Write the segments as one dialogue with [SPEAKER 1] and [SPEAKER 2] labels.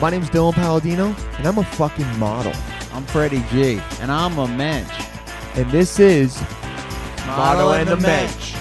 [SPEAKER 1] My name's Dylan Palladino, and I'm a fucking model.
[SPEAKER 2] I'm Freddie G, and I'm a mensch.
[SPEAKER 1] And this is
[SPEAKER 2] Model and the Mensch.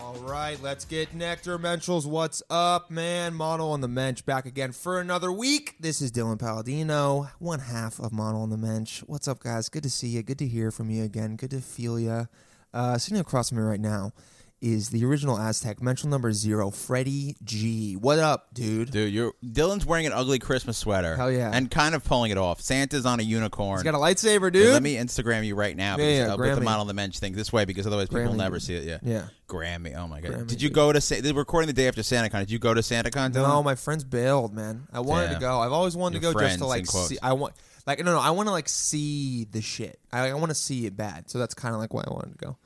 [SPEAKER 3] All right, let's get Nectar Menschels. What's up, man? Mono on the Mensch back again for another week. This is Dylan Palladino, one half of Mono on the Mensch. What's up, guys? Good to see you. Good to hear from you again. Good to feel you. Uh, sitting across from me right now is the original Aztec, Menschel number zero, Freddie G. What up, dude?
[SPEAKER 4] Dude, you're Dylan's wearing an ugly Christmas sweater.
[SPEAKER 3] Hell yeah.
[SPEAKER 4] And kind of pulling it off. Santa's on a unicorn.
[SPEAKER 3] He's got a lightsaber, dude.
[SPEAKER 4] Dude, let me Instagram you right
[SPEAKER 3] Yeah,
[SPEAKER 4] now because
[SPEAKER 3] yeah,
[SPEAKER 4] I'll put the
[SPEAKER 3] Grammy.
[SPEAKER 4] model on the mensch thing this way because otherwise people will
[SPEAKER 3] Grammy,
[SPEAKER 4] never
[SPEAKER 3] dude.
[SPEAKER 4] see it. Yeah.
[SPEAKER 3] yeah.
[SPEAKER 4] Grammy. Oh my god.
[SPEAKER 3] Grammy,
[SPEAKER 4] Did you
[SPEAKER 3] dude.
[SPEAKER 4] go to Sa- they were recording the day after SantaCon? Did you go to SantaCon? Dylan?
[SPEAKER 3] No, my friends bailed, man. I wanted to
[SPEAKER 4] Damn.
[SPEAKER 3] go. I've always wanted
[SPEAKER 4] Your
[SPEAKER 3] to go just
[SPEAKER 4] friends,
[SPEAKER 3] to like
[SPEAKER 4] in quotes.
[SPEAKER 3] see. I want like no, no. I want to like see the shit. I, I want to see it bad. So that's kind of like why I wanted to go.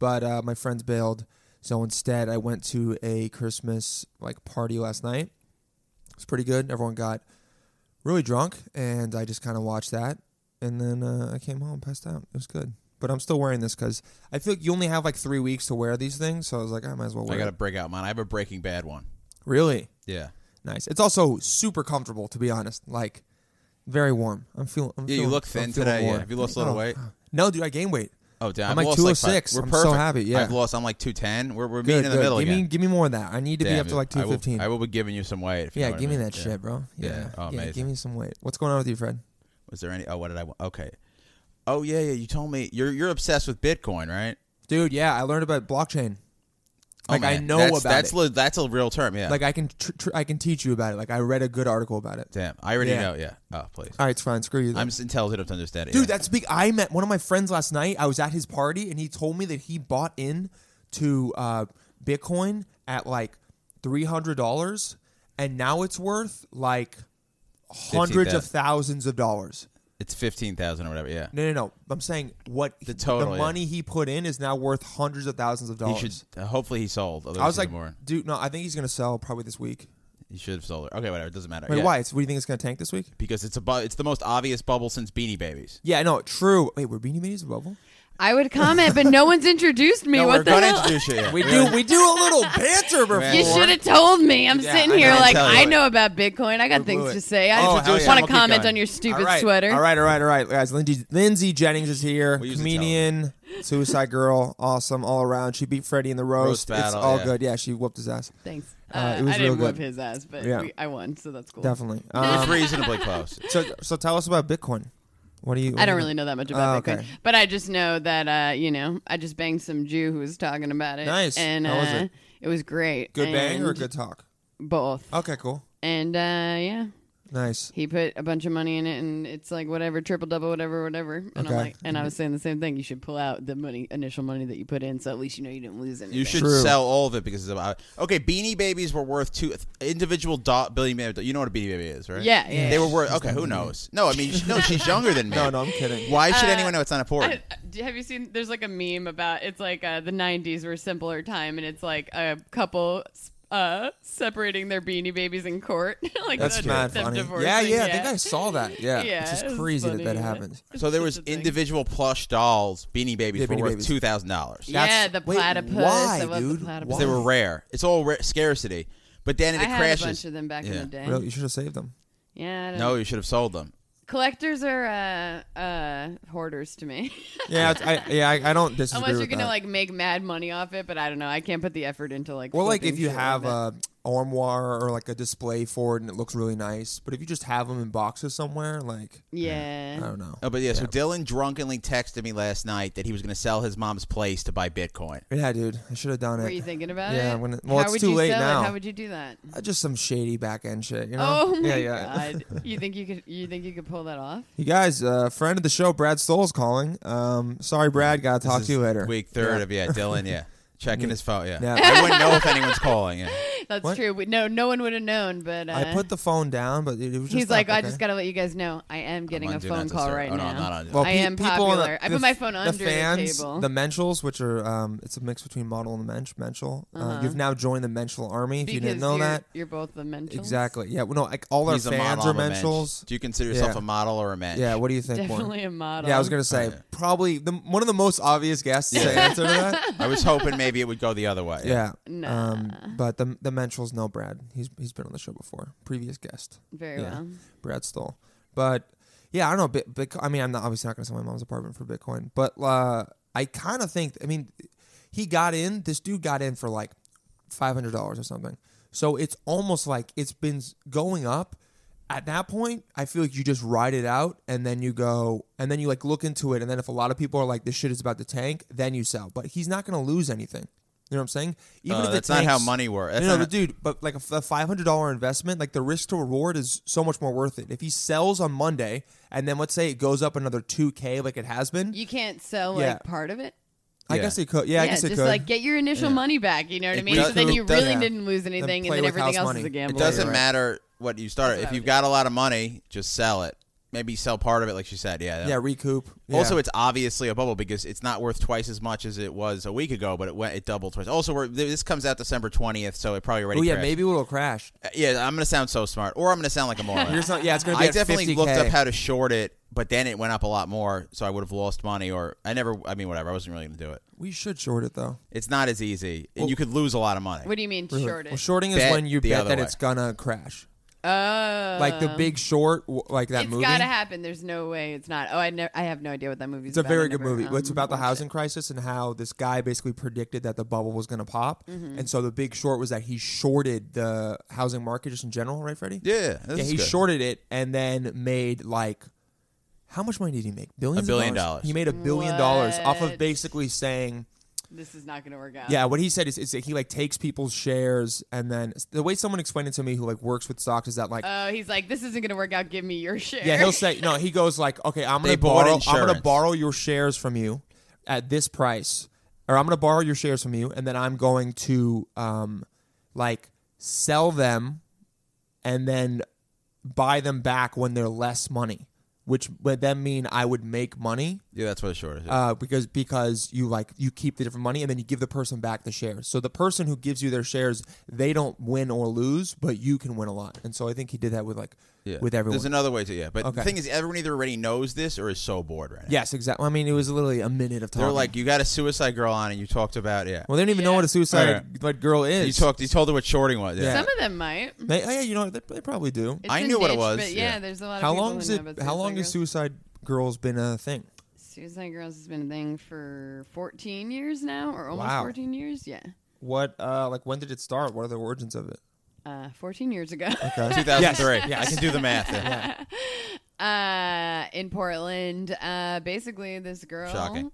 [SPEAKER 3] But uh, my friends bailed, so instead I went to a Christmas like party last night. It was pretty good. Everyone got really drunk, and I just kind of watched that, and then uh, I came home, passed out. It was good. But I'm still wearing this because I feel like you only have like three weeks to wear these things, so I was like, I might as well wear
[SPEAKER 4] I got to
[SPEAKER 3] it.
[SPEAKER 4] break out mine. I have a Breaking Bad one.
[SPEAKER 3] Really?
[SPEAKER 4] Yeah.
[SPEAKER 3] Nice. It's also super comfortable, to be honest. Like, very warm. I'm feeling. I'm
[SPEAKER 4] Yeah, you
[SPEAKER 3] feeling-
[SPEAKER 4] look
[SPEAKER 3] I'm
[SPEAKER 4] thin
[SPEAKER 3] feeling
[SPEAKER 4] today.
[SPEAKER 3] warm.
[SPEAKER 4] Yeah. Have you lost a little
[SPEAKER 3] Oh,
[SPEAKER 4] weight?
[SPEAKER 3] No, dude, I gained weight.
[SPEAKER 4] Oh,
[SPEAKER 3] I'm
[SPEAKER 4] damn. I've
[SPEAKER 3] like
[SPEAKER 4] lost five-
[SPEAKER 3] 206.
[SPEAKER 4] We're
[SPEAKER 3] I'm so
[SPEAKER 4] perfect.
[SPEAKER 3] happy, yeah.
[SPEAKER 4] I've lost. I'm like 210. We're, we're
[SPEAKER 3] Good,
[SPEAKER 4] meeting in the
[SPEAKER 3] good.
[SPEAKER 4] middle
[SPEAKER 3] give
[SPEAKER 4] again.
[SPEAKER 3] me, give me more of that. I need to be
[SPEAKER 4] Damn,
[SPEAKER 3] up to like
[SPEAKER 4] dude. I will-
[SPEAKER 3] 215.
[SPEAKER 4] I will, be giving you some weight. if you
[SPEAKER 3] yeah,
[SPEAKER 4] know what I
[SPEAKER 3] give me
[SPEAKER 4] mean.
[SPEAKER 3] that
[SPEAKER 4] Yeah.
[SPEAKER 3] shit, bro. Yeah,
[SPEAKER 4] Yeah. Oh,
[SPEAKER 3] yeah.
[SPEAKER 4] amazing.
[SPEAKER 3] Give me some weight. What's going on with you, Fred?
[SPEAKER 4] Was there any? Oh, what did I want? Okay. Oh yeah, yeah. You told me you're you're obsessed with Bitcoin, right?
[SPEAKER 3] Dude, yeah, I learned about blockchain. Like
[SPEAKER 4] oh,
[SPEAKER 3] I
[SPEAKER 4] man.
[SPEAKER 3] know
[SPEAKER 4] that's,
[SPEAKER 3] about
[SPEAKER 4] that's
[SPEAKER 3] it.
[SPEAKER 4] le- that's a real term. Yeah.
[SPEAKER 3] like I can, tr- tr- I can teach you about it. Like I read a good article about it.
[SPEAKER 4] damn, I already
[SPEAKER 3] Yeah.
[SPEAKER 4] know. Yeah. Oh please.
[SPEAKER 3] All right, it's fine. Screw you. then.
[SPEAKER 4] I'm just intelligent enough to understand it.
[SPEAKER 3] Dude,
[SPEAKER 4] yeah.
[SPEAKER 3] that's big. I met one of my friends last night. I was at his party, and he told me that he bought in to uh, Bitcoin at like three hundred dollars, and now it's worth like hundreds of
[SPEAKER 4] 50,000.
[SPEAKER 3] thousands of dollars.
[SPEAKER 4] it's fifteen thousand or whatever. Yeah.
[SPEAKER 3] No, no, no. I'm saying what the
[SPEAKER 4] total,
[SPEAKER 3] the
[SPEAKER 4] yeah.
[SPEAKER 3] money he put in is now worth hundreds of thousands of
[SPEAKER 4] He
[SPEAKER 3] dollars.
[SPEAKER 4] should. uh, hopefully he sold.
[SPEAKER 3] I was like,
[SPEAKER 4] more.
[SPEAKER 3] dude, no, I think he's gonna sell probably this week.
[SPEAKER 4] He should have sold it. Okay, whatever. It doesn't matter.
[SPEAKER 3] Wait,
[SPEAKER 4] yeah.
[SPEAKER 3] why? It's, what do you think it's gonna tank this week?
[SPEAKER 4] Because it's a bu- it's the most obvious bubble since Beanie Babies.
[SPEAKER 3] Yeah, no, true. Wait, were Beanie Babies a bubble?
[SPEAKER 5] I would comment, but no one's introduced me.
[SPEAKER 4] No,
[SPEAKER 5] what
[SPEAKER 4] we're
[SPEAKER 5] the
[SPEAKER 4] gonna
[SPEAKER 5] hell?
[SPEAKER 4] introduce you. yeah.
[SPEAKER 3] We
[SPEAKER 4] We're
[SPEAKER 3] do,
[SPEAKER 4] gonna-
[SPEAKER 3] we do a little banter before.
[SPEAKER 5] You should have told me. I'm
[SPEAKER 3] Yeah, I
[SPEAKER 5] sitting here
[SPEAKER 3] didn't
[SPEAKER 5] like
[SPEAKER 4] tell you.
[SPEAKER 5] I know about Bitcoin. I got
[SPEAKER 3] blew
[SPEAKER 5] things
[SPEAKER 3] it.
[SPEAKER 5] to say. I
[SPEAKER 3] Oh,
[SPEAKER 5] just
[SPEAKER 3] hell yeah.
[SPEAKER 5] want
[SPEAKER 4] We'll
[SPEAKER 5] to
[SPEAKER 4] keep
[SPEAKER 5] comment
[SPEAKER 4] going.
[SPEAKER 5] on your stupid
[SPEAKER 3] all right.
[SPEAKER 5] sweater.
[SPEAKER 3] All right, all right, all right, guys. Lindsay, Lindsay Jennings is here,
[SPEAKER 4] We usually
[SPEAKER 3] comedian, suicide girl, awesome all around. She beat Freddie in the roast.
[SPEAKER 4] Roast
[SPEAKER 3] it's
[SPEAKER 4] battle,
[SPEAKER 3] all
[SPEAKER 4] yeah.
[SPEAKER 3] good. Yeah, she whooped his ass.
[SPEAKER 5] Thanks.
[SPEAKER 3] Uh,
[SPEAKER 5] Uh,
[SPEAKER 3] it was
[SPEAKER 5] I
[SPEAKER 3] real
[SPEAKER 5] didn't
[SPEAKER 3] good.
[SPEAKER 5] whip his ass, but
[SPEAKER 3] Yeah.
[SPEAKER 5] we, I won, so that's cool.
[SPEAKER 3] Definitely.
[SPEAKER 4] It was
[SPEAKER 3] Um,
[SPEAKER 4] reasonably close.
[SPEAKER 3] so, so tell us about Bitcoin. What do you?
[SPEAKER 5] I don't really know that much about
[SPEAKER 3] Oh,
[SPEAKER 5] Bitcoin,
[SPEAKER 3] okay.
[SPEAKER 5] but I just know that uh, you know I just banged some Jew who was talking about it.
[SPEAKER 3] Nice.
[SPEAKER 5] and
[SPEAKER 3] How was
[SPEAKER 5] uh,
[SPEAKER 3] it?
[SPEAKER 5] it was great.
[SPEAKER 3] Good bang or
[SPEAKER 5] and
[SPEAKER 3] good Oh. talk?
[SPEAKER 5] Both.
[SPEAKER 3] Okay, cool.
[SPEAKER 5] And uh, yeah,
[SPEAKER 3] Nice.
[SPEAKER 5] he put a bunch of money in it and it's like whatever triple double whatever whatever and
[SPEAKER 3] Okay.
[SPEAKER 5] i'm like and i was saying the same thing you should pull out the money initial money that you put in so at least you know you didn't lose anything
[SPEAKER 4] You should
[SPEAKER 3] True.
[SPEAKER 4] sell all of it because it's about okay. Beanie Babies were worth two individual dot billion baby. You know what a Beanie Baby is, right?
[SPEAKER 5] Yeah, yeah,
[SPEAKER 4] They
[SPEAKER 5] yeah.
[SPEAKER 4] were worth okay. Who knows? No, I mean, she- no, she's younger than me.
[SPEAKER 3] No, no, I'm kidding.
[SPEAKER 4] Why should anyone know it's not important?
[SPEAKER 5] Uh, I, do- have you seen? There's like a meme about it's like uh, the '90s were a simpler time, and it's like a couple uh, separating their beanie babies in court. like
[SPEAKER 3] That's
[SPEAKER 5] them-
[SPEAKER 3] mad
[SPEAKER 5] them
[SPEAKER 3] funny.
[SPEAKER 5] divorcing,
[SPEAKER 3] Yeah, yeah, I think I saw that. Yeah,
[SPEAKER 5] Yeah,
[SPEAKER 3] it's
[SPEAKER 5] it
[SPEAKER 3] just
[SPEAKER 5] was
[SPEAKER 3] crazy
[SPEAKER 5] funny,
[SPEAKER 3] that that
[SPEAKER 5] yeah.
[SPEAKER 3] happens.
[SPEAKER 4] so there
[SPEAKER 5] Such
[SPEAKER 4] was
[SPEAKER 5] a thing.
[SPEAKER 4] individual plush dolls, Beanie Babies
[SPEAKER 3] Yeah,
[SPEAKER 4] were
[SPEAKER 3] Beanie
[SPEAKER 4] worth
[SPEAKER 3] Babies.
[SPEAKER 4] two thousand dollars.
[SPEAKER 5] Yeah,
[SPEAKER 3] That's-
[SPEAKER 5] the
[SPEAKER 3] wait,
[SPEAKER 5] platypus.
[SPEAKER 3] why,
[SPEAKER 5] I love the
[SPEAKER 3] dude?
[SPEAKER 5] platypus.
[SPEAKER 4] They
[SPEAKER 3] Why?
[SPEAKER 4] were rare. It's all rare, scarcity. But then it,
[SPEAKER 5] I
[SPEAKER 4] it
[SPEAKER 5] had
[SPEAKER 4] crashes.
[SPEAKER 5] a bunch of them back in
[SPEAKER 4] Yeah.
[SPEAKER 5] the day.
[SPEAKER 3] Really, you should have saved them.
[SPEAKER 5] Yeah, I don't
[SPEAKER 4] No, you should have sold them.
[SPEAKER 5] collectors are uh, uh, hoarders to me.
[SPEAKER 3] Yeah, it's, I, yeah, I, I don't disagree
[SPEAKER 5] Unless you're
[SPEAKER 3] with
[SPEAKER 5] gonna
[SPEAKER 3] that.
[SPEAKER 5] like make mad money off it, but I don't know. I can't put the effort into like.
[SPEAKER 3] Well, like
[SPEAKER 5] flipping
[SPEAKER 3] if you
[SPEAKER 5] shit
[SPEAKER 3] have uh,
[SPEAKER 5] like that.
[SPEAKER 3] a armoire or like a display for it and it looks really nice, but if you just have them in boxes somewhere, like I
[SPEAKER 5] yeah.
[SPEAKER 3] don't know.
[SPEAKER 4] Oh, but yeah, so Dylan drunkenly texted me last night that he was going to sell his mom's place to buy Bitcoin.
[SPEAKER 3] Yeah, dude, I should have done
[SPEAKER 5] Were
[SPEAKER 3] it.
[SPEAKER 5] you thinking about
[SPEAKER 3] yeah,
[SPEAKER 5] it?
[SPEAKER 3] I'm gonna- well,
[SPEAKER 5] How
[SPEAKER 3] it's
[SPEAKER 5] would
[SPEAKER 3] too
[SPEAKER 5] you
[SPEAKER 3] late
[SPEAKER 5] sell
[SPEAKER 3] now.
[SPEAKER 5] It? How would you do that?
[SPEAKER 3] Uh, Just some shady back end shit, you know?
[SPEAKER 5] Oh my
[SPEAKER 3] yeah, yeah.
[SPEAKER 5] god! You think you could? You think you could pull that off?
[SPEAKER 3] you guys, uh, friend of the show, Brad Stoll's calling. Um, sorry, Brad, gotta
[SPEAKER 4] This
[SPEAKER 3] talk
[SPEAKER 4] is
[SPEAKER 3] to you later.
[SPEAKER 4] Week third of yeah, Dylan. Yeah, checking his phone. Yeah,
[SPEAKER 3] Yeah.
[SPEAKER 4] I wouldn't know if anyone's calling. Yeah.
[SPEAKER 5] That's
[SPEAKER 3] What?
[SPEAKER 5] true. We, no, no one would have known. But uh,
[SPEAKER 3] I put the phone down, but it was just
[SPEAKER 5] he's like,
[SPEAKER 3] up,
[SPEAKER 5] I
[SPEAKER 3] okay.
[SPEAKER 5] just gotta let you guys know, I am getting
[SPEAKER 4] on
[SPEAKER 5] a
[SPEAKER 4] Do
[SPEAKER 5] phone
[SPEAKER 4] Not
[SPEAKER 5] call
[SPEAKER 4] Disturb.
[SPEAKER 5] right
[SPEAKER 4] Oh, no,
[SPEAKER 5] now.
[SPEAKER 4] I'm not on-
[SPEAKER 3] Well,
[SPEAKER 5] I
[SPEAKER 3] pe-
[SPEAKER 5] am
[SPEAKER 3] people on the-
[SPEAKER 5] popular. I
[SPEAKER 3] the
[SPEAKER 5] put my
[SPEAKER 3] f-
[SPEAKER 5] phone
[SPEAKER 3] the
[SPEAKER 5] under the
[SPEAKER 3] fans,
[SPEAKER 5] table.
[SPEAKER 3] The Menschels, which are um, it's a mix between model and the mensch. Menschel. Uh, You've now joined the Menschel army. If
[SPEAKER 5] Uh-huh. because
[SPEAKER 3] you didn't know
[SPEAKER 5] you're,
[SPEAKER 3] that,
[SPEAKER 5] you're both the mentals.
[SPEAKER 3] Exactly. Yeah. Well, no, like all
[SPEAKER 4] He's
[SPEAKER 3] our
[SPEAKER 4] a
[SPEAKER 3] fans
[SPEAKER 4] model,
[SPEAKER 3] are
[SPEAKER 4] I'm a mensch.
[SPEAKER 3] menschels.
[SPEAKER 4] Do you consider yourself
[SPEAKER 3] Yeah.
[SPEAKER 4] a model or a mensch?
[SPEAKER 3] Yeah. What do you think? Warren?
[SPEAKER 5] Definitely a model.
[SPEAKER 3] Yeah, I was gonna say
[SPEAKER 4] Oh, yeah.
[SPEAKER 3] probably the, one of the most obvious guesses to answer to that.
[SPEAKER 4] I was hoping maybe it would go the other way.
[SPEAKER 3] Yeah.
[SPEAKER 5] Nah.
[SPEAKER 3] Um, but the the Mentrals know Brad. He's he's been on the show before. Previous guest,
[SPEAKER 5] Very
[SPEAKER 3] Yeah.
[SPEAKER 5] well.
[SPEAKER 3] Brad Stoll. But yeah, I don't know. Bit, Bitco- I mean, I'm not, obviously not going to sell my mom's apartment for Bitcoin. But uh, I kind of think. I mean, he got in. This dude got in for like five hundred dollars or something. So it's almost like it's been s- going up. At that point, I feel like you just ride it out, and then you go, and then you like look into it, and then if a lot of people are like, "This shit is about to tank," then you sell. But he's not going to lose anything. You know what I'm saying? Even
[SPEAKER 4] Uh,
[SPEAKER 3] it
[SPEAKER 4] that's not how
[SPEAKER 3] tanks-
[SPEAKER 4] money works. That's
[SPEAKER 3] no, no,
[SPEAKER 4] not-
[SPEAKER 3] but dude, but like a f- a five hundred dollar investment, like the risk to reward is so much more worth it. If he sells on Monday and then let's say it goes up another two k, like it has been,
[SPEAKER 5] You can't sell
[SPEAKER 3] Yeah.
[SPEAKER 5] like part of it.
[SPEAKER 3] I
[SPEAKER 4] Yeah.
[SPEAKER 3] guess it could. Yeah, I guess
[SPEAKER 5] just
[SPEAKER 3] it could.
[SPEAKER 5] like get your initial money back. You know what I
[SPEAKER 4] It
[SPEAKER 5] mean?
[SPEAKER 4] does-
[SPEAKER 5] so then you
[SPEAKER 3] it does-
[SPEAKER 5] really
[SPEAKER 3] yeah.
[SPEAKER 5] didn't lose anything,
[SPEAKER 3] play
[SPEAKER 5] and then
[SPEAKER 3] with
[SPEAKER 5] everything
[SPEAKER 3] house
[SPEAKER 5] else
[SPEAKER 3] money.
[SPEAKER 5] is a
[SPEAKER 3] It
[SPEAKER 5] gamble.
[SPEAKER 4] It doesn't
[SPEAKER 3] Right.
[SPEAKER 4] matter what you start. If
[SPEAKER 5] That's what
[SPEAKER 4] you've
[SPEAKER 5] I
[SPEAKER 4] got
[SPEAKER 5] would
[SPEAKER 4] a lot of money, just sell it. Maybe sell part of it, like she said. Yeah.
[SPEAKER 3] yeah, recoup. Yeah.
[SPEAKER 4] Also, it's obviously a bubble because it's not worth twice as much as it was a week ago, but it went it doubled twice. Also, we're, this comes out December twentieth, so it probably already.
[SPEAKER 3] oh yeah,
[SPEAKER 4] crashed.
[SPEAKER 3] maybe it'll crash.
[SPEAKER 4] Uh, Yeah, I'm gonna sound so smart, or I'm gonna sound like a moron.
[SPEAKER 3] Here's not, yeah, it's gonna be.
[SPEAKER 4] I
[SPEAKER 3] at
[SPEAKER 4] definitely
[SPEAKER 3] 50K.
[SPEAKER 4] looked up how to short it, but then it went up a lot more, so I would have lost money, or I never. I mean, whatever. I wasn't really gonna do it.
[SPEAKER 3] we should short it though.
[SPEAKER 4] It's not as easy, and you could lose a lot of money.
[SPEAKER 5] What do you mean
[SPEAKER 3] Really.
[SPEAKER 5] short it?
[SPEAKER 3] Well, shorting is
[SPEAKER 4] Bet
[SPEAKER 3] when you
[SPEAKER 4] the
[SPEAKER 3] bet
[SPEAKER 4] other
[SPEAKER 3] that
[SPEAKER 4] way.
[SPEAKER 3] it's gonna crash,
[SPEAKER 5] Oh,
[SPEAKER 3] like the Big Short, w- like that
[SPEAKER 5] It's
[SPEAKER 3] movie.
[SPEAKER 5] gotta happen. There's no way it's not. Oh, I never. I have no idea what that movie's.
[SPEAKER 3] It's a
[SPEAKER 5] about. I
[SPEAKER 3] very good
[SPEAKER 5] never,
[SPEAKER 3] movie.
[SPEAKER 5] um,
[SPEAKER 3] it's about the
[SPEAKER 5] watched
[SPEAKER 3] housing
[SPEAKER 5] it.
[SPEAKER 3] crisis and how this guy basically predicted that the bubble was going to pop,
[SPEAKER 5] Mm-hmm.
[SPEAKER 3] and so the big short was that he shorted the housing market just in general, right, Freddie?
[SPEAKER 4] Yeah, this
[SPEAKER 3] yeah.
[SPEAKER 4] is
[SPEAKER 3] He
[SPEAKER 4] good.
[SPEAKER 3] shorted it and then made like how much money did he make? Billions. of
[SPEAKER 4] billion dollars.
[SPEAKER 3] He made a billion dollars off of
[SPEAKER 5] What?
[SPEAKER 3] basically saying,
[SPEAKER 5] This is not gonna work out.
[SPEAKER 3] yeah. What he said is, is that he like takes people's shares and then the way someone explained it to me who like works with stocks is that like.
[SPEAKER 5] Oh, he's like, this isn't gonna work out. Give me your share.
[SPEAKER 3] Yeah, he'll say no. He goes like, okay, I'm
[SPEAKER 4] They
[SPEAKER 3] gonna
[SPEAKER 4] bought
[SPEAKER 3] borrow. I'm gonna
[SPEAKER 4] insurance.
[SPEAKER 3] borrow your shares from you at this price, or I'm gonna borrow your shares from you, and then I'm going to um, like sell them, and then buy them back when they're less money, which would then mean I would make money
[SPEAKER 4] Yeah, that's what a short is.
[SPEAKER 3] uh, because because you like you keep the different money and then you give the person back the shares. So the person who gives you their shares, they don't win or lose, but you can win a lot. And so I think he did that with like
[SPEAKER 4] yeah.
[SPEAKER 3] with everyone.
[SPEAKER 4] There's another way to yeah, but
[SPEAKER 3] Okay.
[SPEAKER 4] the thing is, everyone either already knows this or is so bored right now.
[SPEAKER 3] Yes, exactly. I mean, it was literally a minute of time.
[SPEAKER 4] They're like, you got a suicide girl on, and you talked about yeah.
[SPEAKER 3] well, they don't even know
[SPEAKER 5] Yeah.
[SPEAKER 3] what a suicide
[SPEAKER 4] Alright.
[SPEAKER 3] like girl is.
[SPEAKER 4] you talked, you told her what shorting was. Yeah.
[SPEAKER 3] Yeah.
[SPEAKER 5] Some of them might.
[SPEAKER 3] They, oh, yeah, you know they, they probably do.
[SPEAKER 5] It's
[SPEAKER 4] I
[SPEAKER 5] been
[SPEAKER 4] knew what it
[SPEAKER 5] ditched,
[SPEAKER 4] was,
[SPEAKER 5] But yeah,
[SPEAKER 4] yeah.
[SPEAKER 5] there's a lot
[SPEAKER 3] How
[SPEAKER 5] of people
[SPEAKER 3] long
[SPEAKER 5] who
[SPEAKER 3] is
[SPEAKER 5] know
[SPEAKER 3] it?
[SPEAKER 5] about
[SPEAKER 3] How long
[SPEAKER 5] Suicide
[SPEAKER 3] has
[SPEAKER 5] Girls.
[SPEAKER 3] suicide girls been a thing?
[SPEAKER 5] Suicide Girls has been a thing for 14 years now, or almost
[SPEAKER 3] Wow.
[SPEAKER 5] 14 years. Yeah,
[SPEAKER 3] What uh like when did it start? What are the origins of it?
[SPEAKER 5] uh, 14 years ago.
[SPEAKER 3] Okay.
[SPEAKER 4] 2003.
[SPEAKER 3] Yes.
[SPEAKER 4] Yeah, I can do the math. Yeah.
[SPEAKER 5] uh, in Portland, uh, basically this girl,
[SPEAKER 4] Shocking.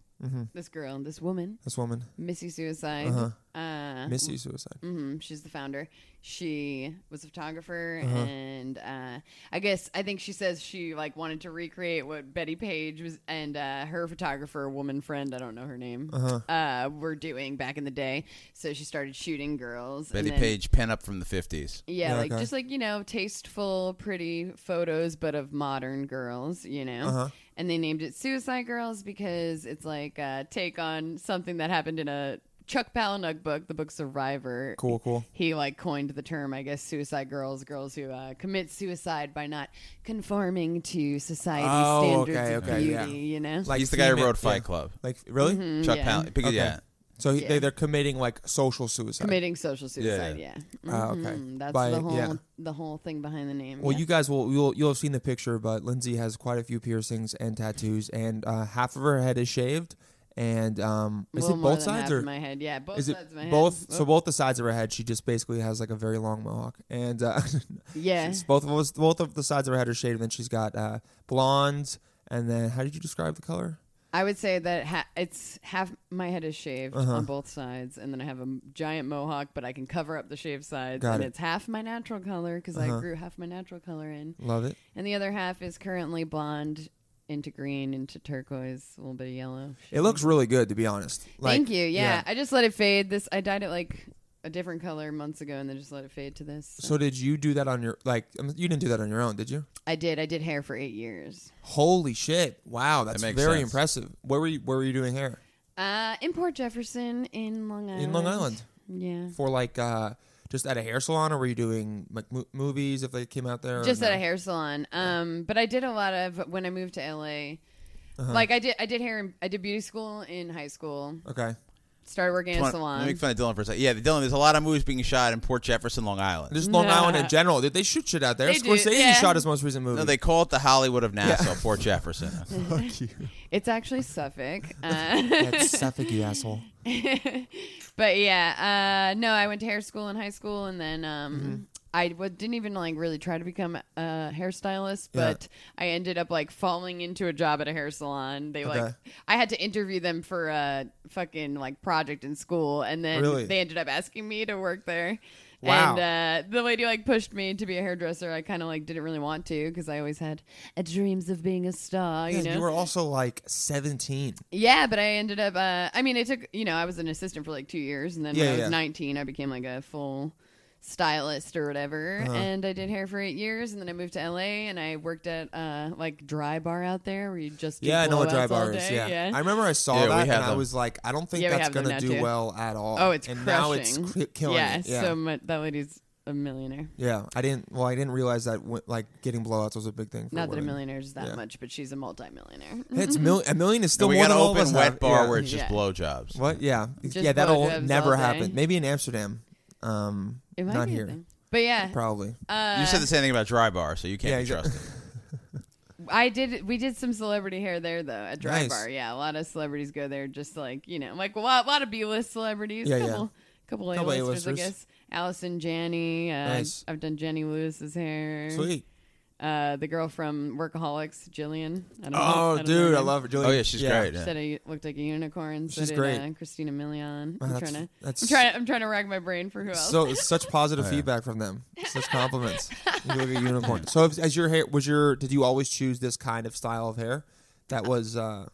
[SPEAKER 5] this girl, this woman,
[SPEAKER 3] This woman,
[SPEAKER 5] Missy Suicide. Uh,
[SPEAKER 3] Missy Suicide.
[SPEAKER 5] hmm she's the founder. She was a photographer, and uh, I guess I think she says she like wanted to recreate what Betty Page was and uh, her photographer woman friend I don't know her name uh, were doing back in the day. So she started shooting girls. and
[SPEAKER 4] Betty
[SPEAKER 5] then-
[SPEAKER 4] Page, pen up from the 50s.
[SPEAKER 5] Yeah,
[SPEAKER 3] Yeah,
[SPEAKER 5] like
[SPEAKER 3] okay.
[SPEAKER 5] just like you know, tasteful, pretty photos, but of modern girls, you know.
[SPEAKER 3] Uh-huh.
[SPEAKER 5] And they named it Suicide Girls because it's like a take on something that happened in a Chuck Palahniuk book, the book Survivor.
[SPEAKER 3] Cool, cool.
[SPEAKER 5] He like coined the term, I guess, suicide girls, girls who uh, commit suicide by not conforming to society's
[SPEAKER 3] Oh,
[SPEAKER 5] standards
[SPEAKER 3] okay,
[SPEAKER 5] of
[SPEAKER 3] okay,
[SPEAKER 5] beauty.
[SPEAKER 3] yeah.
[SPEAKER 5] You know,
[SPEAKER 3] Like uh,
[SPEAKER 4] He's the guy who
[SPEAKER 3] female-
[SPEAKER 4] wrote Fight
[SPEAKER 3] yeah.
[SPEAKER 4] Club.
[SPEAKER 3] Like really?
[SPEAKER 4] Chuck
[SPEAKER 5] Mm, yeah.
[SPEAKER 4] Palahniuk. Because,
[SPEAKER 3] Okay.
[SPEAKER 4] yeah.
[SPEAKER 3] So he,
[SPEAKER 5] Mm-hmm. Yeah.
[SPEAKER 3] they, they're committing like social suicide.
[SPEAKER 5] committing social suicide.
[SPEAKER 4] yeah.
[SPEAKER 5] Yeah,
[SPEAKER 3] Ah, okay.
[SPEAKER 5] Mhm. That's
[SPEAKER 3] By-
[SPEAKER 5] the whole
[SPEAKER 3] yeah.
[SPEAKER 5] the whole thing behind the name.
[SPEAKER 3] Well,
[SPEAKER 5] yeah.
[SPEAKER 3] you guys will you'll you'll have seen the picture, but Lindsay has quite a few piercings and tattoos, and uh, half of her head is shaved, and um, is
[SPEAKER 5] Little
[SPEAKER 3] it
[SPEAKER 5] more
[SPEAKER 3] both
[SPEAKER 5] than
[SPEAKER 3] sides
[SPEAKER 5] half
[SPEAKER 3] or
[SPEAKER 5] of my head? Yeah, both
[SPEAKER 3] is it
[SPEAKER 5] sides of my head.
[SPEAKER 3] both? So
[SPEAKER 5] Oh.
[SPEAKER 3] both the sides of her head, she just basically has like a very long mohawk, and uh,
[SPEAKER 5] Yeah.
[SPEAKER 3] she's- both of us, both of the sides of her head are shaved. And then she's got uh, blonde, and then how did you describe the color?
[SPEAKER 5] I would say that ha- it's half my head is shaved
[SPEAKER 3] Uh-huh.
[SPEAKER 5] on both sides, and then I have a m- giant mohawk, but I can cover up the shaved sides,
[SPEAKER 3] Got
[SPEAKER 5] and
[SPEAKER 3] it. Uh-huh.
[SPEAKER 5] it's half my natural color because I grew half my natural color in,
[SPEAKER 3] Love it.
[SPEAKER 5] and the other half is currently blonde into green, into turquoise, a little bit of yellow.
[SPEAKER 3] It looks really good, to be honest. Like,
[SPEAKER 5] Thank you. Yeah. I just let it fade. This I dyed it like a different color months ago, and then just let it fade to this.
[SPEAKER 3] So did you do that on your like? um, You didn't do that on your own, did you?
[SPEAKER 5] I did. I did hair for eight years
[SPEAKER 3] Holy shit! Wow, that's
[SPEAKER 4] makes
[SPEAKER 3] very
[SPEAKER 4] sense.
[SPEAKER 3] impressive. Where were you? Where were you doing hair?
[SPEAKER 5] uh, in Port Jefferson in Long Island.
[SPEAKER 3] In Long Island.
[SPEAKER 5] Yeah.
[SPEAKER 3] for like uh just at a hair salon or were you doing like mo- movies if they came out there or
[SPEAKER 5] just
[SPEAKER 3] no?
[SPEAKER 5] at a hair salon. Um, but I did a lot of when I moved to LA. Like I did, I did hair. In, I did beauty school in high school.
[SPEAKER 3] Okay.
[SPEAKER 5] Started working in a
[SPEAKER 4] Wanna- Let me
[SPEAKER 5] salon.
[SPEAKER 4] make fun of Dylan for a second. Yeah, Dylan, there's a lot of movies being shot in Port Jefferson, Long Island.
[SPEAKER 3] Just Long Island in general. They- They shoot shit out there.
[SPEAKER 5] They do,
[SPEAKER 3] Scorsese
[SPEAKER 5] yeah.
[SPEAKER 3] shot his most recent movie.
[SPEAKER 4] no, they call it the Hollywood of Nassau,
[SPEAKER 3] Yeah.
[SPEAKER 4] Port Jefferson.
[SPEAKER 1] Fuck you.
[SPEAKER 5] It's actually Suffolk. Uh,
[SPEAKER 3] That's Suffolk, you asshole.
[SPEAKER 5] but yeah, uh, no, I went to hair school in high school, and then um,
[SPEAKER 3] Mm-hmm.
[SPEAKER 5] I w- didn't even like really try to become a hairstylist,
[SPEAKER 3] Yeah.
[SPEAKER 5] but I ended up like falling into a job at a hair salon. They like
[SPEAKER 3] Okay.
[SPEAKER 5] I had to interview them for a fucking like project in school, and then
[SPEAKER 3] Really?
[SPEAKER 5] they ended up asking me to work there.
[SPEAKER 3] Wow.
[SPEAKER 5] And uh, the lady like pushed me to be a hairdresser. I kind of like didn't really want to because I always had uh, dreams of being a star.
[SPEAKER 3] Yeah,
[SPEAKER 5] you know,
[SPEAKER 3] were also like 17.
[SPEAKER 5] yeah, but I ended up. Uh, I mean, it took you know I was an assistant for like two years, and then
[SPEAKER 3] Yeah,
[SPEAKER 5] when I
[SPEAKER 3] yeah.
[SPEAKER 5] was nineteen, I became like a full stylist or whatever,
[SPEAKER 3] Uh-huh.
[SPEAKER 5] and I did hair for eight years, and then I moved to LA, and I worked at uh, like dry bar out there where you just do
[SPEAKER 3] Yeah, I know what
[SPEAKER 5] blowouts
[SPEAKER 3] dry
[SPEAKER 5] all
[SPEAKER 3] bar is.
[SPEAKER 5] day,
[SPEAKER 3] Yeah. I remember I saw
[SPEAKER 4] Yeah, we
[SPEAKER 3] that and
[SPEAKER 4] have
[SPEAKER 3] I
[SPEAKER 4] them.
[SPEAKER 3] was like, I don't think
[SPEAKER 5] Yeah, we
[SPEAKER 3] that's
[SPEAKER 5] have them
[SPEAKER 3] going to
[SPEAKER 5] now,
[SPEAKER 3] do
[SPEAKER 5] too.
[SPEAKER 3] well at all.
[SPEAKER 5] oh, it's
[SPEAKER 3] and
[SPEAKER 5] crushing.
[SPEAKER 3] now it's cri- killing
[SPEAKER 5] yeah,
[SPEAKER 3] it. Yeah.
[SPEAKER 5] so mu that lady's a millionaire.
[SPEAKER 3] yeah, I didn't. Well, I didn't realize that wi- like getting blowouts was a big thing. For
[SPEAKER 5] Not that a
[SPEAKER 3] women.
[SPEAKER 5] Mm-hmm. millionaire is that
[SPEAKER 3] Yeah.
[SPEAKER 5] much, but she's a multimillionaire.
[SPEAKER 3] It's mil- a million is still
[SPEAKER 4] So we
[SPEAKER 3] more
[SPEAKER 4] got an
[SPEAKER 3] than all of
[SPEAKER 4] open
[SPEAKER 3] us
[SPEAKER 4] wet
[SPEAKER 3] have.
[SPEAKER 4] bar
[SPEAKER 3] Yeah.
[SPEAKER 4] where it's just
[SPEAKER 5] Yeah.
[SPEAKER 4] blowjobs.
[SPEAKER 3] What? Yeah,
[SPEAKER 5] Just
[SPEAKER 3] yeah. That'll
[SPEAKER 5] blowjobs
[SPEAKER 3] never
[SPEAKER 5] all day.
[SPEAKER 3] happen. Maybe in Amsterdam. Um,
[SPEAKER 5] It might
[SPEAKER 3] not
[SPEAKER 5] be a
[SPEAKER 3] here.
[SPEAKER 5] thing. But yeah,
[SPEAKER 3] Probably.
[SPEAKER 5] uh,
[SPEAKER 4] you said the same thing about Dry Bar, so you can't
[SPEAKER 3] Yeah,
[SPEAKER 4] be
[SPEAKER 3] exact-
[SPEAKER 4] trusted.
[SPEAKER 5] I did. We did some celebrity hair there though at Dry
[SPEAKER 3] Nice.
[SPEAKER 5] Bar. Yeah, a lot of celebrities go there. Just like you know, like a lot, lot of B-list celebrities.
[SPEAKER 3] Yeah,
[SPEAKER 5] couple, couple
[SPEAKER 3] Couple
[SPEAKER 5] A-listers, I
[SPEAKER 3] A-listers.
[SPEAKER 5] guess. Allison Janney. Uh,
[SPEAKER 3] Nice.
[SPEAKER 5] I've done Jenny Lewis's hair.
[SPEAKER 3] Sweet.
[SPEAKER 5] Uh, the girl from Workaholics, Jillian. I don't know-
[SPEAKER 3] Oh,
[SPEAKER 5] I don't know her
[SPEAKER 3] dude, I
[SPEAKER 5] name.
[SPEAKER 3] love her. Julie.
[SPEAKER 4] Oh yeah, she's great.
[SPEAKER 5] She
[SPEAKER 4] yeah.
[SPEAKER 5] said I looked like a unicorn. So
[SPEAKER 3] She's
[SPEAKER 5] did,
[SPEAKER 3] great.
[SPEAKER 5] Uh, Christina Milian.
[SPEAKER 3] Oh,
[SPEAKER 5] I'm
[SPEAKER 3] that's-
[SPEAKER 5] trying to.
[SPEAKER 3] that's-
[SPEAKER 5] I'm trying. I'm trying to rack my brain for who else.
[SPEAKER 3] So such positive
[SPEAKER 4] Oh,
[SPEAKER 3] feedback from them. Such compliments. you look like a unicorn. So if, as your hair was your did you always choose this kind of style of hair? That was uh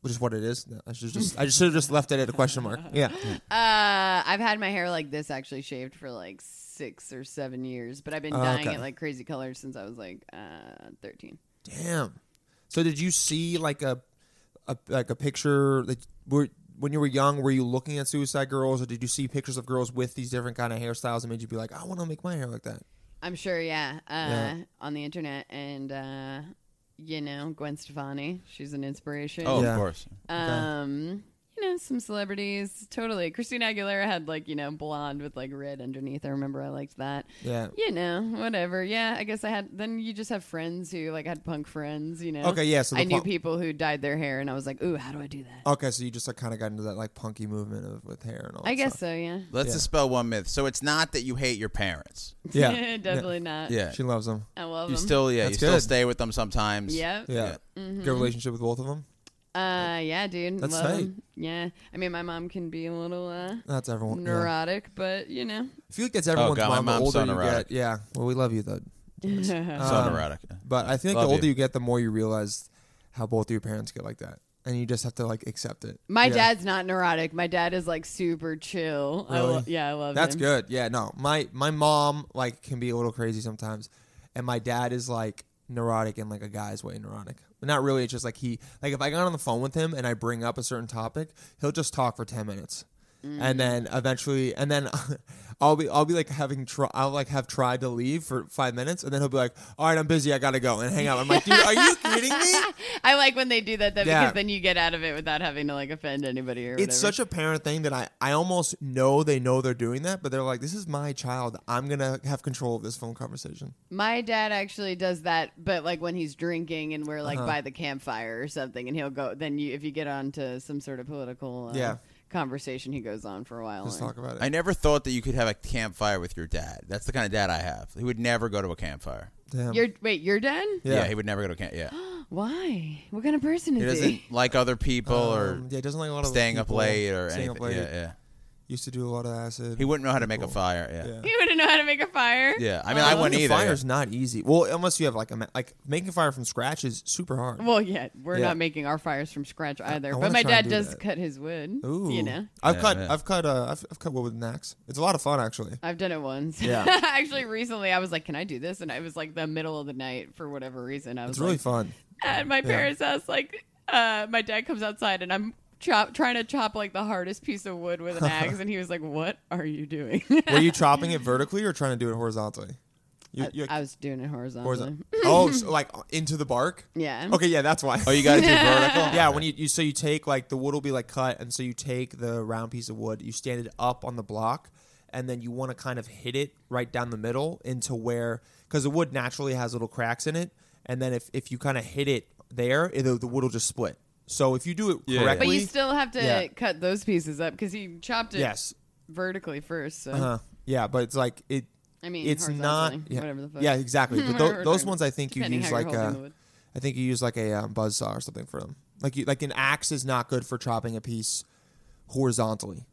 [SPEAKER 3] which is what it is. No, I should just I should have just left it at a question mark. Yeah.
[SPEAKER 5] Uh, I've had my hair like this actually shaved for like six or seven years, but I've been
[SPEAKER 3] Oh,
[SPEAKER 5] dyeing
[SPEAKER 3] okay.
[SPEAKER 5] it like crazy colors since I was like uh, thirteen.
[SPEAKER 3] Damn. So did you see like a, a like a picture that were when you were young, were you looking at Suicide Girls, or did you see pictures of girls with these different kind of hairstyles and made you be like, I want to make my hair like that?
[SPEAKER 5] I'm sure, yeah, uh,
[SPEAKER 3] Yeah.
[SPEAKER 5] on the internet and. Uh, you know, Gwen Stefani. She's an inspiration.
[SPEAKER 4] Oh,
[SPEAKER 3] Yeah.
[SPEAKER 4] of course.
[SPEAKER 5] Um, you know, some celebrities. Totally. Christina Aguilera had like, you know, blonde with like red underneath. I remember I liked that.
[SPEAKER 3] Yeah.
[SPEAKER 5] You know, whatever. Yeah, I guess I had then you just have friends who like had punk friends, you know.
[SPEAKER 3] Okay, yeah, so the
[SPEAKER 5] I knew
[SPEAKER 3] punk-
[SPEAKER 5] people who dyed their hair and I was like, "Ooh, how do I do that?"
[SPEAKER 3] Okay, so you just like kind of got into that like punky movement of with hair and all.
[SPEAKER 5] I
[SPEAKER 3] that
[SPEAKER 5] guess
[SPEAKER 3] stuff.
[SPEAKER 5] so, yeah.
[SPEAKER 4] Let's
[SPEAKER 3] Yeah.
[SPEAKER 4] dispel one myth. So it's not that you hate your parents.
[SPEAKER 3] Yeah.
[SPEAKER 5] Definitely not.
[SPEAKER 4] Yeah.
[SPEAKER 3] She loves them.
[SPEAKER 5] I love
[SPEAKER 4] You
[SPEAKER 5] them.
[SPEAKER 4] still, yeah,
[SPEAKER 3] That's
[SPEAKER 4] you still
[SPEAKER 3] good.
[SPEAKER 4] stay with them sometimes.
[SPEAKER 5] Yep.
[SPEAKER 3] Yeah.
[SPEAKER 5] Mm-hmm.
[SPEAKER 3] Good relationship with both of them.
[SPEAKER 5] Uh, yeah, dude.
[SPEAKER 3] That's
[SPEAKER 5] love
[SPEAKER 3] tight.
[SPEAKER 5] 'em. Yeah. I mean, my mom can be a little uh,
[SPEAKER 3] That's everyone. Yeah.
[SPEAKER 5] neurotic, but, you know.
[SPEAKER 3] I feel like that's everyone's
[SPEAKER 4] Oh, God, my
[SPEAKER 3] mom. The
[SPEAKER 4] mom's so
[SPEAKER 3] older you
[SPEAKER 4] neurotic.
[SPEAKER 3] get, yeah. Well, we love you though.
[SPEAKER 4] So
[SPEAKER 3] Um,
[SPEAKER 4] neurotic.
[SPEAKER 3] But I think the
[SPEAKER 4] Love
[SPEAKER 3] older
[SPEAKER 4] you.
[SPEAKER 3] you. get, the more you realize how both of your parents get like that, and you just have to like accept it.
[SPEAKER 5] My
[SPEAKER 3] Yeah.
[SPEAKER 5] dad's not neurotic. My dad is, like, super chill. I lo-
[SPEAKER 3] Really?
[SPEAKER 5] yeah, I love
[SPEAKER 3] That's
[SPEAKER 5] him.
[SPEAKER 3] good. Yeah. No, my my mom like can be a little crazy sometimes, and my dad is like neurotic in like a guy's way neurotic. But not really. It's just like he like if I got on the phone with him and I bring up a certain topic, he'll just talk for ten minutes.
[SPEAKER 5] Mm.
[SPEAKER 3] And then eventually, and then I'll be I'll be like having try, I'll like have tried to leave for five minutes, and then he'll be like, "All right, I'm busy, I gotta go," and hang up. I'm like, "Dude, are you kidding me?"
[SPEAKER 5] I like when they do that, though,
[SPEAKER 3] Yeah.
[SPEAKER 5] because then you get out of it without having to, like, offend anybody or whatever.
[SPEAKER 3] It's such a parent thing that I, I almost know they know they're doing that, but they're like, this is my child. I'm going to have control of this phone conversation.
[SPEAKER 5] My dad actually does that, but like when he's drinking and we're like
[SPEAKER 3] Uh-huh.
[SPEAKER 5] by the campfire or something, and he'll go. Then you, if you get on to some sort of political uh,
[SPEAKER 3] Yeah.
[SPEAKER 5] conversation, he goes on for a while.
[SPEAKER 3] Let's
[SPEAKER 5] and-
[SPEAKER 3] talk about it.
[SPEAKER 4] I never thought that you could have a campfire with your dad. That's the kind of dad I have. He would never go to a campfire.
[SPEAKER 3] Damn.
[SPEAKER 5] You're wait, you're done?
[SPEAKER 4] Yeah,
[SPEAKER 3] Yeah.
[SPEAKER 4] he would never go to camp. Yeah,
[SPEAKER 5] Why? What kind of person
[SPEAKER 4] he
[SPEAKER 5] is
[SPEAKER 4] doesn't
[SPEAKER 5] he?
[SPEAKER 4] like other people or
[SPEAKER 3] Um, yeah, he doesn't like a lot of
[SPEAKER 4] staying up
[SPEAKER 3] people,
[SPEAKER 4] late or
[SPEAKER 3] staying
[SPEAKER 4] anything.
[SPEAKER 3] up late.
[SPEAKER 4] Yeah, yeah.
[SPEAKER 3] Used to do a lot of acid.
[SPEAKER 4] He wouldn't know how to make a fire. Yeah,
[SPEAKER 3] Yeah.
[SPEAKER 5] He wouldn't know how to make a fire. Uh,
[SPEAKER 4] yeah. I mean, I wouldn't
[SPEAKER 3] Making
[SPEAKER 4] either.
[SPEAKER 3] Fire's not easy. Well, unless you have like a ma- like making fire from scratch is super hard.
[SPEAKER 5] Well, yeah, we're
[SPEAKER 3] Yeah.
[SPEAKER 5] not making our fires from scratch either.
[SPEAKER 3] wanna
[SPEAKER 5] but my
[SPEAKER 3] try and
[SPEAKER 5] dad
[SPEAKER 3] do
[SPEAKER 5] does
[SPEAKER 3] that.
[SPEAKER 5] cut his wood.
[SPEAKER 3] Ooh.
[SPEAKER 5] You know,
[SPEAKER 3] I've
[SPEAKER 4] Yeah,
[SPEAKER 3] cut
[SPEAKER 4] yeah.
[SPEAKER 3] I've cut uh, I've, I've cut wood with an axe. It's a lot of fun actually.
[SPEAKER 5] I've done it once.
[SPEAKER 3] Yeah.
[SPEAKER 5] actually, recently I was like, "Can I do this?" And I was like, the middle of the night for whatever reason. I was
[SPEAKER 3] It's really
[SPEAKER 5] like,
[SPEAKER 3] fun.
[SPEAKER 5] at my parents' house, like uh, my dad comes outside and I'm chop trying to chop like the hardest piece of wood with an axe, and he was like, "What are you doing?"
[SPEAKER 3] Were you chopping it vertically or trying to do it horizontally? You,
[SPEAKER 5] I-
[SPEAKER 3] you,
[SPEAKER 5] I, was doing it horizontally.
[SPEAKER 3] horizontal. oh, so like into the bark.
[SPEAKER 5] Yeah.
[SPEAKER 3] Okay, yeah, that's why.
[SPEAKER 4] Oh, you got to do vertical.
[SPEAKER 3] Yeah, when you, you so you take like the wood will be like cut, and so you take the round piece of wood, you stand it up on the block, and then you want to kind of hit it right down the middle into where because the wood naturally has little cracks in it, and then if if you kind of hit it there, it, the wood will just split. So if you do it
[SPEAKER 4] Yeah.
[SPEAKER 3] correctly,
[SPEAKER 5] But you still have to
[SPEAKER 3] Yeah.
[SPEAKER 5] cut those pieces up because he chopped it
[SPEAKER 3] yes,
[SPEAKER 5] vertically first. So
[SPEAKER 3] uh, yeah, but it's like it.
[SPEAKER 5] I mean,
[SPEAKER 3] it's not
[SPEAKER 5] horizontally,
[SPEAKER 3] yeah,
[SPEAKER 5] whatever the fuck.
[SPEAKER 3] yeah, exactly. But
[SPEAKER 5] Whatever
[SPEAKER 3] tho-
[SPEAKER 5] we're
[SPEAKER 3] those
[SPEAKER 5] talking
[SPEAKER 3] ones, I think you
[SPEAKER 5] depending
[SPEAKER 3] use
[SPEAKER 5] how you're
[SPEAKER 3] like uh,
[SPEAKER 5] holding
[SPEAKER 3] a.
[SPEAKER 5] the wood.
[SPEAKER 3] I think you use like a um, buzz saw or something for them. Like you, like an axe is not good for chopping a piece horizontally.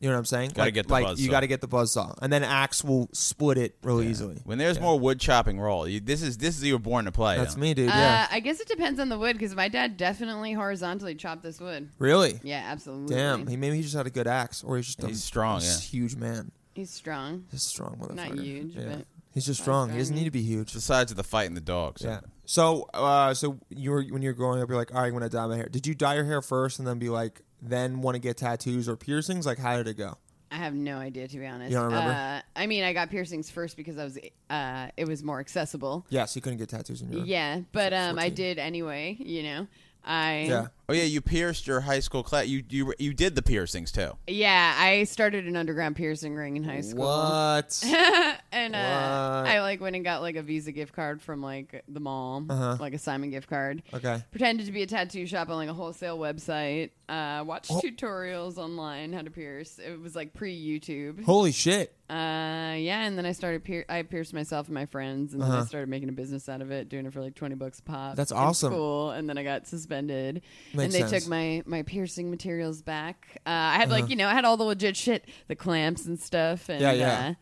[SPEAKER 3] You know what I'm saying?
[SPEAKER 4] Gotta
[SPEAKER 3] like,
[SPEAKER 4] get the
[SPEAKER 3] like
[SPEAKER 4] buzz
[SPEAKER 3] you
[SPEAKER 4] saw.
[SPEAKER 3] got to get the buzz saw, and then axe will split it really easily.
[SPEAKER 4] When there's more wood chopping roll, you, this is this is you're born to play.
[SPEAKER 3] That's
[SPEAKER 4] though.
[SPEAKER 3] me, dude. Yeah,
[SPEAKER 5] Uh, I guess it depends on the wood because my dad definitely horizontally chopped this wood.
[SPEAKER 3] really.
[SPEAKER 5] Yeah, absolutely.
[SPEAKER 3] Damn, he maybe he just had a good axe, or he's just a
[SPEAKER 4] He's strong,
[SPEAKER 3] he's huge man.
[SPEAKER 5] He's strong.
[SPEAKER 3] He's a strong motherfucker.
[SPEAKER 5] Not huge,
[SPEAKER 3] Yeah.
[SPEAKER 5] but
[SPEAKER 3] he's just strong. He doesn't
[SPEAKER 5] strong.
[SPEAKER 3] need to be huge.
[SPEAKER 4] It's the size of the fight and the dogs.
[SPEAKER 3] Yeah. So, uh, so you were when you were growing up, you're like, all right, I'm gonna dye my hair. Did you dye your hair first and then be like, then want to get tattoos or piercings? Like, how did it go?
[SPEAKER 5] I have no idea to be honest.
[SPEAKER 3] You don't remember?
[SPEAKER 5] Uh, I mean, I got piercings first because I was uh, it was more accessible.
[SPEAKER 3] Yes, you couldn't get tattoos in your.
[SPEAKER 5] Yeah, but um, I
[SPEAKER 3] 14.
[SPEAKER 5] did anyway. You know, I
[SPEAKER 3] Yeah.
[SPEAKER 4] Oh yeah, you pierced your high school class. You you you did the piercings too.
[SPEAKER 5] Yeah, I started an underground piercing ring in high school.
[SPEAKER 3] What?
[SPEAKER 5] and uh,
[SPEAKER 3] What?
[SPEAKER 5] I like went and got like a Visa gift card from like the mall, like a Simon gift card.
[SPEAKER 3] Uh-huh. okay.
[SPEAKER 5] Pretended to be a tattoo shop on like a wholesale website. Uh, watched
[SPEAKER 3] Oh.
[SPEAKER 5] tutorials online how to pierce. It was like pre YouTube.
[SPEAKER 3] Holy shit!
[SPEAKER 5] Uh, yeah, and then I started pier- I pierced myself and my friends, and then I started making a business out of it, doing it for like twenty bucks a pop.
[SPEAKER 3] Uh-huh. That's
[SPEAKER 5] in
[SPEAKER 3] awesome.
[SPEAKER 5] School, and then I got suspended,
[SPEAKER 3] Makes
[SPEAKER 5] and they
[SPEAKER 3] sense. Uh-huh.
[SPEAKER 5] took my my piercing materials back. Uh, I had like you know I had all the legit shit, the clamps and stuff, and
[SPEAKER 3] Yeah, yeah.
[SPEAKER 5] Uh,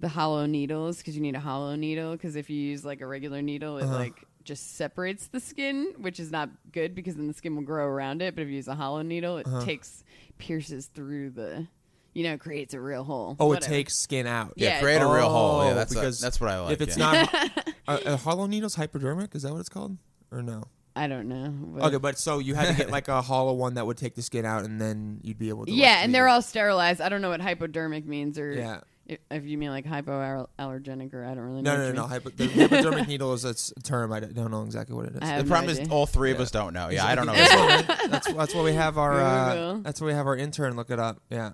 [SPEAKER 5] the hollow needles because you need a hollow needle because if you use like a regular needle, it
[SPEAKER 3] Uh-huh.
[SPEAKER 5] like just separates the skin, which is not good because then the skin will grow around it. But if you use a hollow needle, it
[SPEAKER 3] Uh-huh.
[SPEAKER 5] takes pierces through the. You know, it creates a real hole.
[SPEAKER 3] Oh, it
[SPEAKER 5] Whatever.
[SPEAKER 3] takes skin out.
[SPEAKER 5] Yeah,
[SPEAKER 4] Yeah, create a real hole. Yeah,
[SPEAKER 3] Oh,
[SPEAKER 4] that's
[SPEAKER 3] because
[SPEAKER 4] that's what I like.
[SPEAKER 3] If it's
[SPEAKER 4] yeah.
[SPEAKER 3] not, uh, uh, hollow needles hypodermic is that what it's called? Or no?
[SPEAKER 5] I don't know. but-
[SPEAKER 3] Okay, but so you had to get like a hollow one that would take the skin out, and then you'd be able to. like,
[SPEAKER 5] yeah, and
[SPEAKER 3] leave
[SPEAKER 5] they're
[SPEAKER 3] it.
[SPEAKER 5] all sterilized. I don't know what hypodermic means, or
[SPEAKER 3] Yeah.
[SPEAKER 5] if, if you mean like hypoallergenic, or I don't really
[SPEAKER 3] No,
[SPEAKER 5] know. what
[SPEAKER 3] no,
[SPEAKER 5] you
[SPEAKER 3] no.
[SPEAKER 5] mean.
[SPEAKER 3] Hypo- the hypodermic needle is that's a term. I don't know exactly what it is.
[SPEAKER 5] I
[SPEAKER 4] the
[SPEAKER 5] have no
[SPEAKER 4] problem is
[SPEAKER 5] idea.
[SPEAKER 4] all three of us don't know. Oh, Yeah, I don't know.
[SPEAKER 3] That's why- that's that's why we have our uh,
[SPEAKER 5] Google.
[SPEAKER 3] that's why we have our intern look it up. Yeah,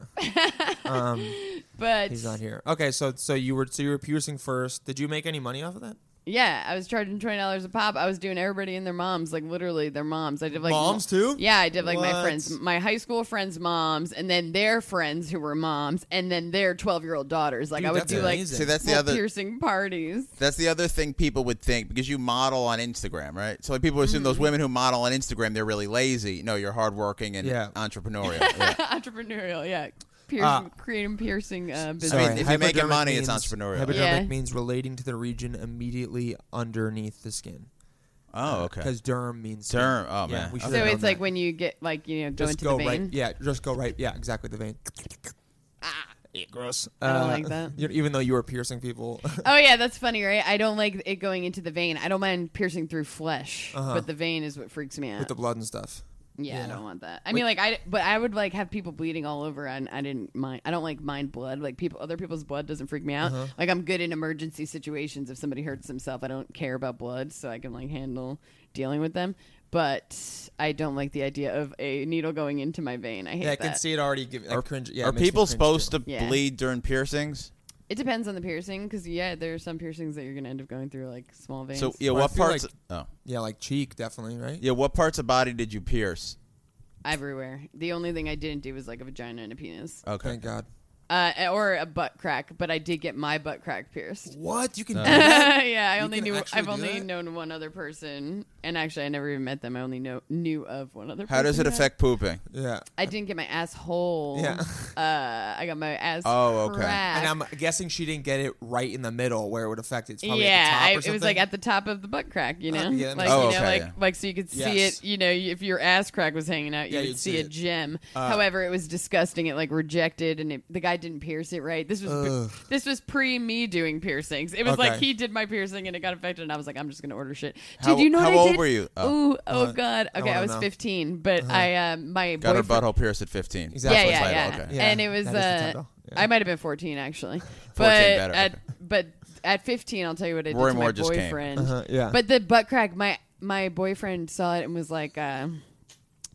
[SPEAKER 3] um,
[SPEAKER 5] But
[SPEAKER 3] he's not here. Okay, so so you were so you were piercing first. Did you make any money off of that?
[SPEAKER 5] yeah, I was charging twenty dollars a pop. I was doing everybody and their moms, like literally their moms. I did like
[SPEAKER 3] Moms, too?
[SPEAKER 5] Yeah, I did like
[SPEAKER 3] What?
[SPEAKER 5] my friends, my high school friends' moms, and then their friends who were moms, and then their twelve-year-old daughters. Like
[SPEAKER 3] Dude,
[SPEAKER 5] I would
[SPEAKER 3] that's
[SPEAKER 5] do like
[SPEAKER 3] amazing.
[SPEAKER 4] See, that's the
[SPEAKER 5] little
[SPEAKER 4] other
[SPEAKER 5] piercing parties.
[SPEAKER 4] that's the other thing people would think because you model on Instagram, right? So like people assume those
[SPEAKER 5] Mm-hmm.
[SPEAKER 4] women who model on Instagram they're really lazy. No, you're hardworking and
[SPEAKER 3] Yeah.
[SPEAKER 4] entrepreneurial. Yeah.
[SPEAKER 5] Entrepreneurial, yeah. Piercing,
[SPEAKER 3] Ah.
[SPEAKER 5] creating piercing uh, business.
[SPEAKER 4] I mean, if you're making
[SPEAKER 3] hypodermic
[SPEAKER 4] money, it's
[SPEAKER 3] means-
[SPEAKER 4] entrepreneurial.
[SPEAKER 3] Hypodermic
[SPEAKER 5] Yeah.
[SPEAKER 3] means relating to the region immediately underneath the skin.
[SPEAKER 4] Oh, okay.
[SPEAKER 3] Because derm means skin.
[SPEAKER 4] Derm.
[SPEAKER 3] Yeah,
[SPEAKER 4] Oh, man.
[SPEAKER 3] we
[SPEAKER 4] So
[SPEAKER 3] should
[SPEAKER 5] So
[SPEAKER 3] have
[SPEAKER 5] it's
[SPEAKER 3] known
[SPEAKER 5] like
[SPEAKER 3] that.
[SPEAKER 5] when you get like you know go
[SPEAKER 3] just
[SPEAKER 5] into
[SPEAKER 3] go
[SPEAKER 5] the vein.
[SPEAKER 3] right. Yeah, just go right. Yeah, exactly the vein. Ah, gross.
[SPEAKER 5] I don't like that.
[SPEAKER 3] you- Even though you were piercing people,
[SPEAKER 5] Oh yeah, that's funny, right? I don't like it going into the vein. I don't mind piercing through flesh, but the vein is what freaks me out.
[SPEAKER 3] Uh-huh. with the blood and stuff.
[SPEAKER 5] yeah, I
[SPEAKER 3] yeah.
[SPEAKER 5] don't want that. I mean, like I, but I would like have people bleeding all over, and I didn't mind. I don't like mind blood. Like people, other people's blood doesn't freak me out.
[SPEAKER 3] Uh-huh.
[SPEAKER 5] Like I'm good in emergency situations. If somebody hurts themselves, I don't care about blood, so I can like handle dealing with them. But I don't like the idea of a needle going into my vein. I hate
[SPEAKER 3] Yeah, I
[SPEAKER 5] that.
[SPEAKER 3] can see it already. Give, like, cringe, yeah,
[SPEAKER 4] Are people supposed to
[SPEAKER 5] Yeah.
[SPEAKER 4] bleed during piercings?
[SPEAKER 5] It depends on the piercing, because yeah, there are some piercings that you're gonna end up going through like small veins.
[SPEAKER 4] So yeah,
[SPEAKER 3] Well, I
[SPEAKER 4] what
[SPEAKER 3] feel
[SPEAKER 4] parts?
[SPEAKER 3] like-
[SPEAKER 4] oh,
[SPEAKER 3] Yeah, like cheek, definitely, right?
[SPEAKER 4] yeah, what parts of body did you pierce?
[SPEAKER 5] everywhere. The only thing I didn't do was like a vagina and a penis,
[SPEAKER 4] Okay.
[SPEAKER 3] Thank God.
[SPEAKER 5] uh, or a butt crack. But I did get my butt crack pierced.
[SPEAKER 3] What you can?
[SPEAKER 4] Uh.
[SPEAKER 5] yeah, I
[SPEAKER 3] You
[SPEAKER 5] only
[SPEAKER 3] can
[SPEAKER 5] knew.
[SPEAKER 3] actually
[SPEAKER 5] I've
[SPEAKER 3] do
[SPEAKER 5] only
[SPEAKER 3] that?
[SPEAKER 5] known one other person, and actually, I never even met them. I only know knew of one other.
[SPEAKER 4] How does it
[SPEAKER 5] person.
[SPEAKER 4] affect pooping?
[SPEAKER 3] yeah.
[SPEAKER 5] I didn't get my asshole.
[SPEAKER 3] Yeah.
[SPEAKER 5] Uh, I got my ass.
[SPEAKER 4] Oh, okay.
[SPEAKER 5] cracked.
[SPEAKER 3] And I'm guessing she didn't get it right in the middle where it would affect it. It's probably
[SPEAKER 5] yeah,
[SPEAKER 3] at the top
[SPEAKER 5] I-
[SPEAKER 3] or something.
[SPEAKER 5] it was like at the top of the butt crack, you know,
[SPEAKER 3] Uh, yeah, that
[SPEAKER 5] like
[SPEAKER 3] makes
[SPEAKER 4] Oh,
[SPEAKER 5] you know,
[SPEAKER 4] okay,
[SPEAKER 5] like
[SPEAKER 4] yeah.
[SPEAKER 5] like so you could see
[SPEAKER 3] Yes.
[SPEAKER 5] it, you know, if your ass crack was hanging out, you
[SPEAKER 3] Yeah,
[SPEAKER 5] would
[SPEAKER 3] you'd
[SPEAKER 5] see,
[SPEAKER 3] see
[SPEAKER 5] a
[SPEAKER 3] it. Uh,
[SPEAKER 5] gem. However, it was disgusting. It like rejected, and it, the guy didn't pierce it right. This was
[SPEAKER 3] Ugh.
[SPEAKER 5] this was pre me doing piercings. It was like
[SPEAKER 3] Okay.
[SPEAKER 5] he did my piercing, and it got infected, and I was like, I'm just gonna order shit.
[SPEAKER 4] How-
[SPEAKER 5] did you know
[SPEAKER 4] how
[SPEAKER 5] what I
[SPEAKER 4] old
[SPEAKER 5] did?
[SPEAKER 4] were you? Oh.
[SPEAKER 5] Oh, Ooh, oh god. Okay,
[SPEAKER 3] uh, wanna
[SPEAKER 5] I was
[SPEAKER 3] know. Uh-huh.
[SPEAKER 5] 15, but I um my
[SPEAKER 4] Got her
[SPEAKER 5] boyfriend-
[SPEAKER 4] butthole pierced at 15.
[SPEAKER 3] Exactly.
[SPEAKER 4] That's
[SPEAKER 5] yeah,
[SPEAKER 4] the
[SPEAKER 5] yeah,
[SPEAKER 4] title,
[SPEAKER 5] yeah.
[SPEAKER 4] okay.
[SPEAKER 3] Yeah,
[SPEAKER 5] And it was
[SPEAKER 3] that is the
[SPEAKER 5] uh,
[SPEAKER 3] title. Yeah.
[SPEAKER 5] I might have been 14 actually, but
[SPEAKER 4] better,
[SPEAKER 5] at-
[SPEAKER 4] okay.
[SPEAKER 5] but at 15, I'll tell you what I did
[SPEAKER 4] Roy
[SPEAKER 5] to my
[SPEAKER 4] Moore just came.
[SPEAKER 5] boyfriend.
[SPEAKER 3] Uh-huh, yeah.
[SPEAKER 5] But the butt crack, my my boyfriend saw it and was like, uh,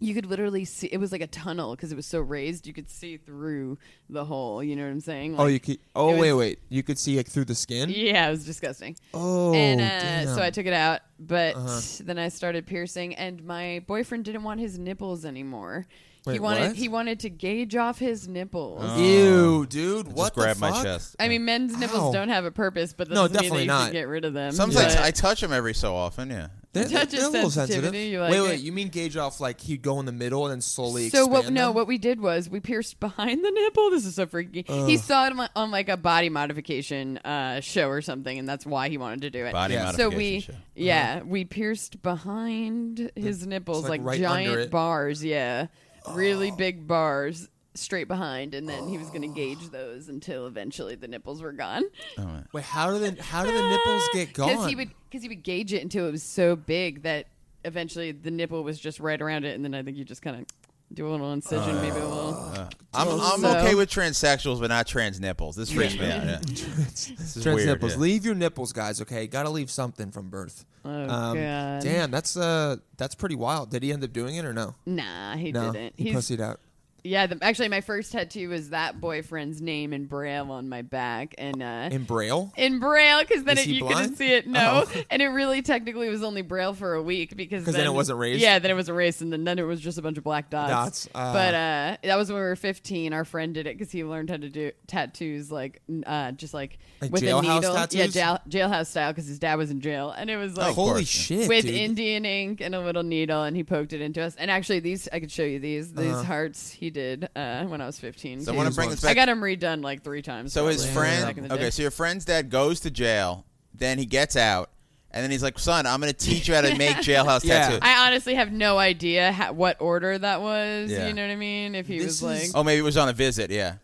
[SPEAKER 5] you could literally see it was like a tunnel because it was so raised, you could see through the hole. You know what I'm saying?
[SPEAKER 3] oh,
[SPEAKER 5] Like,
[SPEAKER 3] you could. Oh,
[SPEAKER 5] it
[SPEAKER 3] wait,
[SPEAKER 5] was-
[SPEAKER 3] wait. You could see like through the skin.
[SPEAKER 5] yeah, it was disgusting.
[SPEAKER 3] Oh,
[SPEAKER 5] and
[SPEAKER 3] damn. Uh-huh.
[SPEAKER 5] uh, so I took it out, but then I started piercing, and my boyfriend didn't want his nipples anymore. he
[SPEAKER 3] Wait,
[SPEAKER 5] wanted
[SPEAKER 3] what?
[SPEAKER 5] he wanted to gauge off his nipples.
[SPEAKER 3] Ew, dude. What
[SPEAKER 4] Just grab
[SPEAKER 3] the
[SPEAKER 4] my
[SPEAKER 3] fuck?
[SPEAKER 4] chest.
[SPEAKER 5] I mean, men's nipples
[SPEAKER 3] Ow.
[SPEAKER 5] don't have a purpose, but that
[SPEAKER 3] No,
[SPEAKER 5] doesn't mean
[SPEAKER 3] definitely
[SPEAKER 5] that you
[SPEAKER 3] not.
[SPEAKER 5] should get rid of them.
[SPEAKER 4] Sometimes
[SPEAKER 5] but-
[SPEAKER 4] I touch him every so often. Yeah.
[SPEAKER 3] They're, they're,
[SPEAKER 5] Touch is
[SPEAKER 3] they're a little
[SPEAKER 5] sensitivity,
[SPEAKER 3] sensitive.
[SPEAKER 5] you like
[SPEAKER 3] wait,
[SPEAKER 5] it?
[SPEAKER 3] wait. You mean gauge off like he'd go in the middle and then slowly
[SPEAKER 5] So what?
[SPEAKER 3] expand
[SPEAKER 5] No,
[SPEAKER 3] them?
[SPEAKER 5] what we did was we pierced behind the nipple. This is so freaky. He saw it on, on like a body modification uh, show or something, and that's why he wanted to do it.
[SPEAKER 4] Body
[SPEAKER 3] Yeah. Uh-huh.
[SPEAKER 5] so
[SPEAKER 4] modification.
[SPEAKER 5] we,
[SPEAKER 4] show.
[SPEAKER 5] yeah, we pierced behind his nipples
[SPEAKER 3] like,
[SPEAKER 5] like,
[SPEAKER 3] right under it. Oh.
[SPEAKER 5] giant bars. Yeah, really big bars straight behind, and then he was going to gauge those until eventually the nipples were gone.
[SPEAKER 4] Oh,
[SPEAKER 3] Wait, how do the how do the nipples get gone?
[SPEAKER 5] Because he would because he would gauge it until it was so big that eventually the nipple was just right around it, and then I think you just kind of do a little incision, maybe a little.
[SPEAKER 3] Uh,
[SPEAKER 4] I'm, I'm
[SPEAKER 5] So-
[SPEAKER 4] okay with transsexuals, but not trans nipples. This freaks me out. Yeah. This is
[SPEAKER 3] Trans
[SPEAKER 4] weird,
[SPEAKER 3] nipples.
[SPEAKER 4] yeah.
[SPEAKER 3] Leave your nipples, guys. Okay, gotta leave something from birth. Oh
[SPEAKER 5] God.
[SPEAKER 3] Damn, that's uh, that's pretty wild. Did he end up doing it or no?
[SPEAKER 5] Nah, he
[SPEAKER 3] No,
[SPEAKER 5] didn't.
[SPEAKER 3] he pussied out.
[SPEAKER 5] yeah. The, actually, my first tattoo was that boyfriend's name in braille on my back, and uh,
[SPEAKER 3] In braille.
[SPEAKER 5] in braille because then
[SPEAKER 3] Is
[SPEAKER 5] it,
[SPEAKER 3] he
[SPEAKER 5] you
[SPEAKER 3] blind? Oh.
[SPEAKER 5] couldn't see it. No, and it really technically was only braille for a week because
[SPEAKER 3] 'Cause then it wasn't raised?
[SPEAKER 5] Yeah, then it was erased, and then, then it was just a bunch of black dots.
[SPEAKER 3] Dots, uh.
[SPEAKER 5] but uh, that was when we were fifteen. Our friend did it because he learned how to do tattoos like n- uh, just like,
[SPEAKER 3] Like
[SPEAKER 5] with a
[SPEAKER 3] jailhouse
[SPEAKER 5] needle. Yeah,
[SPEAKER 3] tattoos? Oh,
[SPEAKER 5] jail, jailhouse style because his dad was in jail, and it was like
[SPEAKER 3] Holy
[SPEAKER 4] Oh, course, yeah.
[SPEAKER 3] shit,
[SPEAKER 5] with
[SPEAKER 3] dude.
[SPEAKER 5] Indian ink and a little needle, and he poked it into us. And actually, these I could show you these these
[SPEAKER 3] Uh-huh.
[SPEAKER 5] hearts he did uh, when I was fifteen.
[SPEAKER 4] So I want
[SPEAKER 5] too.
[SPEAKER 4] to bring this
[SPEAKER 5] I
[SPEAKER 4] back.
[SPEAKER 5] got them redone like three times.
[SPEAKER 4] so his
[SPEAKER 5] probably, back in
[SPEAKER 4] friend.
[SPEAKER 5] the day.
[SPEAKER 4] Okay, so your friend's dad goes to jail, then he gets out, and then he's like, "Son, I'm going to teach you how to make jailhouse
[SPEAKER 3] Yeah.
[SPEAKER 4] tattoos."
[SPEAKER 5] I honestly have no idea ha- what order that was.
[SPEAKER 4] Yeah.
[SPEAKER 5] You know what I mean? If he
[SPEAKER 3] This
[SPEAKER 5] was like,
[SPEAKER 3] is-
[SPEAKER 4] Oh, maybe it was on a visit. Yeah.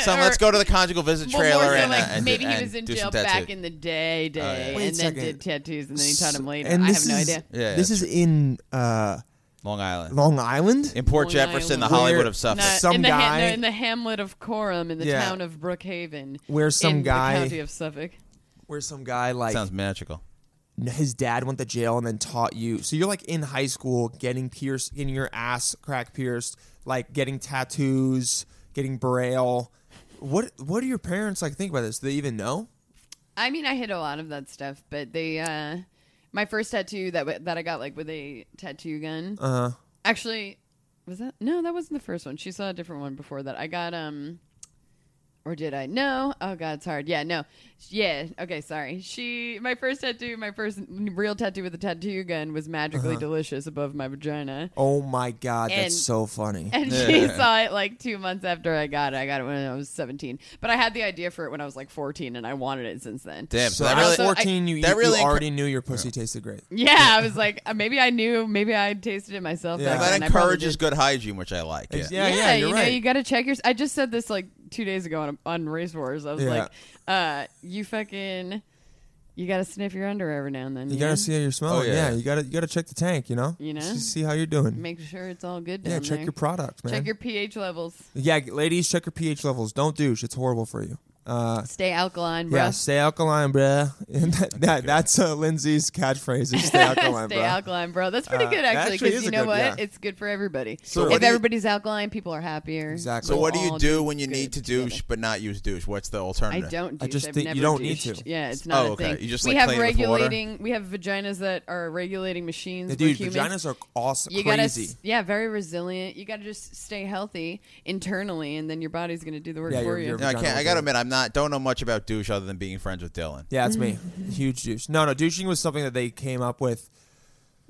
[SPEAKER 4] Son, let's go to the conjugal visit
[SPEAKER 5] Well, more
[SPEAKER 4] trailer
[SPEAKER 5] so,
[SPEAKER 4] and, uh,
[SPEAKER 5] like,
[SPEAKER 4] and
[SPEAKER 5] maybe
[SPEAKER 4] and
[SPEAKER 5] he was in
[SPEAKER 4] do
[SPEAKER 5] jail
[SPEAKER 4] some tattoo.
[SPEAKER 5] back in the day, day,
[SPEAKER 4] yeah.
[SPEAKER 3] Wait a
[SPEAKER 5] and then
[SPEAKER 3] second.
[SPEAKER 5] did tattoos, and then he taught him later.
[SPEAKER 3] And
[SPEAKER 5] I
[SPEAKER 3] this
[SPEAKER 5] have no
[SPEAKER 3] is-
[SPEAKER 5] idea.
[SPEAKER 4] Yeah,
[SPEAKER 1] this is
[SPEAKER 4] that's
[SPEAKER 1] in uh,
[SPEAKER 4] Long Island.
[SPEAKER 1] Long Island.
[SPEAKER 4] in Port
[SPEAKER 5] Long
[SPEAKER 4] Jefferson, the
[SPEAKER 5] Island.
[SPEAKER 4] Hollywood
[SPEAKER 3] Where-
[SPEAKER 4] of Suffolk.
[SPEAKER 5] Not-
[SPEAKER 3] Some
[SPEAKER 5] in the ha-
[SPEAKER 3] guy-
[SPEAKER 5] no, in the hamlet of Coram in the
[SPEAKER 3] Yeah.
[SPEAKER 5] town of Brookhaven,
[SPEAKER 3] Where some
[SPEAKER 5] in
[SPEAKER 3] guy-
[SPEAKER 5] the county of Suffolk.
[SPEAKER 3] Where some guy like
[SPEAKER 4] Sounds magical.
[SPEAKER 3] his dad went to jail and then taught you. So you're like in high school, getting pierced, getting your ass crack pierced, like getting tattoos, getting braille. What What do your parents like think about this? Do they even know?
[SPEAKER 5] I mean, I hit a lot of that stuff, but they, uh, my first tattoo that w- that I got like with a tattoo gun.
[SPEAKER 3] Uh,
[SPEAKER 5] Actually, was that no? That wasn't the first one. She saw a different one before that. I got um, or did I? No. Oh God, it's hard. Yeah, no. Yeah. Okay, sorry. She, my first tattoo, my first real tattoo with a tattoo gun was magically delicious above my vagina.
[SPEAKER 3] oh my god,
[SPEAKER 5] And-
[SPEAKER 3] that's so funny.
[SPEAKER 5] And she saw it like two months after I got it. I got it when I was 17. But I had the idea for it when I was like 14 and I wanted it since then.
[SPEAKER 4] Damn.
[SPEAKER 3] So
[SPEAKER 4] So that
[SPEAKER 3] at
[SPEAKER 4] really,
[SPEAKER 5] also- I-
[SPEAKER 3] 14, you,
[SPEAKER 4] that
[SPEAKER 3] you
[SPEAKER 4] really encour-
[SPEAKER 3] already knew your pussy tasted great.
[SPEAKER 5] Yeah, I was like, uh, maybe I knew, maybe I tasted it myself.
[SPEAKER 3] Yeah.
[SPEAKER 5] back
[SPEAKER 3] But
[SPEAKER 4] that
[SPEAKER 5] then. I probably
[SPEAKER 4] encourages
[SPEAKER 5] did.
[SPEAKER 4] good hygiene, which I like. Yeah.
[SPEAKER 3] Ex- Yeah, yeah, you're
[SPEAKER 5] you know,
[SPEAKER 3] right.
[SPEAKER 5] you got to check your. I just said this like two days ago on on Race Wars. I was
[SPEAKER 3] Yeah.
[SPEAKER 5] like, uh, you fucking, you got to sniff your underwear every now and then.
[SPEAKER 3] You
[SPEAKER 5] You
[SPEAKER 3] gotta
[SPEAKER 5] know?
[SPEAKER 3] see how you're smelling.
[SPEAKER 4] yeah.
[SPEAKER 3] yeah. you gotta you gotta check the tank. You know,
[SPEAKER 5] You know?
[SPEAKER 3] S- see how you're doing.
[SPEAKER 5] make sure it's all good.
[SPEAKER 3] yeah,
[SPEAKER 5] down
[SPEAKER 3] check
[SPEAKER 5] there.
[SPEAKER 3] your product, man.
[SPEAKER 5] check your pH levels.
[SPEAKER 3] yeah, g- ladies, check your pH levels. Don't douche; it's horrible for you. Uh,
[SPEAKER 5] Stay alkaline, bro.
[SPEAKER 3] yeah, stay alkaline, bruh. And that, that that's uh, Lindsay's catchphrase: is stay alkaline,
[SPEAKER 5] Stay
[SPEAKER 3] bruh.
[SPEAKER 5] alkaline, bro. That's pretty
[SPEAKER 3] Uh,
[SPEAKER 5] good,
[SPEAKER 3] that
[SPEAKER 5] actually,
[SPEAKER 3] actually
[SPEAKER 5] because
[SPEAKER 3] is
[SPEAKER 5] you
[SPEAKER 3] a
[SPEAKER 5] know
[SPEAKER 3] good-
[SPEAKER 5] what?
[SPEAKER 3] yeah.
[SPEAKER 5] It's good for everybody.
[SPEAKER 4] So what
[SPEAKER 5] if
[SPEAKER 4] do you-
[SPEAKER 5] everybody's alkaline, people are happier.
[SPEAKER 3] Exactly.
[SPEAKER 4] So
[SPEAKER 5] We'll
[SPEAKER 4] what do you
[SPEAKER 5] all
[SPEAKER 4] do when you
[SPEAKER 5] good
[SPEAKER 4] need to
[SPEAKER 5] together.
[SPEAKER 4] douche but not use douche? What's the
[SPEAKER 5] I
[SPEAKER 4] alternative?
[SPEAKER 5] don't.
[SPEAKER 3] I
[SPEAKER 5] Douche.
[SPEAKER 3] just
[SPEAKER 5] I've
[SPEAKER 3] think you
[SPEAKER 5] never
[SPEAKER 3] don't need
[SPEAKER 5] douched.
[SPEAKER 3] to.
[SPEAKER 5] Yeah, it's not
[SPEAKER 4] Oh,
[SPEAKER 5] a
[SPEAKER 4] okay.
[SPEAKER 5] thing.
[SPEAKER 4] You just,
[SPEAKER 5] we
[SPEAKER 4] like,
[SPEAKER 5] have
[SPEAKER 4] clean it with water?
[SPEAKER 5] regulating. We have vaginas that are regulating machines.
[SPEAKER 3] Yeah,
[SPEAKER 5] like
[SPEAKER 3] dude,
[SPEAKER 5] humans.
[SPEAKER 3] vaginas are awesome,
[SPEAKER 5] You gotta,
[SPEAKER 3] crazy.
[SPEAKER 5] s- yeah, very resilient. You gotta just stay healthy internally, and then your body's gonna do the work
[SPEAKER 3] Yeah,
[SPEAKER 5] for
[SPEAKER 3] your-
[SPEAKER 5] you.
[SPEAKER 3] your
[SPEAKER 4] No, I
[SPEAKER 3] Vagina
[SPEAKER 4] can't. I
[SPEAKER 3] was
[SPEAKER 4] gotta
[SPEAKER 3] there.
[SPEAKER 4] admit, I'm not. Don't know much about douche other than being friends with Dylan.
[SPEAKER 3] yeah, that's me. Huge douche. No, no, douching was something that they came up with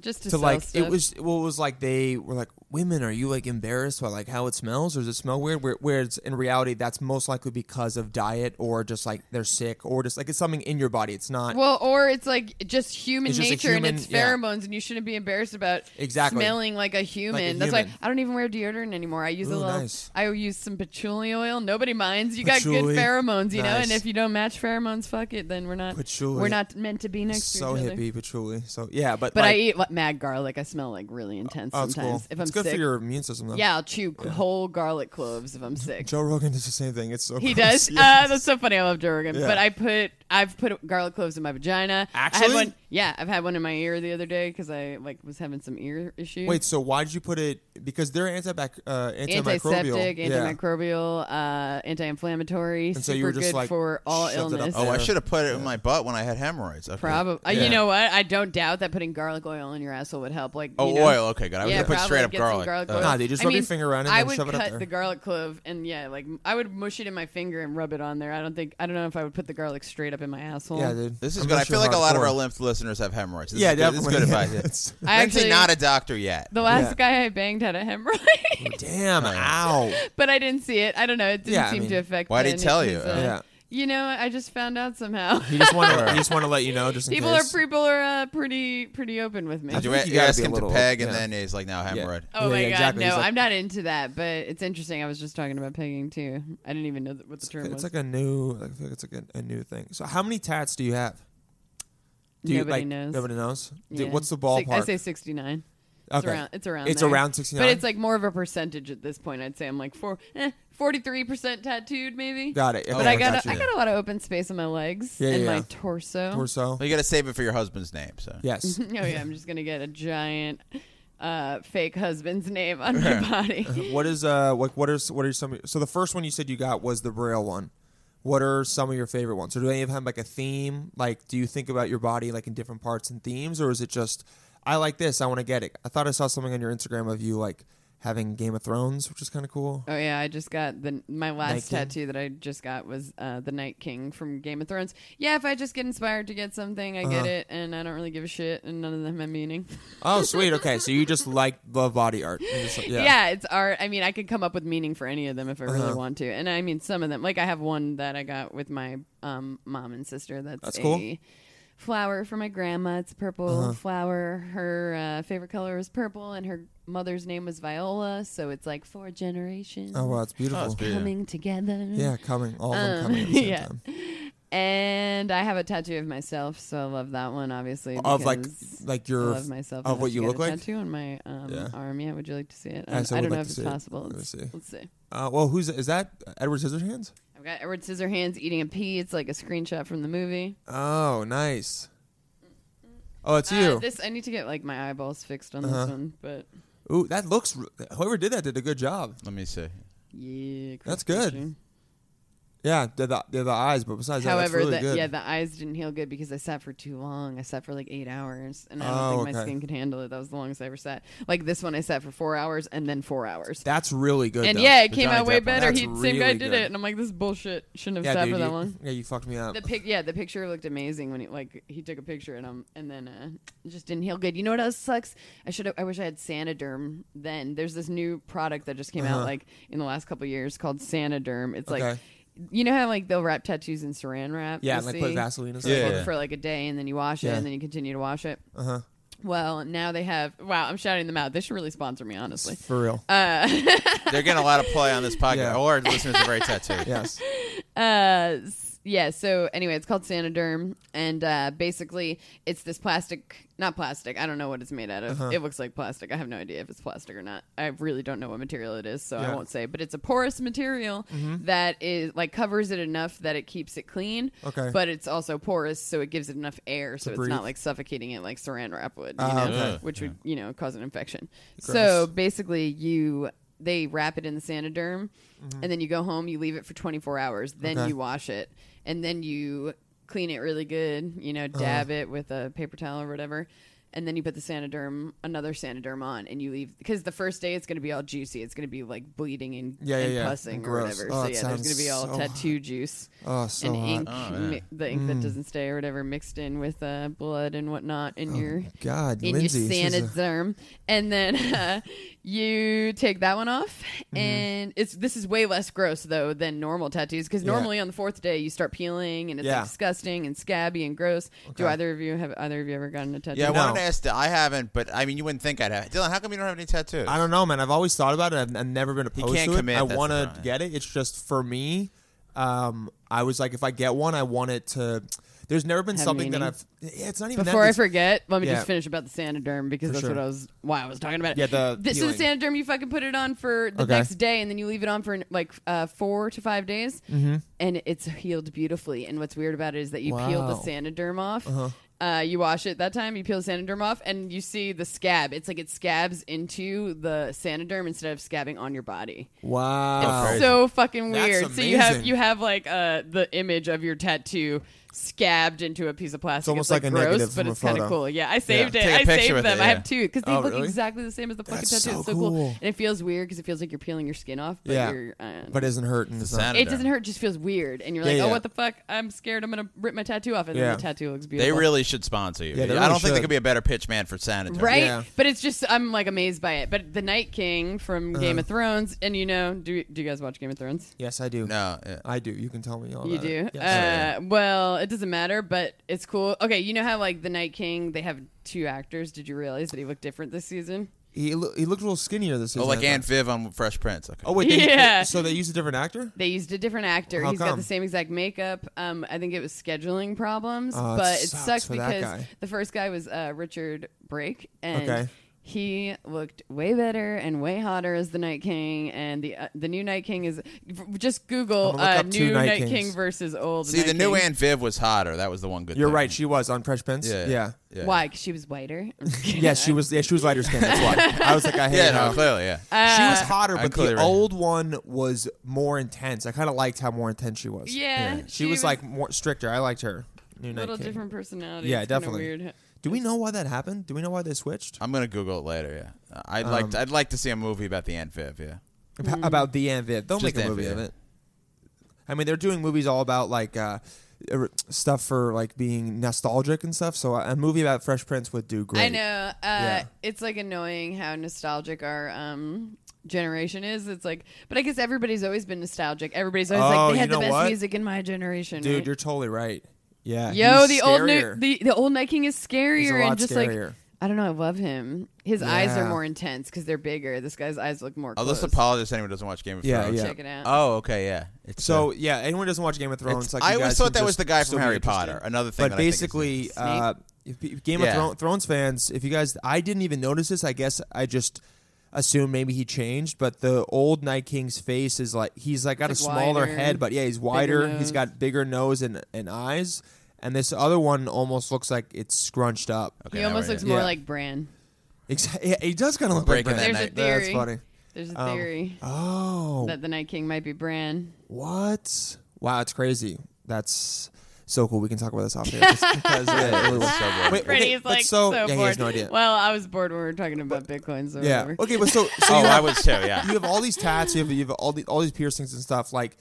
[SPEAKER 5] just to,
[SPEAKER 3] to
[SPEAKER 5] sell
[SPEAKER 3] like
[SPEAKER 5] stuff.
[SPEAKER 3] it was well, it was like they were like women are you like embarrassed by like how it smells or does it smell weird where, where it's in reality that's most likely because of diet or just like they're sick or just like it's something in your body it's not
[SPEAKER 5] well, or it's like just human
[SPEAKER 3] It's just a
[SPEAKER 5] nature
[SPEAKER 3] human-
[SPEAKER 5] and it's
[SPEAKER 3] yeah.
[SPEAKER 5] pheromones, and you shouldn't be embarrassed about
[SPEAKER 3] Exactly.
[SPEAKER 5] smelling like a human. That's
[SPEAKER 3] human.
[SPEAKER 5] why I don't even wear deodorant anymore. I use a
[SPEAKER 3] Ooh,
[SPEAKER 5] little.
[SPEAKER 3] nice.
[SPEAKER 5] I use some patchouli oil. Nobody minds. You got
[SPEAKER 3] Patchouli.
[SPEAKER 5] good pheromones, you know. And
[SPEAKER 3] Nice.
[SPEAKER 5] if you don't match pheromones, fuck it. Then we're not.
[SPEAKER 3] Patchouli.
[SPEAKER 5] We're not meant to be next
[SPEAKER 3] so
[SPEAKER 5] to each other.
[SPEAKER 3] hippie patchouli so yeah but
[SPEAKER 5] But I
[SPEAKER 3] like,
[SPEAKER 5] eat like, mad garlic. I smell like really intense
[SPEAKER 3] Oh, that's
[SPEAKER 5] sometimes.
[SPEAKER 3] cool.
[SPEAKER 5] If
[SPEAKER 3] It's
[SPEAKER 5] I'm
[SPEAKER 3] good good
[SPEAKER 5] sick.
[SPEAKER 3] for your immune system, though.
[SPEAKER 5] Yeah, I'll chew whole garlic cloves if I'm sick.
[SPEAKER 3] Joe Rogan does the same thing. It's so
[SPEAKER 5] He
[SPEAKER 3] gross.
[SPEAKER 5] does.
[SPEAKER 3] Yeah.
[SPEAKER 5] Uh, that's so funny. I love Joe Rogan.
[SPEAKER 3] Yeah.
[SPEAKER 5] But I put I've put garlic cloves in my vagina. I
[SPEAKER 3] Actually?
[SPEAKER 5] had one, yeah, I've had one in my ear the other day because I like was having some ear issues.
[SPEAKER 3] Wait, so why did you put it? Because they're antibac- uh, antimicrobial.
[SPEAKER 5] antiseptic,
[SPEAKER 3] yeah.
[SPEAKER 5] antimicrobial, uh, anti-inflammatory.
[SPEAKER 3] so
[SPEAKER 5] super
[SPEAKER 3] you were just,
[SPEAKER 5] good
[SPEAKER 3] like,
[SPEAKER 5] for all
[SPEAKER 3] shoved it up
[SPEAKER 5] illness.
[SPEAKER 4] Oh, I
[SPEAKER 3] Yeah.
[SPEAKER 4] should have put it in my butt when I had hemorrhoids. Okay.
[SPEAKER 5] Probably.
[SPEAKER 3] Yeah.
[SPEAKER 5] you know what? I don't doubt that putting garlic oil in your asshole would help. Like,
[SPEAKER 4] Oh,
[SPEAKER 5] you know,
[SPEAKER 4] oil. Okay, good. I was
[SPEAKER 5] yeah,
[SPEAKER 4] gonna put
[SPEAKER 5] probably
[SPEAKER 4] straight up
[SPEAKER 5] get some
[SPEAKER 4] garlic.
[SPEAKER 5] garlic
[SPEAKER 4] Uh,
[SPEAKER 5] oil.
[SPEAKER 3] Nah, dude, just
[SPEAKER 5] I
[SPEAKER 3] rub your
[SPEAKER 5] mean,
[SPEAKER 3] finger around it and
[SPEAKER 5] I
[SPEAKER 3] then
[SPEAKER 5] would
[SPEAKER 3] shove it up
[SPEAKER 5] cut
[SPEAKER 3] there.
[SPEAKER 5] the garlic clove and yeah, like I would mush it in my finger and rub it on there. I don't think I don't know if I would put the garlic straight up in my asshole.
[SPEAKER 3] Yeah, dude.
[SPEAKER 4] This is
[SPEAKER 3] I'm
[SPEAKER 4] good.
[SPEAKER 3] not
[SPEAKER 4] I feel
[SPEAKER 3] sure
[SPEAKER 4] like a lot of
[SPEAKER 3] hardcore.
[SPEAKER 4] our lymph listeners have hemorrhoids. This
[SPEAKER 3] yeah,
[SPEAKER 4] is good.
[SPEAKER 3] definitely.
[SPEAKER 4] This is good
[SPEAKER 3] yeah.
[SPEAKER 4] advice.
[SPEAKER 3] It's-
[SPEAKER 5] I
[SPEAKER 4] Lindsay,
[SPEAKER 5] actually-
[SPEAKER 4] not a doctor yet.
[SPEAKER 5] The last guy I banged had a hemorrhoid,
[SPEAKER 4] Uh,
[SPEAKER 3] Damn, ow.
[SPEAKER 5] but I didn't see it. I don't know. It didn't
[SPEAKER 3] Yeah, I
[SPEAKER 5] seem
[SPEAKER 3] mean,
[SPEAKER 5] to affect.
[SPEAKER 4] why'd he
[SPEAKER 5] any-
[SPEAKER 4] tell
[SPEAKER 5] his,
[SPEAKER 4] you?
[SPEAKER 5] uh,
[SPEAKER 3] Yeah.
[SPEAKER 5] You know, I just found out somehow.
[SPEAKER 3] He just want to. he just want to let you know, just in
[SPEAKER 5] people
[SPEAKER 3] case.
[SPEAKER 5] are people are uh, pretty pretty open with me.
[SPEAKER 4] Did you,
[SPEAKER 3] think
[SPEAKER 4] a-
[SPEAKER 3] you
[SPEAKER 4] you
[SPEAKER 3] gotta
[SPEAKER 4] ask
[SPEAKER 3] be a
[SPEAKER 4] him
[SPEAKER 3] little-
[SPEAKER 4] to peg, and
[SPEAKER 3] yeah.
[SPEAKER 4] then he's like, "Now hemorrhoid."
[SPEAKER 5] Oh
[SPEAKER 3] Yeah,
[SPEAKER 5] my
[SPEAKER 3] yeah,
[SPEAKER 5] god,
[SPEAKER 3] exactly.
[SPEAKER 5] no,
[SPEAKER 3] He's like-
[SPEAKER 5] I'm not into that, but it's interesting. I was just talking about pegging too. I didn't even know that what the term
[SPEAKER 3] It's
[SPEAKER 5] was.
[SPEAKER 3] like a new. I feel like it's like a, a new thing. So, how many tats do you have? Do you,
[SPEAKER 5] nobody
[SPEAKER 3] like,
[SPEAKER 5] knows.
[SPEAKER 3] Nobody knows. Dude,
[SPEAKER 5] Yeah.
[SPEAKER 3] what's the
[SPEAKER 5] Six-
[SPEAKER 3] ballpark?
[SPEAKER 5] I say 69. It's around. It's around.
[SPEAKER 3] It's
[SPEAKER 5] there.
[SPEAKER 3] around 69?
[SPEAKER 5] But it's like more of a percentage at this point. I'd say I'm like four, eh, 43% tattooed, maybe.
[SPEAKER 3] Got it.
[SPEAKER 4] But
[SPEAKER 5] but
[SPEAKER 3] Okay,
[SPEAKER 5] I got,
[SPEAKER 3] you.
[SPEAKER 5] a, I got a lot of open space on my legs
[SPEAKER 3] Yeah,
[SPEAKER 5] and
[SPEAKER 3] yeah,
[SPEAKER 5] my
[SPEAKER 3] yeah.
[SPEAKER 5] torso.
[SPEAKER 3] torso.
[SPEAKER 4] Well, you got to save it for your husband's name. So
[SPEAKER 3] Yes.
[SPEAKER 5] oh yeah, I'm just gonna get a giant uh, fake husband's name on my body.
[SPEAKER 3] what is uh like what are s- what are some so the first one you said you got was the braille one. What are some of your favorite ones? Or do any of them have like a theme? Like, do you think about your body like in different parts and themes, or is it just I like this, I want to get it? I thought I saw something on your Instagram of you like having Game of Thrones, which is kind of cool.
[SPEAKER 5] Oh yeah, I just got the my last
[SPEAKER 3] Night King?
[SPEAKER 5] tattoo that I just got was uh, the Night King from Game of Thrones. Yeah, if I just get inspired to get something, I
[SPEAKER 3] Uh-huh.
[SPEAKER 5] get it, and I don't really give a shit, and none of them have meaning.
[SPEAKER 3] Oh, sweet. Okay, so you just like love body art. You just like-
[SPEAKER 5] Yeah.
[SPEAKER 3] yeah. Uh-huh.
[SPEAKER 5] it's art. I mean, I could come up with meaning for any of them if I really want to, and I mean, some of them. Like I have one that I got with my um, mom and sister. That's,
[SPEAKER 3] That's
[SPEAKER 5] a
[SPEAKER 3] cool. Uh-huh.
[SPEAKER 5] Flower for my grandma. It's a purple flower. Her uh, favorite color is purple, and her mother's name was Viola. So it's like four generations.
[SPEAKER 3] Oh wow, it's beautiful.
[SPEAKER 4] it's beautiful.
[SPEAKER 5] coming together.
[SPEAKER 3] yeah, coming all of them
[SPEAKER 5] Um,
[SPEAKER 3] coming at the same
[SPEAKER 5] yeah.
[SPEAKER 3] time.
[SPEAKER 5] And I have a tattoo of myself, so I love that one, obviously.
[SPEAKER 3] Of like
[SPEAKER 5] because
[SPEAKER 3] like
[SPEAKER 5] I
[SPEAKER 3] your
[SPEAKER 5] love myself.
[SPEAKER 3] of
[SPEAKER 5] enough
[SPEAKER 3] what
[SPEAKER 5] to
[SPEAKER 3] you
[SPEAKER 5] get
[SPEAKER 3] look
[SPEAKER 5] a
[SPEAKER 3] like.
[SPEAKER 5] Tattoo on my um,
[SPEAKER 3] Yeah.
[SPEAKER 5] arm. Yeah, would you like to see it?
[SPEAKER 3] I
[SPEAKER 5] Um,
[SPEAKER 3] so
[SPEAKER 5] I
[SPEAKER 3] would
[SPEAKER 5] don't
[SPEAKER 3] like
[SPEAKER 5] know
[SPEAKER 3] to
[SPEAKER 5] if
[SPEAKER 3] see
[SPEAKER 5] it's
[SPEAKER 3] it.
[SPEAKER 5] possible.
[SPEAKER 3] Let me
[SPEAKER 5] Let's,
[SPEAKER 3] see.
[SPEAKER 5] let's see.
[SPEAKER 3] Uh, well, who's is that? Edward Scissorhands.
[SPEAKER 5] I've got Edward Scissorhands eating a pea. It's like a screenshot from the movie.
[SPEAKER 3] Oh, nice. Oh, it's
[SPEAKER 5] Uh,
[SPEAKER 3] you.
[SPEAKER 5] this I need to get like my eyeballs fixed on
[SPEAKER 3] Uh-huh.
[SPEAKER 5] this one, but
[SPEAKER 3] Ooh, that looks. r- Whoever did that did a good job.
[SPEAKER 4] let me see.
[SPEAKER 5] yeah,
[SPEAKER 3] That's
[SPEAKER 5] cross
[SPEAKER 3] good.
[SPEAKER 5] stitching.
[SPEAKER 3] Yeah, the the, the, the eyes, but besides that,
[SPEAKER 5] However,
[SPEAKER 3] that's really
[SPEAKER 5] the,
[SPEAKER 3] good.
[SPEAKER 5] yeah, the eyes didn't heal good because I sat for too long. I sat for like eight hours, and I don't
[SPEAKER 3] Oh,
[SPEAKER 5] think my
[SPEAKER 3] okay.
[SPEAKER 5] skin could handle it. That was the longest I ever sat. Like this one, I sat for four hours and then four hours.
[SPEAKER 3] that's really good.
[SPEAKER 5] and
[SPEAKER 3] though.
[SPEAKER 5] yeah, it
[SPEAKER 4] The
[SPEAKER 5] came
[SPEAKER 4] Johnny
[SPEAKER 5] out way
[SPEAKER 4] Depp one.
[SPEAKER 5] better.
[SPEAKER 3] That's
[SPEAKER 5] He same guy
[SPEAKER 3] really
[SPEAKER 5] did
[SPEAKER 3] good.
[SPEAKER 5] it, and I'm like, this is bullshit. Shouldn't
[SPEAKER 3] yeah,
[SPEAKER 5] have sat
[SPEAKER 3] dude,
[SPEAKER 5] for that
[SPEAKER 3] you,
[SPEAKER 5] long.
[SPEAKER 3] Yeah, you fucked me up.
[SPEAKER 5] The pic, yeah, the picture looked amazing when he like he took a picture and um and then uh it just didn't heal good. You know what else sucks? I should have. I wish I had Sanoderm. Then there's this new product that just came out
[SPEAKER 3] Uh-huh.
[SPEAKER 5] like in the last couple years called Sanoderm. It's like.
[SPEAKER 3] Okay.
[SPEAKER 5] You know how like they'll wrap tattoos in Saran wrap?
[SPEAKER 3] yeah,
[SPEAKER 5] you'll
[SPEAKER 3] and like put
[SPEAKER 5] see?
[SPEAKER 3] Vaseline or
[SPEAKER 4] Yeah,
[SPEAKER 3] something.
[SPEAKER 4] yeah.
[SPEAKER 5] for like a day and then you wash it
[SPEAKER 3] Yeah.
[SPEAKER 5] and then you continue to wash it.
[SPEAKER 3] Uh huh.
[SPEAKER 5] Well, now they have wow, I'm shouting them out. They should really sponsor me, honestly. Uh,
[SPEAKER 3] For real.
[SPEAKER 4] They're getting a lot of play on this podcast.
[SPEAKER 3] Yeah.
[SPEAKER 4] All our listeners are very tattooed.
[SPEAKER 3] yes.
[SPEAKER 5] Uh, s- yeah. So anyway, it's called Sanoderm, and uh, basically, it's this plastic, not plastic. I don't know what it's made out of.
[SPEAKER 3] Uh-huh.
[SPEAKER 5] It looks like plastic. I have no idea if it's plastic or not. I really don't know what material it is, so
[SPEAKER 3] Yeah. Mm-hmm.
[SPEAKER 5] I won't say. But it's a porous material that is like covers it enough that it keeps it clean.
[SPEAKER 3] Okay.
[SPEAKER 5] But it's also porous, so it gives it enough air, so it's
[SPEAKER 3] breathe.
[SPEAKER 5] not like suffocating it like Saran wrap would, you
[SPEAKER 3] Ah,
[SPEAKER 5] know,
[SPEAKER 4] okay.
[SPEAKER 5] which would you know cause an infection.
[SPEAKER 3] Gross.
[SPEAKER 5] So basically, you they wrap it in the Sanoderm, and then you go home, you leave it for 24 hours, then
[SPEAKER 3] Mm-hmm. Okay.
[SPEAKER 5] you wash it, and then you clean it really good, you know,
[SPEAKER 3] Uh-huh.
[SPEAKER 5] dab it with a paper towel or whatever. And then you put the Sanoderm, another Sanoderm on, and you leave because the first day it's going to be all juicy. It's going to be like bleeding and,
[SPEAKER 3] Yeah, yeah,
[SPEAKER 5] and
[SPEAKER 3] yeah.
[SPEAKER 5] pussing or
[SPEAKER 3] Gross.
[SPEAKER 5] whatever.
[SPEAKER 3] Oh, it
[SPEAKER 5] so yeah, there's
[SPEAKER 3] sounds
[SPEAKER 5] going to be all
[SPEAKER 3] so
[SPEAKER 5] tattoo juice
[SPEAKER 3] Oh, so
[SPEAKER 5] and
[SPEAKER 3] hot. Mm.
[SPEAKER 5] ink,
[SPEAKER 4] Oh, yeah.
[SPEAKER 5] mi- the ink that doesn't stay or whatever, mixed in with uh, blood and whatnot
[SPEAKER 3] Oh,
[SPEAKER 5] in your
[SPEAKER 3] God,
[SPEAKER 5] in
[SPEAKER 3] Lindsay.
[SPEAKER 5] your
[SPEAKER 3] this is a-
[SPEAKER 5] Sanoderm, and then uh, you take that one off,
[SPEAKER 3] Mm-hmm.
[SPEAKER 5] and it's this is way less gross though than normal tattoos because
[SPEAKER 3] Yeah.
[SPEAKER 5] normally on the fourth day you start peeling and it's
[SPEAKER 3] Yeah.
[SPEAKER 5] like disgusting and scabby and gross. Do
[SPEAKER 3] Okay.
[SPEAKER 5] either of you have either of you ever gotten a tattoo?
[SPEAKER 4] Yeah, I
[SPEAKER 3] No.
[SPEAKER 4] wanted to ask. Dylan. I haven't, but I mean, you wouldn't think I'd have. Dylan, how come you don't have any tattoos?
[SPEAKER 3] I don't know, man. I've always thought about it. I've, I've never been opposed
[SPEAKER 4] can't
[SPEAKER 3] to it.
[SPEAKER 4] commit,
[SPEAKER 3] I
[SPEAKER 4] that's
[SPEAKER 3] want
[SPEAKER 4] the
[SPEAKER 3] to
[SPEAKER 4] problem.
[SPEAKER 3] get it. It's just for me. Um, I was like, if I get one, I want it to. There's never been
[SPEAKER 5] Have
[SPEAKER 3] something that
[SPEAKER 5] meaning.
[SPEAKER 3] I've. Yeah, it's not even
[SPEAKER 5] Before
[SPEAKER 3] that.
[SPEAKER 5] I
[SPEAKER 3] it's-
[SPEAKER 5] forget, let me
[SPEAKER 3] Yeah.
[SPEAKER 5] just finish about the Sanoderm because that's
[SPEAKER 3] sure.
[SPEAKER 5] what I was why I was talking about. It.
[SPEAKER 4] Yeah, the
[SPEAKER 5] Th- so the
[SPEAKER 3] peeling.
[SPEAKER 5] Sanoderm you fucking put it on for the
[SPEAKER 3] Okay.
[SPEAKER 5] next day and then you leave it on for like uh, four to five days
[SPEAKER 3] Mm-hmm.
[SPEAKER 5] and it's healed beautifully. And what's weird about it is that you peel the
[SPEAKER 3] Wow. Uh-huh.
[SPEAKER 5] Sanoderm off. uh you wash it that time. You peel the Sanoderm off, and you see the scab. It's like it scabs into the Sanoderm instead of scabbing on your body.
[SPEAKER 3] Wow.
[SPEAKER 4] Crazy.
[SPEAKER 5] so fucking
[SPEAKER 3] That's
[SPEAKER 5] weird. So you have
[SPEAKER 3] amazing.
[SPEAKER 5] you have like uh the image of your tattoo scabbed into a piece of plastic. It's
[SPEAKER 3] almost like a
[SPEAKER 5] gross,
[SPEAKER 3] negative from
[SPEAKER 5] but
[SPEAKER 3] a
[SPEAKER 5] it's kind of
[SPEAKER 3] photo.
[SPEAKER 5] cool. Yeah, I saved
[SPEAKER 4] Take a
[SPEAKER 5] it. I
[SPEAKER 4] picture
[SPEAKER 5] saved
[SPEAKER 4] with
[SPEAKER 5] them.
[SPEAKER 4] it,
[SPEAKER 5] I
[SPEAKER 4] yeah.
[SPEAKER 5] have two because they
[SPEAKER 3] Oh,
[SPEAKER 5] look
[SPEAKER 3] really?
[SPEAKER 5] exactly the same as the fucking
[SPEAKER 3] That's
[SPEAKER 5] tattoo.
[SPEAKER 3] so
[SPEAKER 5] it's so cool.
[SPEAKER 3] cool.
[SPEAKER 5] and it feels weird because it feels like you're peeling your skin off. But
[SPEAKER 3] Yeah.
[SPEAKER 5] you're, uh,
[SPEAKER 3] But it doesn't hurt. And it's
[SPEAKER 4] The
[SPEAKER 3] not.
[SPEAKER 4] Santa-
[SPEAKER 5] it doesn't hurt. it Just feels weird, and you're
[SPEAKER 3] Yeah,
[SPEAKER 5] like,
[SPEAKER 3] yeah.
[SPEAKER 5] "Oh, what the fuck? I'm scared. I'm gonna rip my tattoo off." And
[SPEAKER 3] Yeah.
[SPEAKER 5] then the tattoo looks
[SPEAKER 4] They
[SPEAKER 5] beautiful.
[SPEAKER 4] really should sponsor you.
[SPEAKER 3] Yeah, they
[SPEAKER 4] I
[SPEAKER 3] really
[SPEAKER 4] don't think
[SPEAKER 3] should.
[SPEAKER 4] there could be a better pitch man for sanitary.
[SPEAKER 5] right?
[SPEAKER 3] Yeah.
[SPEAKER 5] But it's just I'm like amazed by it. But the Night King from
[SPEAKER 3] Uh-huh.
[SPEAKER 5] Game of Thrones, and you know, do do you guys watch Game of Thrones?
[SPEAKER 3] Yes, I do.
[SPEAKER 4] No. yeah.
[SPEAKER 3] I do. You can tell me all
[SPEAKER 5] You
[SPEAKER 3] about
[SPEAKER 5] do.
[SPEAKER 3] it. Yes. Oh,
[SPEAKER 5] uh, Well, it doesn't matter, but it's cool. Okay, you know how like the Night King, they have two actors. Did you realize that he looked different this season?
[SPEAKER 3] he, loo- he looked a little skinnier this season.
[SPEAKER 4] Oh, like
[SPEAKER 3] I
[SPEAKER 4] Aunt
[SPEAKER 3] thought.
[SPEAKER 4] Viv on Fresh Prince. Okay.
[SPEAKER 3] Oh, wait. They,
[SPEAKER 5] Yeah.
[SPEAKER 3] So they used a different actor?
[SPEAKER 5] They used a different actor.
[SPEAKER 3] How
[SPEAKER 5] He's got
[SPEAKER 3] come?
[SPEAKER 5] the same exact makeup. Um, I think it was scheduling problems,
[SPEAKER 3] Oh, it
[SPEAKER 5] but it
[SPEAKER 3] sucks
[SPEAKER 5] sucks,
[SPEAKER 3] for that
[SPEAKER 5] because
[SPEAKER 3] guy.
[SPEAKER 5] the first guy was uh, Richard Brake, and
[SPEAKER 3] Okay.
[SPEAKER 5] he looked way better and way hotter as the Night King. And the uh, the new Night King is just Google
[SPEAKER 3] I'm gonna look
[SPEAKER 5] uh,
[SPEAKER 3] up two
[SPEAKER 5] new
[SPEAKER 3] Night
[SPEAKER 5] Night, King
[SPEAKER 3] Kings.
[SPEAKER 5] versus old.
[SPEAKER 4] See,
[SPEAKER 5] Night
[SPEAKER 4] the new
[SPEAKER 5] King.
[SPEAKER 4] Aunt Viv was hotter. That was the one good.
[SPEAKER 3] You're
[SPEAKER 4] thing.
[SPEAKER 3] right. She was on Fresh Prince.
[SPEAKER 4] Yeah.
[SPEAKER 3] Yeah.
[SPEAKER 4] Yeah.
[SPEAKER 5] Why? 'Cause she was whiter. I'm just kidding.
[SPEAKER 3] Yes, she was. Yeah, she was lighter skinned. That's why. I was like, I hate
[SPEAKER 4] Yeah.
[SPEAKER 3] her.
[SPEAKER 4] No. Clearly. Yeah.
[SPEAKER 3] she was
[SPEAKER 5] Uh,
[SPEAKER 3] hotter,
[SPEAKER 4] I'm
[SPEAKER 3] but the
[SPEAKER 4] clear.
[SPEAKER 3] old one was more intense. I kind of liked how more intense she was.
[SPEAKER 5] Yeah,
[SPEAKER 3] she, was, like more stricter. I liked her. New
[SPEAKER 5] a
[SPEAKER 3] Night
[SPEAKER 5] little
[SPEAKER 3] King.
[SPEAKER 5] different personality.
[SPEAKER 3] Yeah,
[SPEAKER 5] It's kinda
[SPEAKER 3] definitely.
[SPEAKER 5] Weird.
[SPEAKER 3] Do we know why that happened? Do we know why they switched
[SPEAKER 4] I'm gonna Google it later. Yeah. I'd like.
[SPEAKER 3] Um,
[SPEAKER 4] To, I'd like to see a movie about the Aunt Viv. Yeah.
[SPEAKER 3] Ab- about the end of it? Don't
[SPEAKER 4] Mm-hmm. Just
[SPEAKER 3] make a
[SPEAKER 4] the
[SPEAKER 3] movie of
[SPEAKER 4] end, yeah.
[SPEAKER 3] it. I mean, they're doing movies all about like uh, er, stuff for like being nostalgic and stuff. So a a movie about Fresh Prince would do great.
[SPEAKER 5] I know. Uh,
[SPEAKER 3] Yeah.
[SPEAKER 5] It's like annoying how nostalgic our um, generation is. It's like, but I guess everybody's always been nostalgic. Everybody's always
[SPEAKER 3] Oh,
[SPEAKER 5] like, they
[SPEAKER 3] you
[SPEAKER 5] had the
[SPEAKER 3] know
[SPEAKER 5] best
[SPEAKER 3] what?
[SPEAKER 5] music in my generation.
[SPEAKER 3] dude.
[SPEAKER 5] right?
[SPEAKER 3] You're totally right. Yeah.
[SPEAKER 5] Yo,
[SPEAKER 3] he's
[SPEAKER 5] the old new,
[SPEAKER 3] scarier.
[SPEAKER 5] the, the old Night King is scarier
[SPEAKER 3] He's a lot
[SPEAKER 5] and just
[SPEAKER 3] scarier.
[SPEAKER 5] like. I don't know. I love him. His eyes are
[SPEAKER 3] Yeah. Oh,
[SPEAKER 5] more intense because they're bigger. This guy's eyes look more.
[SPEAKER 4] I'll
[SPEAKER 5] closed.
[SPEAKER 4] just apologize to anyone who doesn't watch Game of
[SPEAKER 3] Yeah,
[SPEAKER 4] Thrones.
[SPEAKER 3] yeah.
[SPEAKER 5] Check it out.
[SPEAKER 4] Oh, okay, yeah. It's,
[SPEAKER 3] So
[SPEAKER 4] uh,
[SPEAKER 3] yeah, anyone who doesn't watch Game of Thrones,
[SPEAKER 4] It's-
[SPEAKER 3] like
[SPEAKER 4] I
[SPEAKER 3] you
[SPEAKER 4] always
[SPEAKER 3] guys
[SPEAKER 4] thought
[SPEAKER 3] can
[SPEAKER 4] that
[SPEAKER 3] just
[SPEAKER 4] was the guy from
[SPEAKER 3] still be
[SPEAKER 4] Harry
[SPEAKER 3] interested.
[SPEAKER 4] Potter, another thing
[SPEAKER 3] But
[SPEAKER 4] that I think is-
[SPEAKER 3] basically, uh, if- if Game
[SPEAKER 4] Yeah.
[SPEAKER 3] of Thro- Thrones fans, if you guys, I didn't even notice this. I guess I just assumed maybe he changed. But the old Night King's face is like he's like got
[SPEAKER 5] Like
[SPEAKER 3] a smaller
[SPEAKER 5] wider,
[SPEAKER 3] head, but yeah, he's wider.
[SPEAKER 5] nose.
[SPEAKER 3] He's got bigger nose and and eyes. And this other one almost looks like it's scrunched up.
[SPEAKER 5] He
[SPEAKER 4] Okay, now
[SPEAKER 5] almost
[SPEAKER 4] we're-
[SPEAKER 5] looks more
[SPEAKER 3] Yeah.
[SPEAKER 5] like Bran.
[SPEAKER 3] Exactly. Yeah, he does kind of look
[SPEAKER 4] Breaking
[SPEAKER 3] like Bran.
[SPEAKER 4] that
[SPEAKER 5] There's a
[SPEAKER 4] night.
[SPEAKER 5] theory.
[SPEAKER 3] That's funny.
[SPEAKER 5] There's a
[SPEAKER 3] Um,
[SPEAKER 5] theory
[SPEAKER 3] Oh,
[SPEAKER 5] that the Night King might be Bran.
[SPEAKER 3] What? Wow, it's crazy. That's so cool. We can talk about this off here. just because, yeah, it was-
[SPEAKER 4] So good.
[SPEAKER 3] uh, Wait,
[SPEAKER 5] Freddie's
[SPEAKER 3] okay, but
[SPEAKER 5] like
[SPEAKER 3] so,
[SPEAKER 5] so,
[SPEAKER 3] yeah, he
[SPEAKER 5] bored.
[SPEAKER 3] has no idea.
[SPEAKER 5] Well, I was bored when we were talking about Bitcoin, so
[SPEAKER 3] yeah.
[SPEAKER 5] whatever.
[SPEAKER 3] Okay, but so, so
[SPEAKER 4] oh,
[SPEAKER 3] you,
[SPEAKER 4] I
[SPEAKER 3] have,
[SPEAKER 4] was too. Yeah.
[SPEAKER 3] you have all these tats. You have you have all the, all these piercings and stuff. Like,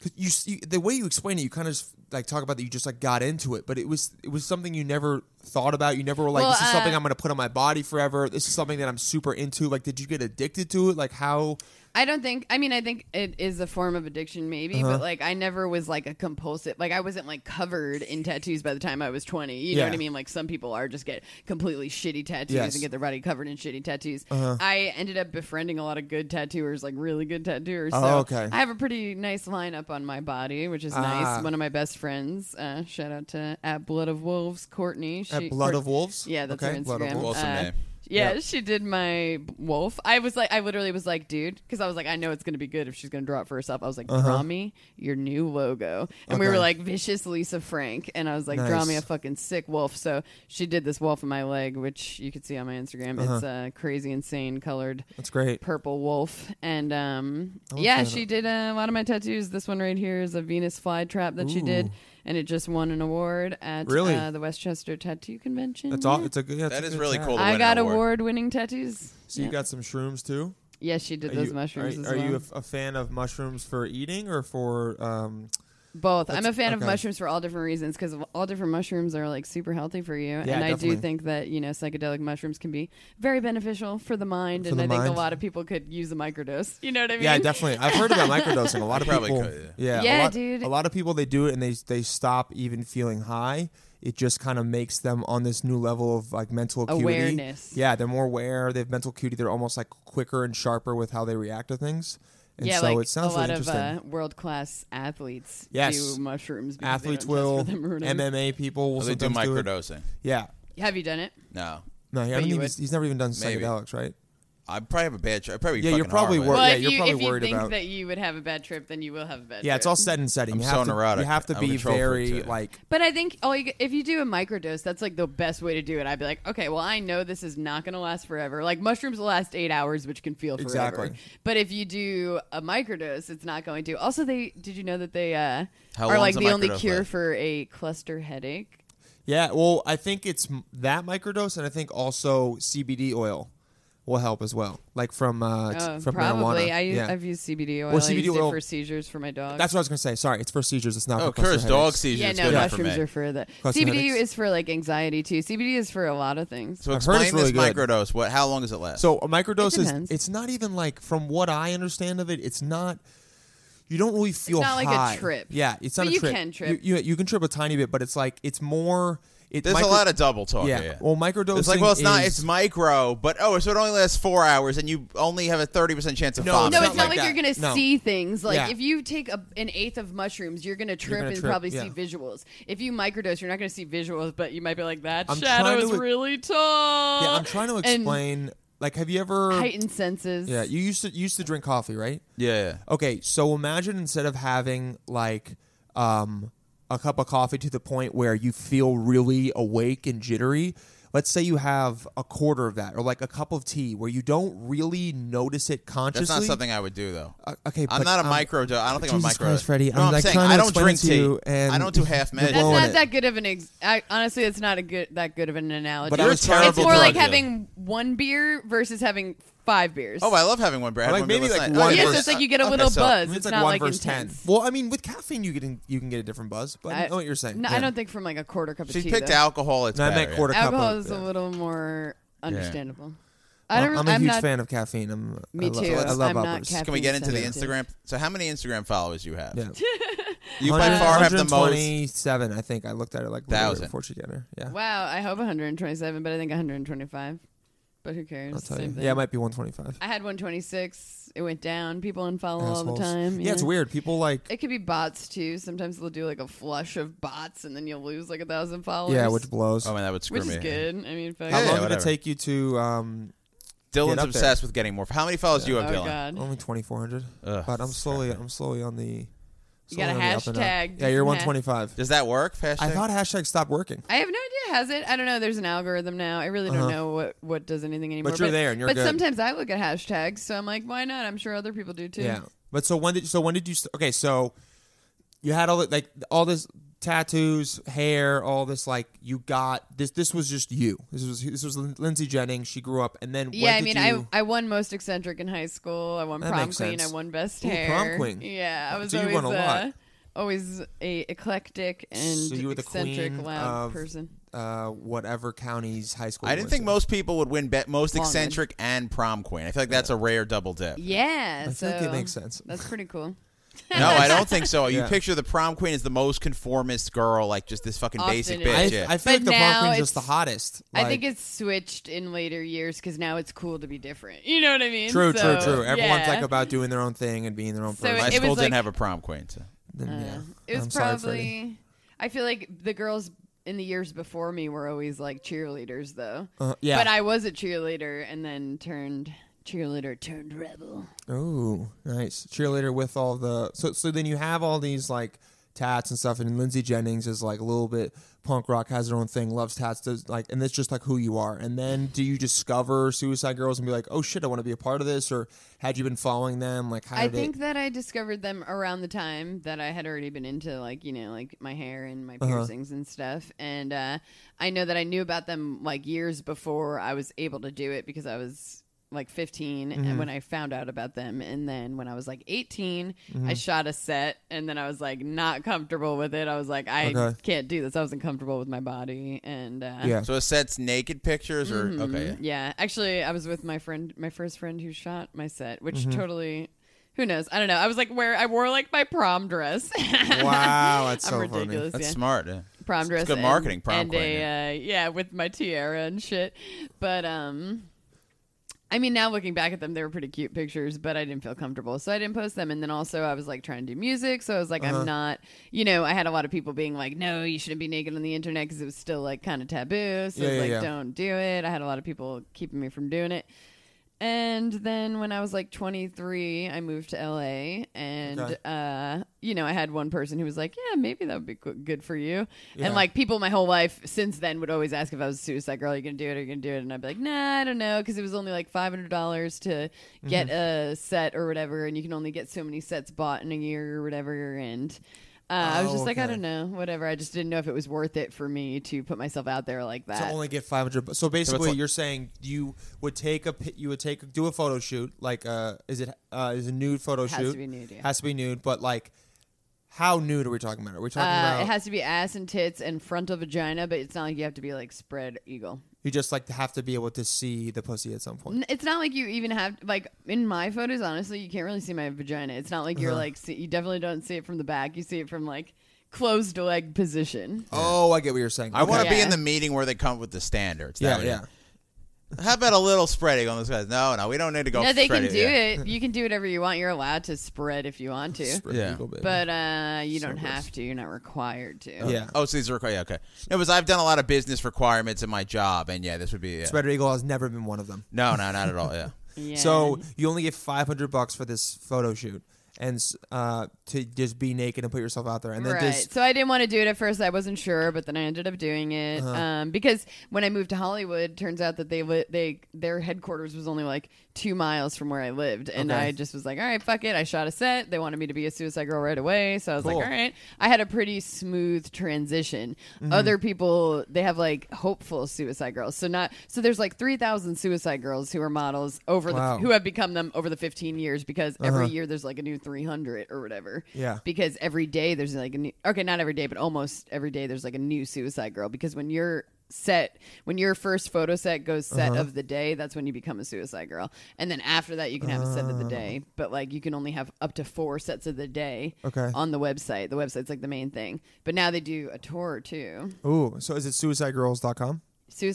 [SPEAKER 3] 'cause you, s- you the way you explain it, you kind of just, like talk about that you just like got into it, but it was it was something you never thought about. You never were like,
[SPEAKER 5] Well,
[SPEAKER 3] this is
[SPEAKER 5] uh,
[SPEAKER 3] something I'm going to put on my body forever. This is something that I'm super into. Like, did you get addicted to it? Like, how?
[SPEAKER 5] I don't think. I mean, I think it is a form of addiction, maybe.
[SPEAKER 3] Uh-huh.
[SPEAKER 5] But like, I never was like a compulsive. Like, I wasn't like covered in tattoos by the time I was twenty. You know
[SPEAKER 3] Yeah.
[SPEAKER 5] what I mean? Like, some people are just get completely shitty tattoos
[SPEAKER 3] Yes. Uh-huh.
[SPEAKER 5] and get their body covered in shitty tattoos. I ended up befriending a lot of good tattooers, like really good tattooers.
[SPEAKER 3] Oh,
[SPEAKER 5] so
[SPEAKER 3] okay.
[SPEAKER 5] I have a pretty nice lineup on my body, which is
[SPEAKER 3] Ah.
[SPEAKER 5] nice. One of my best friends. Uh, shout out to at Blood of Wolves, Courtney.
[SPEAKER 3] At
[SPEAKER 5] She-
[SPEAKER 3] Blood
[SPEAKER 5] Court-
[SPEAKER 3] of Wolves?
[SPEAKER 5] Yeah, that's
[SPEAKER 3] Okay,
[SPEAKER 5] her
[SPEAKER 3] Blood of
[SPEAKER 5] Instagram.
[SPEAKER 3] Wolves.
[SPEAKER 4] Awesome
[SPEAKER 5] Uh,
[SPEAKER 4] name.
[SPEAKER 5] yeah,
[SPEAKER 3] Yep.
[SPEAKER 5] she did my wolf. I was like, I literally was like, dude, because I was like, I know it's gonna be good if she's gonna draw it for herself. I was like, draw me your new logo, and
[SPEAKER 3] Uh-huh.
[SPEAKER 5] we
[SPEAKER 3] Okay.
[SPEAKER 5] were like, vicious Lisa Frank, and I was like, draw me
[SPEAKER 3] Nice.
[SPEAKER 5] a fucking sick wolf. So she did this wolf in my leg, which you could see on my Instagram.
[SPEAKER 3] Uh-huh.
[SPEAKER 5] It's a crazy, insane colored
[SPEAKER 3] That's great.
[SPEAKER 5] purple wolf, and um, yeah, she did uh, a lot of my tattoos. This one right here is a Venus flytrap that she did, and it just won an award at
[SPEAKER 3] Really?
[SPEAKER 5] uh, the Westchester Tattoo Convention.
[SPEAKER 3] That's
[SPEAKER 5] Yeah.
[SPEAKER 3] all. It's a good. that's
[SPEAKER 4] That
[SPEAKER 3] a
[SPEAKER 4] is
[SPEAKER 3] good
[SPEAKER 4] really
[SPEAKER 3] tat.
[SPEAKER 4] cool to
[SPEAKER 5] I
[SPEAKER 4] win
[SPEAKER 5] got
[SPEAKER 4] an award.
[SPEAKER 5] award winning tattoos.
[SPEAKER 3] So you got some shrooms too.
[SPEAKER 5] Yes, she did
[SPEAKER 3] Are
[SPEAKER 5] those
[SPEAKER 3] you-
[SPEAKER 5] mushrooms
[SPEAKER 3] Are,
[SPEAKER 5] as
[SPEAKER 3] are
[SPEAKER 5] well.
[SPEAKER 3] you a, f- a fan of mushrooms for eating or for? Um,
[SPEAKER 5] Both. I'm a
[SPEAKER 3] That's-
[SPEAKER 5] fan of
[SPEAKER 3] okay.
[SPEAKER 5] mushrooms for all different reasons because all different mushrooms are like super healthy for you. and I
[SPEAKER 3] definitely.
[SPEAKER 5] do think that, you know, psychedelic mushrooms can be very beneficial for the mind.
[SPEAKER 3] For
[SPEAKER 5] and
[SPEAKER 3] the
[SPEAKER 5] I think
[SPEAKER 3] mind.
[SPEAKER 5] a lot of people could use a microdose. You know what I mean?
[SPEAKER 3] yeah, definitely. I've heard about microdosing. A lot of
[SPEAKER 4] Probably
[SPEAKER 3] people.
[SPEAKER 4] could,
[SPEAKER 3] yeah, a
[SPEAKER 5] Yeah,
[SPEAKER 3] lot,
[SPEAKER 5] dude.
[SPEAKER 3] A lot of people they do it and they they stop even feeling high. It just kind of makes them on this new level of like mental acuity.
[SPEAKER 5] Awareness.
[SPEAKER 3] Yeah, they're more aware. They have mental acuity. They're almost like quicker and sharper with how they react to things. And
[SPEAKER 5] yeah,
[SPEAKER 3] so
[SPEAKER 5] like
[SPEAKER 3] it sounds
[SPEAKER 5] a lot
[SPEAKER 3] really
[SPEAKER 5] of
[SPEAKER 3] interesting.
[SPEAKER 5] uh, world class athletes
[SPEAKER 3] Yes.
[SPEAKER 5] do mushrooms. Because
[SPEAKER 3] Athletes
[SPEAKER 5] they don't
[SPEAKER 3] will,
[SPEAKER 5] test for them or whatever.
[SPEAKER 3] MMA people will
[SPEAKER 4] They do
[SPEAKER 3] sometimes do it.
[SPEAKER 4] microdosing.
[SPEAKER 3] Yeah.
[SPEAKER 5] Have you done it?
[SPEAKER 4] No,
[SPEAKER 3] No, I
[SPEAKER 5] you
[SPEAKER 3] don't think
[SPEAKER 5] would.
[SPEAKER 3] he's, he's never even done
[SPEAKER 4] Maybe.
[SPEAKER 3] psychedelics, right?
[SPEAKER 4] I probably have a bad. Tr- I probably
[SPEAKER 3] Yeah, you're
[SPEAKER 4] fucking
[SPEAKER 3] probably
[SPEAKER 4] horrible.
[SPEAKER 3] worried.
[SPEAKER 5] Well,
[SPEAKER 3] yeah,
[SPEAKER 5] if
[SPEAKER 3] you're
[SPEAKER 5] you
[SPEAKER 3] probably
[SPEAKER 5] if you
[SPEAKER 3] worried
[SPEAKER 5] think
[SPEAKER 3] about-
[SPEAKER 5] that you would have a bad trip, then you will have a bad.
[SPEAKER 3] Yeah,
[SPEAKER 5] trip.
[SPEAKER 3] it's all set and setting.
[SPEAKER 4] I'm
[SPEAKER 3] you have
[SPEAKER 4] so
[SPEAKER 3] to,
[SPEAKER 4] neurotic.
[SPEAKER 3] You have to
[SPEAKER 4] I'm
[SPEAKER 3] be
[SPEAKER 4] control freak
[SPEAKER 3] very
[SPEAKER 4] too.
[SPEAKER 3] like.
[SPEAKER 5] But I think all you, if you do a microdose, that's like the best way to do it. I'd be like, okay, well, I know this is not going to last forever. Like mushrooms will last eight hours, which can feel forever.
[SPEAKER 3] Exactly.
[SPEAKER 5] But if you do a microdose, it's not going to. Also, they did you know that they uh,
[SPEAKER 4] How
[SPEAKER 5] are
[SPEAKER 4] long's
[SPEAKER 5] like
[SPEAKER 4] a
[SPEAKER 5] the only
[SPEAKER 4] microdose
[SPEAKER 5] cure
[SPEAKER 4] last?
[SPEAKER 5] for a cluster headache?
[SPEAKER 3] Yeah, well, I think it's m- that microdose, and I think also CBD oil will help as well, like from uh, t-
[SPEAKER 5] Oh,
[SPEAKER 3] from
[SPEAKER 5] probably.
[SPEAKER 3] marijuana.
[SPEAKER 5] I use,
[SPEAKER 3] yeah.
[SPEAKER 5] I've used CBD oil.
[SPEAKER 3] Well,
[SPEAKER 5] I
[SPEAKER 3] CBD
[SPEAKER 5] used
[SPEAKER 3] oil-
[SPEAKER 5] it for seizures for my dog.
[SPEAKER 3] That's what I was gonna say. Sorry, it's for seizures. It's not.
[SPEAKER 4] Oh,
[SPEAKER 3] for cluster
[SPEAKER 4] cures dog
[SPEAKER 3] headaches.
[SPEAKER 4] seizures.
[SPEAKER 5] yeah,
[SPEAKER 4] It's
[SPEAKER 5] no,
[SPEAKER 4] good enough for
[SPEAKER 5] mushrooms
[SPEAKER 4] me.
[SPEAKER 5] are for the
[SPEAKER 3] Cluster
[SPEAKER 5] CBD
[SPEAKER 3] headaches.
[SPEAKER 5] is for like anxiety too. CBD is for a lot of things.
[SPEAKER 4] So
[SPEAKER 3] I've heard
[SPEAKER 4] explain
[SPEAKER 3] it's really
[SPEAKER 4] this
[SPEAKER 3] good.
[SPEAKER 4] microdose. What? How long does it last?
[SPEAKER 3] So a microdose is.
[SPEAKER 5] depends.
[SPEAKER 3] It's not even like from what I understand of it. It's not. You don't really feel
[SPEAKER 5] not like a
[SPEAKER 3] high.
[SPEAKER 5] trip.
[SPEAKER 3] Yeah, it's
[SPEAKER 5] But
[SPEAKER 3] not
[SPEAKER 5] you
[SPEAKER 3] a trip.
[SPEAKER 5] can trip.
[SPEAKER 3] You, you, you can trip a tiny bit, but it's like it's more. It,
[SPEAKER 4] there's
[SPEAKER 3] micro-
[SPEAKER 4] a lot of double talk.
[SPEAKER 3] Yeah.
[SPEAKER 4] here.
[SPEAKER 3] Well, microdosing.
[SPEAKER 4] It's like, well, it's not.
[SPEAKER 3] is-
[SPEAKER 4] It's micro, but oh, so it only lasts four hours, and you only have a thirty percent chance of
[SPEAKER 3] No,
[SPEAKER 4] vomiting.
[SPEAKER 5] No,
[SPEAKER 3] It's
[SPEAKER 5] it's
[SPEAKER 3] not
[SPEAKER 5] not
[SPEAKER 3] like
[SPEAKER 5] like, you're
[SPEAKER 3] that.
[SPEAKER 5] gonna
[SPEAKER 3] No.
[SPEAKER 5] see things. Like
[SPEAKER 3] Yeah.
[SPEAKER 5] if you take a, an eighth of mushrooms, you're gonna trip
[SPEAKER 3] gonna
[SPEAKER 5] and
[SPEAKER 3] trip,
[SPEAKER 5] probably
[SPEAKER 3] yeah.
[SPEAKER 5] see visuals. If you microdose, you're not gonna see visuals, but you might be like that
[SPEAKER 3] I'm
[SPEAKER 5] shadow
[SPEAKER 3] trying
[SPEAKER 5] is
[SPEAKER 3] to-
[SPEAKER 5] really tall.
[SPEAKER 3] Yeah, I'm trying to
[SPEAKER 5] And
[SPEAKER 3] explain. Like, have you ever?
[SPEAKER 5] heightened senses.
[SPEAKER 3] Yeah, you used to you used to drink coffee, right?
[SPEAKER 4] yeah, yeah.
[SPEAKER 3] Okay, so imagine instead of having like um, a cup of coffee to the point where you feel really awake and jittery. Let's say you have a quarter of that, or like a cup of tea, where you don't really notice it consciously.
[SPEAKER 4] That's not something I would do though.
[SPEAKER 3] Uh, okay,
[SPEAKER 4] I'm
[SPEAKER 3] but,
[SPEAKER 4] not a
[SPEAKER 3] um,
[SPEAKER 4] microdose. I don't think I'm
[SPEAKER 3] Jesus
[SPEAKER 4] a micro.
[SPEAKER 3] Christ, Freddie,
[SPEAKER 4] no,
[SPEAKER 3] I'm,
[SPEAKER 4] I'm,
[SPEAKER 3] like,
[SPEAKER 4] saying
[SPEAKER 3] trying to
[SPEAKER 4] I don't
[SPEAKER 3] explain
[SPEAKER 4] drink
[SPEAKER 3] to
[SPEAKER 4] tea.
[SPEAKER 3] you, and
[SPEAKER 4] I don't do half
[SPEAKER 3] you're
[SPEAKER 4] measures.
[SPEAKER 5] that's
[SPEAKER 3] blowing
[SPEAKER 5] not
[SPEAKER 3] it.
[SPEAKER 5] that good of an. Ex- I, honestly, it's not a good that good of an analogy.
[SPEAKER 3] But I You're was a terrible
[SPEAKER 5] it's more
[SPEAKER 4] drug
[SPEAKER 5] like
[SPEAKER 4] dealer.
[SPEAKER 5] having one beer versus having five beers.
[SPEAKER 4] Oh, I love having one beer. I had
[SPEAKER 3] Like,
[SPEAKER 4] one beer
[SPEAKER 3] maybe
[SPEAKER 4] last
[SPEAKER 3] like
[SPEAKER 4] night.
[SPEAKER 3] one
[SPEAKER 4] Oh, yeah,
[SPEAKER 3] versus-
[SPEAKER 5] Yes, it's like you get a
[SPEAKER 4] okay,
[SPEAKER 5] little
[SPEAKER 4] so-
[SPEAKER 3] I
[SPEAKER 5] buzz.
[SPEAKER 3] mean,
[SPEAKER 5] It's,
[SPEAKER 3] it's like
[SPEAKER 5] not
[SPEAKER 3] one
[SPEAKER 5] like
[SPEAKER 3] versus ten.
[SPEAKER 5] intense.
[SPEAKER 3] Well, I mean, with caffeine, you can you can get a different buzz, but I, know what you're saying.
[SPEAKER 5] No,
[SPEAKER 3] Yeah.
[SPEAKER 5] I don't think from like a quarter cup of
[SPEAKER 4] She
[SPEAKER 5] tea.
[SPEAKER 4] picked
[SPEAKER 5] though.
[SPEAKER 4] alcohol. It's
[SPEAKER 3] No, I
[SPEAKER 4] better,
[SPEAKER 3] meant quarter cup.
[SPEAKER 5] Alcohol
[SPEAKER 3] of-
[SPEAKER 5] is
[SPEAKER 3] yeah.
[SPEAKER 5] a little more understandable. I
[SPEAKER 3] Well, I'm
[SPEAKER 5] don't.
[SPEAKER 3] a huge
[SPEAKER 5] not,
[SPEAKER 3] fan of caffeine. I'm
[SPEAKER 5] Me
[SPEAKER 3] I love,
[SPEAKER 5] too.
[SPEAKER 3] I love
[SPEAKER 5] I'm not
[SPEAKER 3] uppers.
[SPEAKER 4] Yeah. Can we get into the
[SPEAKER 5] sensitive.
[SPEAKER 4] Instagram? So, how many Instagram followers you have?
[SPEAKER 3] Yeah.
[SPEAKER 4] You by far have the most.
[SPEAKER 3] 127, I think. I looked at it like
[SPEAKER 4] Thousand.
[SPEAKER 3] thousand before she got her. Yeah.
[SPEAKER 5] Wow, I hope 127, but I think 125. But who cares?
[SPEAKER 3] I'll tell
[SPEAKER 5] Same
[SPEAKER 3] you.
[SPEAKER 5] thing.
[SPEAKER 3] Yeah, it might be 125.
[SPEAKER 5] I had 126. It went down. People unfollow all
[SPEAKER 3] Assholes.
[SPEAKER 5] the time.
[SPEAKER 3] Yeah, it's weird. People like
[SPEAKER 5] It could be bots too. Sometimes they'll do like a flush of bots, and then you'll lose like a thousand followers.
[SPEAKER 3] yeah, which blows.
[SPEAKER 4] Oh man, that would screw
[SPEAKER 5] which
[SPEAKER 4] me.
[SPEAKER 5] is good. I mean, fuck.
[SPEAKER 3] How
[SPEAKER 4] Yeah,
[SPEAKER 3] long did
[SPEAKER 4] whatever.
[SPEAKER 3] it take you to um Get
[SPEAKER 4] Dylan's
[SPEAKER 3] up there.
[SPEAKER 4] obsessed with getting more. How many followers do you
[SPEAKER 5] oh
[SPEAKER 4] have, Dylan?
[SPEAKER 5] god.
[SPEAKER 3] only 2400?
[SPEAKER 4] Ugh,
[SPEAKER 3] But I'm
[SPEAKER 4] it's
[SPEAKER 3] slowly I'm slowly on the
[SPEAKER 5] You got
[SPEAKER 3] slowly
[SPEAKER 5] a
[SPEAKER 3] on the up and up.
[SPEAKER 5] hashtag,
[SPEAKER 3] Yeah,
[SPEAKER 5] decent
[SPEAKER 3] you're
[SPEAKER 5] ha-
[SPEAKER 3] 125.
[SPEAKER 4] Does that work? Hashtag?
[SPEAKER 3] I thought hashtag stopped working.
[SPEAKER 5] I have no idea. Has it? I don't know. There's an algorithm now. I really don't
[SPEAKER 3] Uh-huh.
[SPEAKER 5] know what what does anything anymore.
[SPEAKER 3] you're there and you're
[SPEAKER 5] But
[SPEAKER 3] good.
[SPEAKER 5] sometimes I look at hashtags, so I'm like, why not? I'm sure other people do too.
[SPEAKER 3] Yeah. But so when did so when did you st- Okay, so you had all the, like all this tattoos, hair, all this like you got this this was just you. This was this was Lin- Lindsay Jennings. She grew up and then when
[SPEAKER 5] Yeah, I
[SPEAKER 3] did
[SPEAKER 5] mean,
[SPEAKER 3] you-
[SPEAKER 5] I I won most eccentric in high school. I won
[SPEAKER 3] That
[SPEAKER 5] prom
[SPEAKER 3] makes
[SPEAKER 5] queen.
[SPEAKER 3] sense.
[SPEAKER 5] I won best
[SPEAKER 3] Ooh, prom
[SPEAKER 5] hair.
[SPEAKER 3] queen.
[SPEAKER 5] Yeah, I was
[SPEAKER 3] So you
[SPEAKER 5] always
[SPEAKER 3] won a lot.
[SPEAKER 5] Uh, always a eclectic and
[SPEAKER 3] So you were the
[SPEAKER 5] eccentric
[SPEAKER 3] queen
[SPEAKER 5] loud
[SPEAKER 3] of-
[SPEAKER 5] person.
[SPEAKER 3] uh, whatever county's high school.
[SPEAKER 4] I
[SPEAKER 3] you
[SPEAKER 4] didn't
[SPEAKER 3] went
[SPEAKER 4] think
[SPEAKER 3] to.
[SPEAKER 4] most people would win bet most
[SPEAKER 5] Long run.
[SPEAKER 4] eccentric and prom queen. I feel like that's a rare double dip.
[SPEAKER 5] Yeah,
[SPEAKER 3] I
[SPEAKER 5] so
[SPEAKER 3] think it makes sense.
[SPEAKER 5] That's pretty cool.
[SPEAKER 4] No, I don't think so. You
[SPEAKER 3] Yeah.
[SPEAKER 4] picture the prom queen as the most conformist girl, like just this fucking
[SPEAKER 5] Often
[SPEAKER 4] basic
[SPEAKER 5] it
[SPEAKER 4] bitch.
[SPEAKER 3] I,
[SPEAKER 5] is.
[SPEAKER 4] yeah.
[SPEAKER 3] I feel
[SPEAKER 5] But
[SPEAKER 3] like the prom
[SPEAKER 5] now
[SPEAKER 3] queen's just the
[SPEAKER 5] it's-
[SPEAKER 3] hottest.
[SPEAKER 5] I think
[SPEAKER 3] Like,
[SPEAKER 5] it's switched in later years because now it's cool to be different. You know what I mean?
[SPEAKER 3] true,
[SPEAKER 5] So,
[SPEAKER 3] true, true. Everyone's
[SPEAKER 5] yeah.
[SPEAKER 3] like about doing their own thing and being their own
[SPEAKER 5] So
[SPEAKER 3] person.
[SPEAKER 4] My
[SPEAKER 5] it
[SPEAKER 4] school
[SPEAKER 5] was
[SPEAKER 4] didn't
[SPEAKER 5] like-
[SPEAKER 4] have a prom queen. So.
[SPEAKER 3] Then, yeah.
[SPEAKER 5] It was
[SPEAKER 3] I'm sorry, Freddie.
[SPEAKER 5] probably. I feel like the girls in the years before me were always like cheerleaders, though.
[SPEAKER 3] Uh, yeah.
[SPEAKER 5] But I was a cheerleader and then turned cheerleader turned rebel.
[SPEAKER 3] Oh, nice cheerleader with all the. So so then you have all these like tats and stuff, and Lindsay Jennings is like a little bit punk rock, has her own thing, loves tats, does like, and that's just like who you are. And then do you discover Suicide Girls and be like, oh shit, I want to be a part of this, or had you been following them? Like, how
[SPEAKER 5] I
[SPEAKER 3] did it-
[SPEAKER 5] think that I discovered them around the time that I had already been into like, you know, like my hair and my
[SPEAKER 3] Uh-huh.
[SPEAKER 5] piercings and stuff. And uh, I know that I knew about them like years before I was able to do it because I was like 15
[SPEAKER 3] Mm-hmm.
[SPEAKER 5] and when I found out about them and then when I was like 18
[SPEAKER 3] Mm-hmm.
[SPEAKER 5] I shot a set and then I was like not comfortable with it. I was like I
[SPEAKER 3] Okay.
[SPEAKER 5] can't do this. I wasn't comfortable with my body and uh
[SPEAKER 3] yeah.
[SPEAKER 4] So it sets naked pictures or okay. yeah.
[SPEAKER 5] Mm-hmm. Um, yeah, actually, I was with my friend, my first friend who shot my set, which totally, who knows? I don't know. I was like, where I wore like my prom dress.
[SPEAKER 3] wow, that's
[SPEAKER 5] I'm
[SPEAKER 3] so
[SPEAKER 5] ridiculous.
[SPEAKER 4] That's
[SPEAKER 5] yeah.
[SPEAKER 4] smart. Yeah.
[SPEAKER 5] prom dress.
[SPEAKER 4] good
[SPEAKER 5] and-
[SPEAKER 4] marketing, prom
[SPEAKER 5] and
[SPEAKER 4] queen,
[SPEAKER 5] a, uh, yeah, with my tiara and shit. But um, I mean, now looking back at them, they were pretty cute pictures, but I didn't feel comfortable, so I didn't post them. And then also, I was like trying to do music, so I was like,
[SPEAKER 3] Uh-huh.
[SPEAKER 5] I'm not, you know, I had a lot of people being like, "No, you shouldn't be naked on the internet" because it was still like kind of taboo. So
[SPEAKER 3] Yeah,
[SPEAKER 5] I was
[SPEAKER 3] yeah,
[SPEAKER 5] like,
[SPEAKER 3] yeah.
[SPEAKER 5] "Don't do it." I had a lot of people keeping me from doing it. And then when I was like 23, I moved to LA, and
[SPEAKER 3] Okay.
[SPEAKER 5] uh, you know, I had one person who was like, "Yeah, maybe that would be go- good for you."
[SPEAKER 3] Yeah.
[SPEAKER 5] And like people, my whole life since then would always ask if I was a suicide girl. Are you gonna do it? Are you gonna do it? And I'd be like, "Nah, I don't know," because it was only like five hundred dollars to get
[SPEAKER 3] Mm-hmm.
[SPEAKER 5] a set or whatever, and you can only get so many sets bought in a year or whatever. And uh, I was
[SPEAKER 3] Oh,
[SPEAKER 5] just like, "I
[SPEAKER 3] okay.
[SPEAKER 5] don't know, whatever." I just didn't know if it was worth it for me to put myself out there like that.
[SPEAKER 3] to only get 500 bu- so basically
[SPEAKER 4] like-
[SPEAKER 3] you're saying you would take a pi- you would take do a photo shoot like uh is it uh is a nude photo
[SPEAKER 5] Has to
[SPEAKER 3] shoot
[SPEAKER 5] be nude, yeah.
[SPEAKER 3] has to be nude but like how nude are we talking about are we talking
[SPEAKER 5] Uh,
[SPEAKER 3] about
[SPEAKER 5] it has to be ass and tits and frontal vagina, but it's not like you have to be like spread eagle.
[SPEAKER 3] you just like have to be able to see the pussy at some point
[SPEAKER 5] N- It's not like you even have like in my photos. Honestly, you can't really see my vagina. It's not like you're like see, you definitely don't see it from the back. You see it from like closed leg position.
[SPEAKER 3] oh i get what you're saying
[SPEAKER 4] I want to
[SPEAKER 5] Okay.
[SPEAKER 4] be in
[SPEAKER 5] Yeah.
[SPEAKER 4] the meeting where they come with the standards. That
[SPEAKER 3] yeah
[SPEAKER 4] would-
[SPEAKER 3] yeah
[SPEAKER 4] How about a little spreading on this guy? No, no, we don't need to go.
[SPEAKER 5] no, they can
[SPEAKER 4] spreading,
[SPEAKER 5] do
[SPEAKER 4] yeah.
[SPEAKER 5] it. You can do whatever you want. You're allowed to spread if you want to,
[SPEAKER 3] Spread
[SPEAKER 4] Yeah.
[SPEAKER 3] eagle, baby.
[SPEAKER 5] but uh, you don't have to. You're not required to.
[SPEAKER 3] yeah
[SPEAKER 4] Oh, so these are requ- yeah, okay. No, because I've done a lot of business requirements in my job, and yeah, this would be. Yeah.
[SPEAKER 3] spread eagle has never been one of them
[SPEAKER 4] No, no, not at all. Yeah.
[SPEAKER 5] Yeah.
[SPEAKER 3] so you only get 500 bucks for this photo shoot and s- uh to just be naked and put yourself out there and then
[SPEAKER 5] right.
[SPEAKER 3] just
[SPEAKER 5] so I didn't want to do it at first. I wasn't sure, but then I ended up doing it
[SPEAKER 3] Uh-huh.
[SPEAKER 5] um, because when I moved to Hollywood, turns out that they li- they their headquarters was only like two miles from where I lived, and
[SPEAKER 3] Okay.
[SPEAKER 5] I just was like, all right, fuck it. I shot a set. They wanted me to be a Suicide Girl right away, so I was
[SPEAKER 3] Cool.
[SPEAKER 5] like, all right. I had a pretty smooth transition.
[SPEAKER 3] Mm-hmm.
[SPEAKER 5] Other people they have like hopeful Suicide Girls, so not so there's like three thousand Suicide Girls who are models over
[SPEAKER 3] Wow.
[SPEAKER 5] the who have become them over the fifteen years because every year there's like a new three hundred or whatever
[SPEAKER 3] Uh-huh. Yeah.
[SPEAKER 5] because every day there's like a new okay not every day but almost every day there's like a new suicide girl because when your set when your first photo set goes set
[SPEAKER 3] Uh-huh.
[SPEAKER 5] of the day that's when you become a suicide girl and then after that you can have a set of the day
[SPEAKER 3] Ah.
[SPEAKER 5] but like you can only have up to four sets of the day
[SPEAKER 3] Okay.
[SPEAKER 5] on the website the website's like the main thing but now they do a tour too
[SPEAKER 3] ooh so is it suicidegirls.com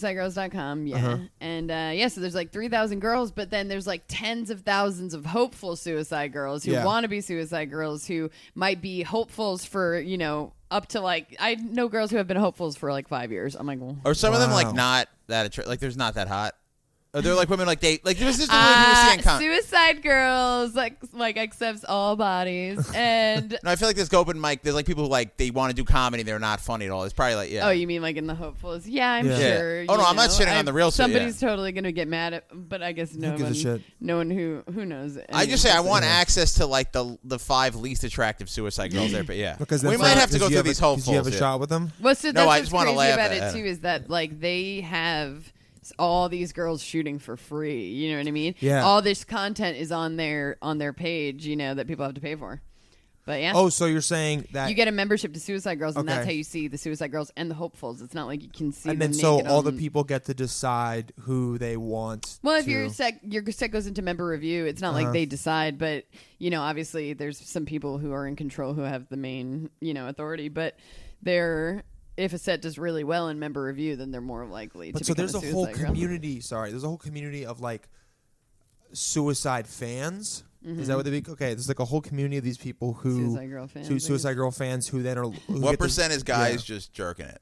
[SPEAKER 5] suicidegirls.com yeah
[SPEAKER 4] Uh-huh.
[SPEAKER 5] and uh, yeah so there's like 3000 girls but then there's like tens of thousands of hopeful suicide girls who
[SPEAKER 3] Yeah.
[SPEAKER 5] want to be suicide girls who might be hopefuls for you know up to like i know girls who have been hopefuls for like five years i'm like well,
[SPEAKER 4] Or some of them
[SPEAKER 3] Wow.
[SPEAKER 4] like not that attra- like there's not that hot. Or they're like women like they like this is the women who
[SPEAKER 5] uh,
[SPEAKER 4] see on con-
[SPEAKER 5] suicide girls like like accepts all bodies and
[SPEAKER 4] No, I feel like this open mic. There's like people who like they want to do comedy. They're not funny at all. It's probably like yeah.
[SPEAKER 5] Oh, you mean like in the hopefuls? Yeah, I'm
[SPEAKER 3] Yeah.
[SPEAKER 4] Yeah.
[SPEAKER 5] sure.
[SPEAKER 4] Oh,
[SPEAKER 5] you
[SPEAKER 4] no, I'm not
[SPEAKER 5] know,
[SPEAKER 4] shitting on
[SPEAKER 5] I'm-
[SPEAKER 4] the real shit, yeah.
[SPEAKER 5] Somebody's totally gonna get mad at, but I guess no
[SPEAKER 3] gives a
[SPEAKER 5] one,
[SPEAKER 3] shit?
[SPEAKER 5] no one who who knows.
[SPEAKER 4] I just say I
[SPEAKER 5] anyone.
[SPEAKER 4] want access to like the the five least attractive suicide girls there, but yeah,
[SPEAKER 3] because
[SPEAKER 4] we
[SPEAKER 3] then
[SPEAKER 4] might
[SPEAKER 3] for-
[SPEAKER 4] have
[SPEAKER 3] did
[SPEAKER 4] to go
[SPEAKER 3] you
[SPEAKER 4] through
[SPEAKER 3] a-
[SPEAKER 4] these hopefuls.
[SPEAKER 3] did you have a
[SPEAKER 4] yeah.
[SPEAKER 3] shot with them
[SPEAKER 5] Well, so
[SPEAKER 4] No,
[SPEAKER 5] that's
[SPEAKER 4] I
[SPEAKER 5] what's
[SPEAKER 4] just wanna
[SPEAKER 5] crazy
[SPEAKER 4] laugh
[SPEAKER 5] about
[SPEAKER 4] at
[SPEAKER 5] it
[SPEAKER 4] that.
[SPEAKER 5] too is that like they have s- all these girls shooting for free. You know what I mean?
[SPEAKER 3] Yeah.
[SPEAKER 5] All this content is on their on their page. You know that people have to pay for. But yeah.
[SPEAKER 3] Oh, so you're saying that
[SPEAKER 5] You get a membership to Suicide Girls, and that's
[SPEAKER 3] Okay.
[SPEAKER 5] how you see the Suicide Girls and the Hopefuls. It's not like you can see.
[SPEAKER 3] and
[SPEAKER 5] them
[SPEAKER 3] then so
[SPEAKER 5] naked
[SPEAKER 3] all
[SPEAKER 5] on-
[SPEAKER 3] the people get to decide who they want.
[SPEAKER 5] Well, if
[SPEAKER 3] to- Uh-huh.
[SPEAKER 5] your set your set goes into member review, it's not like they decide, but you know, obviously there's some people who are in control who have the main, you know, authority, but they're if a set does really well in member review, then they're more likely
[SPEAKER 3] but
[SPEAKER 5] to
[SPEAKER 3] so
[SPEAKER 5] become
[SPEAKER 3] there's a,
[SPEAKER 5] a
[SPEAKER 3] whole
[SPEAKER 5] suicide girl.
[SPEAKER 3] community. Sorry, there's a whole community of like suicide fans. Is that what they be? Okay, there's like a whole community of these people who
[SPEAKER 5] Mm-hmm. Suicide Girl fans, I
[SPEAKER 3] who
[SPEAKER 5] guess.
[SPEAKER 3] suicide girl fans who then are who get
[SPEAKER 4] What
[SPEAKER 3] to-
[SPEAKER 4] percent is guys
[SPEAKER 3] Yeah.
[SPEAKER 4] just jerking it?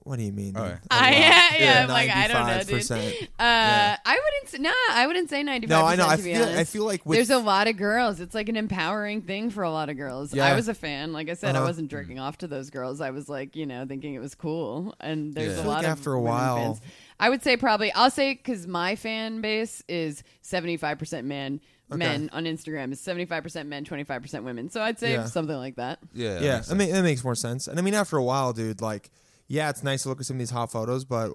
[SPEAKER 3] What do you mean?
[SPEAKER 4] Okay.
[SPEAKER 3] dude?
[SPEAKER 5] I, yeah,
[SPEAKER 3] Yeah,
[SPEAKER 5] I'm like, I don't know, dude.
[SPEAKER 3] 95%.
[SPEAKER 5] Uh, I wouldn't say, nah, I wouldn't say 95%.
[SPEAKER 3] No, I know. I
[SPEAKER 5] to be
[SPEAKER 3] feel- I
[SPEAKER 5] honest.
[SPEAKER 3] feel like with-
[SPEAKER 5] There's a lot of girls. It's like an empowering thing for a lot of girls.
[SPEAKER 3] Yeah.
[SPEAKER 5] I was a fan. Like I said, I
[SPEAKER 3] Uh-huh.
[SPEAKER 5] wasn't jerking off to those girls. I was like, you know, thinking it was cool. And there's
[SPEAKER 4] Yeah.
[SPEAKER 5] a
[SPEAKER 4] I
[SPEAKER 3] feel
[SPEAKER 5] lot
[SPEAKER 3] like
[SPEAKER 5] of
[SPEAKER 3] after a
[SPEAKER 5] women
[SPEAKER 3] while-
[SPEAKER 5] fans. I would say probably, I'll say because my fan base is 75% men. Men on Instagram is 75% men, 25% women. So I'd say
[SPEAKER 3] Yeah.
[SPEAKER 5] something like that.
[SPEAKER 4] Yeah,
[SPEAKER 3] yeah, I mean that makes more sense. And I mean after a while, dude, like yeah, it's nice to look at some of these hot photos, but uh,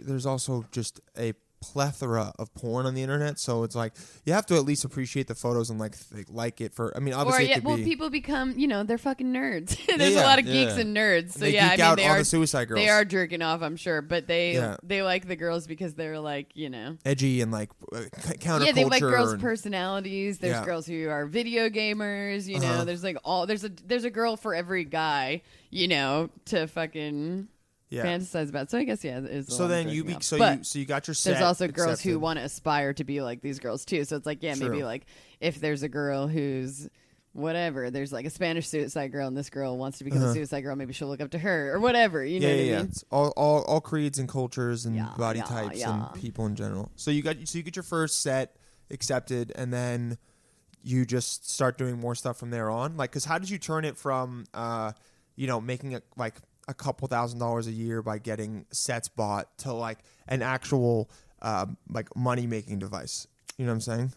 [SPEAKER 3] there's also just a plethora of porn on the internet. So it's like you have to at least appreciate the photos and like th- like it for. I mean,
[SPEAKER 5] Or
[SPEAKER 3] obviously, it
[SPEAKER 5] yeah,
[SPEAKER 3] could
[SPEAKER 5] well,
[SPEAKER 3] be,
[SPEAKER 5] people become you know they're fucking nerds. There's
[SPEAKER 3] yeah,
[SPEAKER 5] a lot of geeks
[SPEAKER 4] yeah.
[SPEAKER 5] and nerds, so
[SPEAKER 3] They
[SPEAKER 5] yeah,
[SPEAKER 3] geek
[SPEAKER 5] I mean
[SPEAKER 3] out
[SPEAKER 5] they
[SPEAKER 3] on
[SPEAKER 5] are
[SPEAKER 3] the Suicide Girls.
[SPEAKER 5] They are jerking off, I'm sure, but they
[SPEAKER 3] Yeah.
[SPEAKER 5] they like the girls because they're like you know.
[SPEAKER 3] edgy and like uh, c- counterculture.
[SPEAKER 5] Yeah, they like girls'
[SPEAKER 3] and-
[SPEAKER 5] personalities. There's
[SPEAKER 3] Yeah.
[SPEAKER 5] girls who are video gamers. You know,
[SPEAKER 3] Uh-huh.
[SPEAKER 5] there's like all there's a there's a girl for every guy. You know, to fucking
[SPEAKER 6] Yeah.
[SPEAKER 5] fantasize about. So I guess yeah, it is. the
[SPEAKER 6] so
[SPEAKER 5] one
[SPEAKER 6] then
[SPEAKER 5] breaking
[SPEAKER 6] you be
[SPEAKER 5] up.
[SPEAKER 6] so
[SPEAKER 5] But
[SPEAKER 6] you so you got your set.
[SPEAKER 5] there's also girls who
[SPEAKER 6] accepted.
[SPEAKER 5] want to aspire to be like these girls too. So it's like yeah, maybe
[SPEAKER 6] True.
[SPEAKER 5] like if there's a girl who's whatever, there's like a Spanish suicide girl, and this girl wants to become a suicide girl. Maybe she'll look up to her or whatever. You know
[SPEAKER 6] Uh-huh. Yeah,
[SPEAKER 5] what
[SPEAKER 6] yeah,
[SPEAKER 5] I
[SPEAKER 6] yeah.
[SPEAKER 5] mean?
[SPEAKER 3] It's all, all all creeds and cultures and
[SPEAKER 5] Yeah,
[SPEAKER 3] body
[SPEAKER 5] yeah,
[SPEAKER 3] types
[SPEAKER 5] yeah.
[SPEAKER 3] and people in general. So you got so you get your first set accepted, and then you just start doing more stuff from there on. Like, because how did you turn it from, uh, you know, making it like a couple thousand dollars a year by getting sets bought to like an actual uh, like money making device? You know what I'm saying?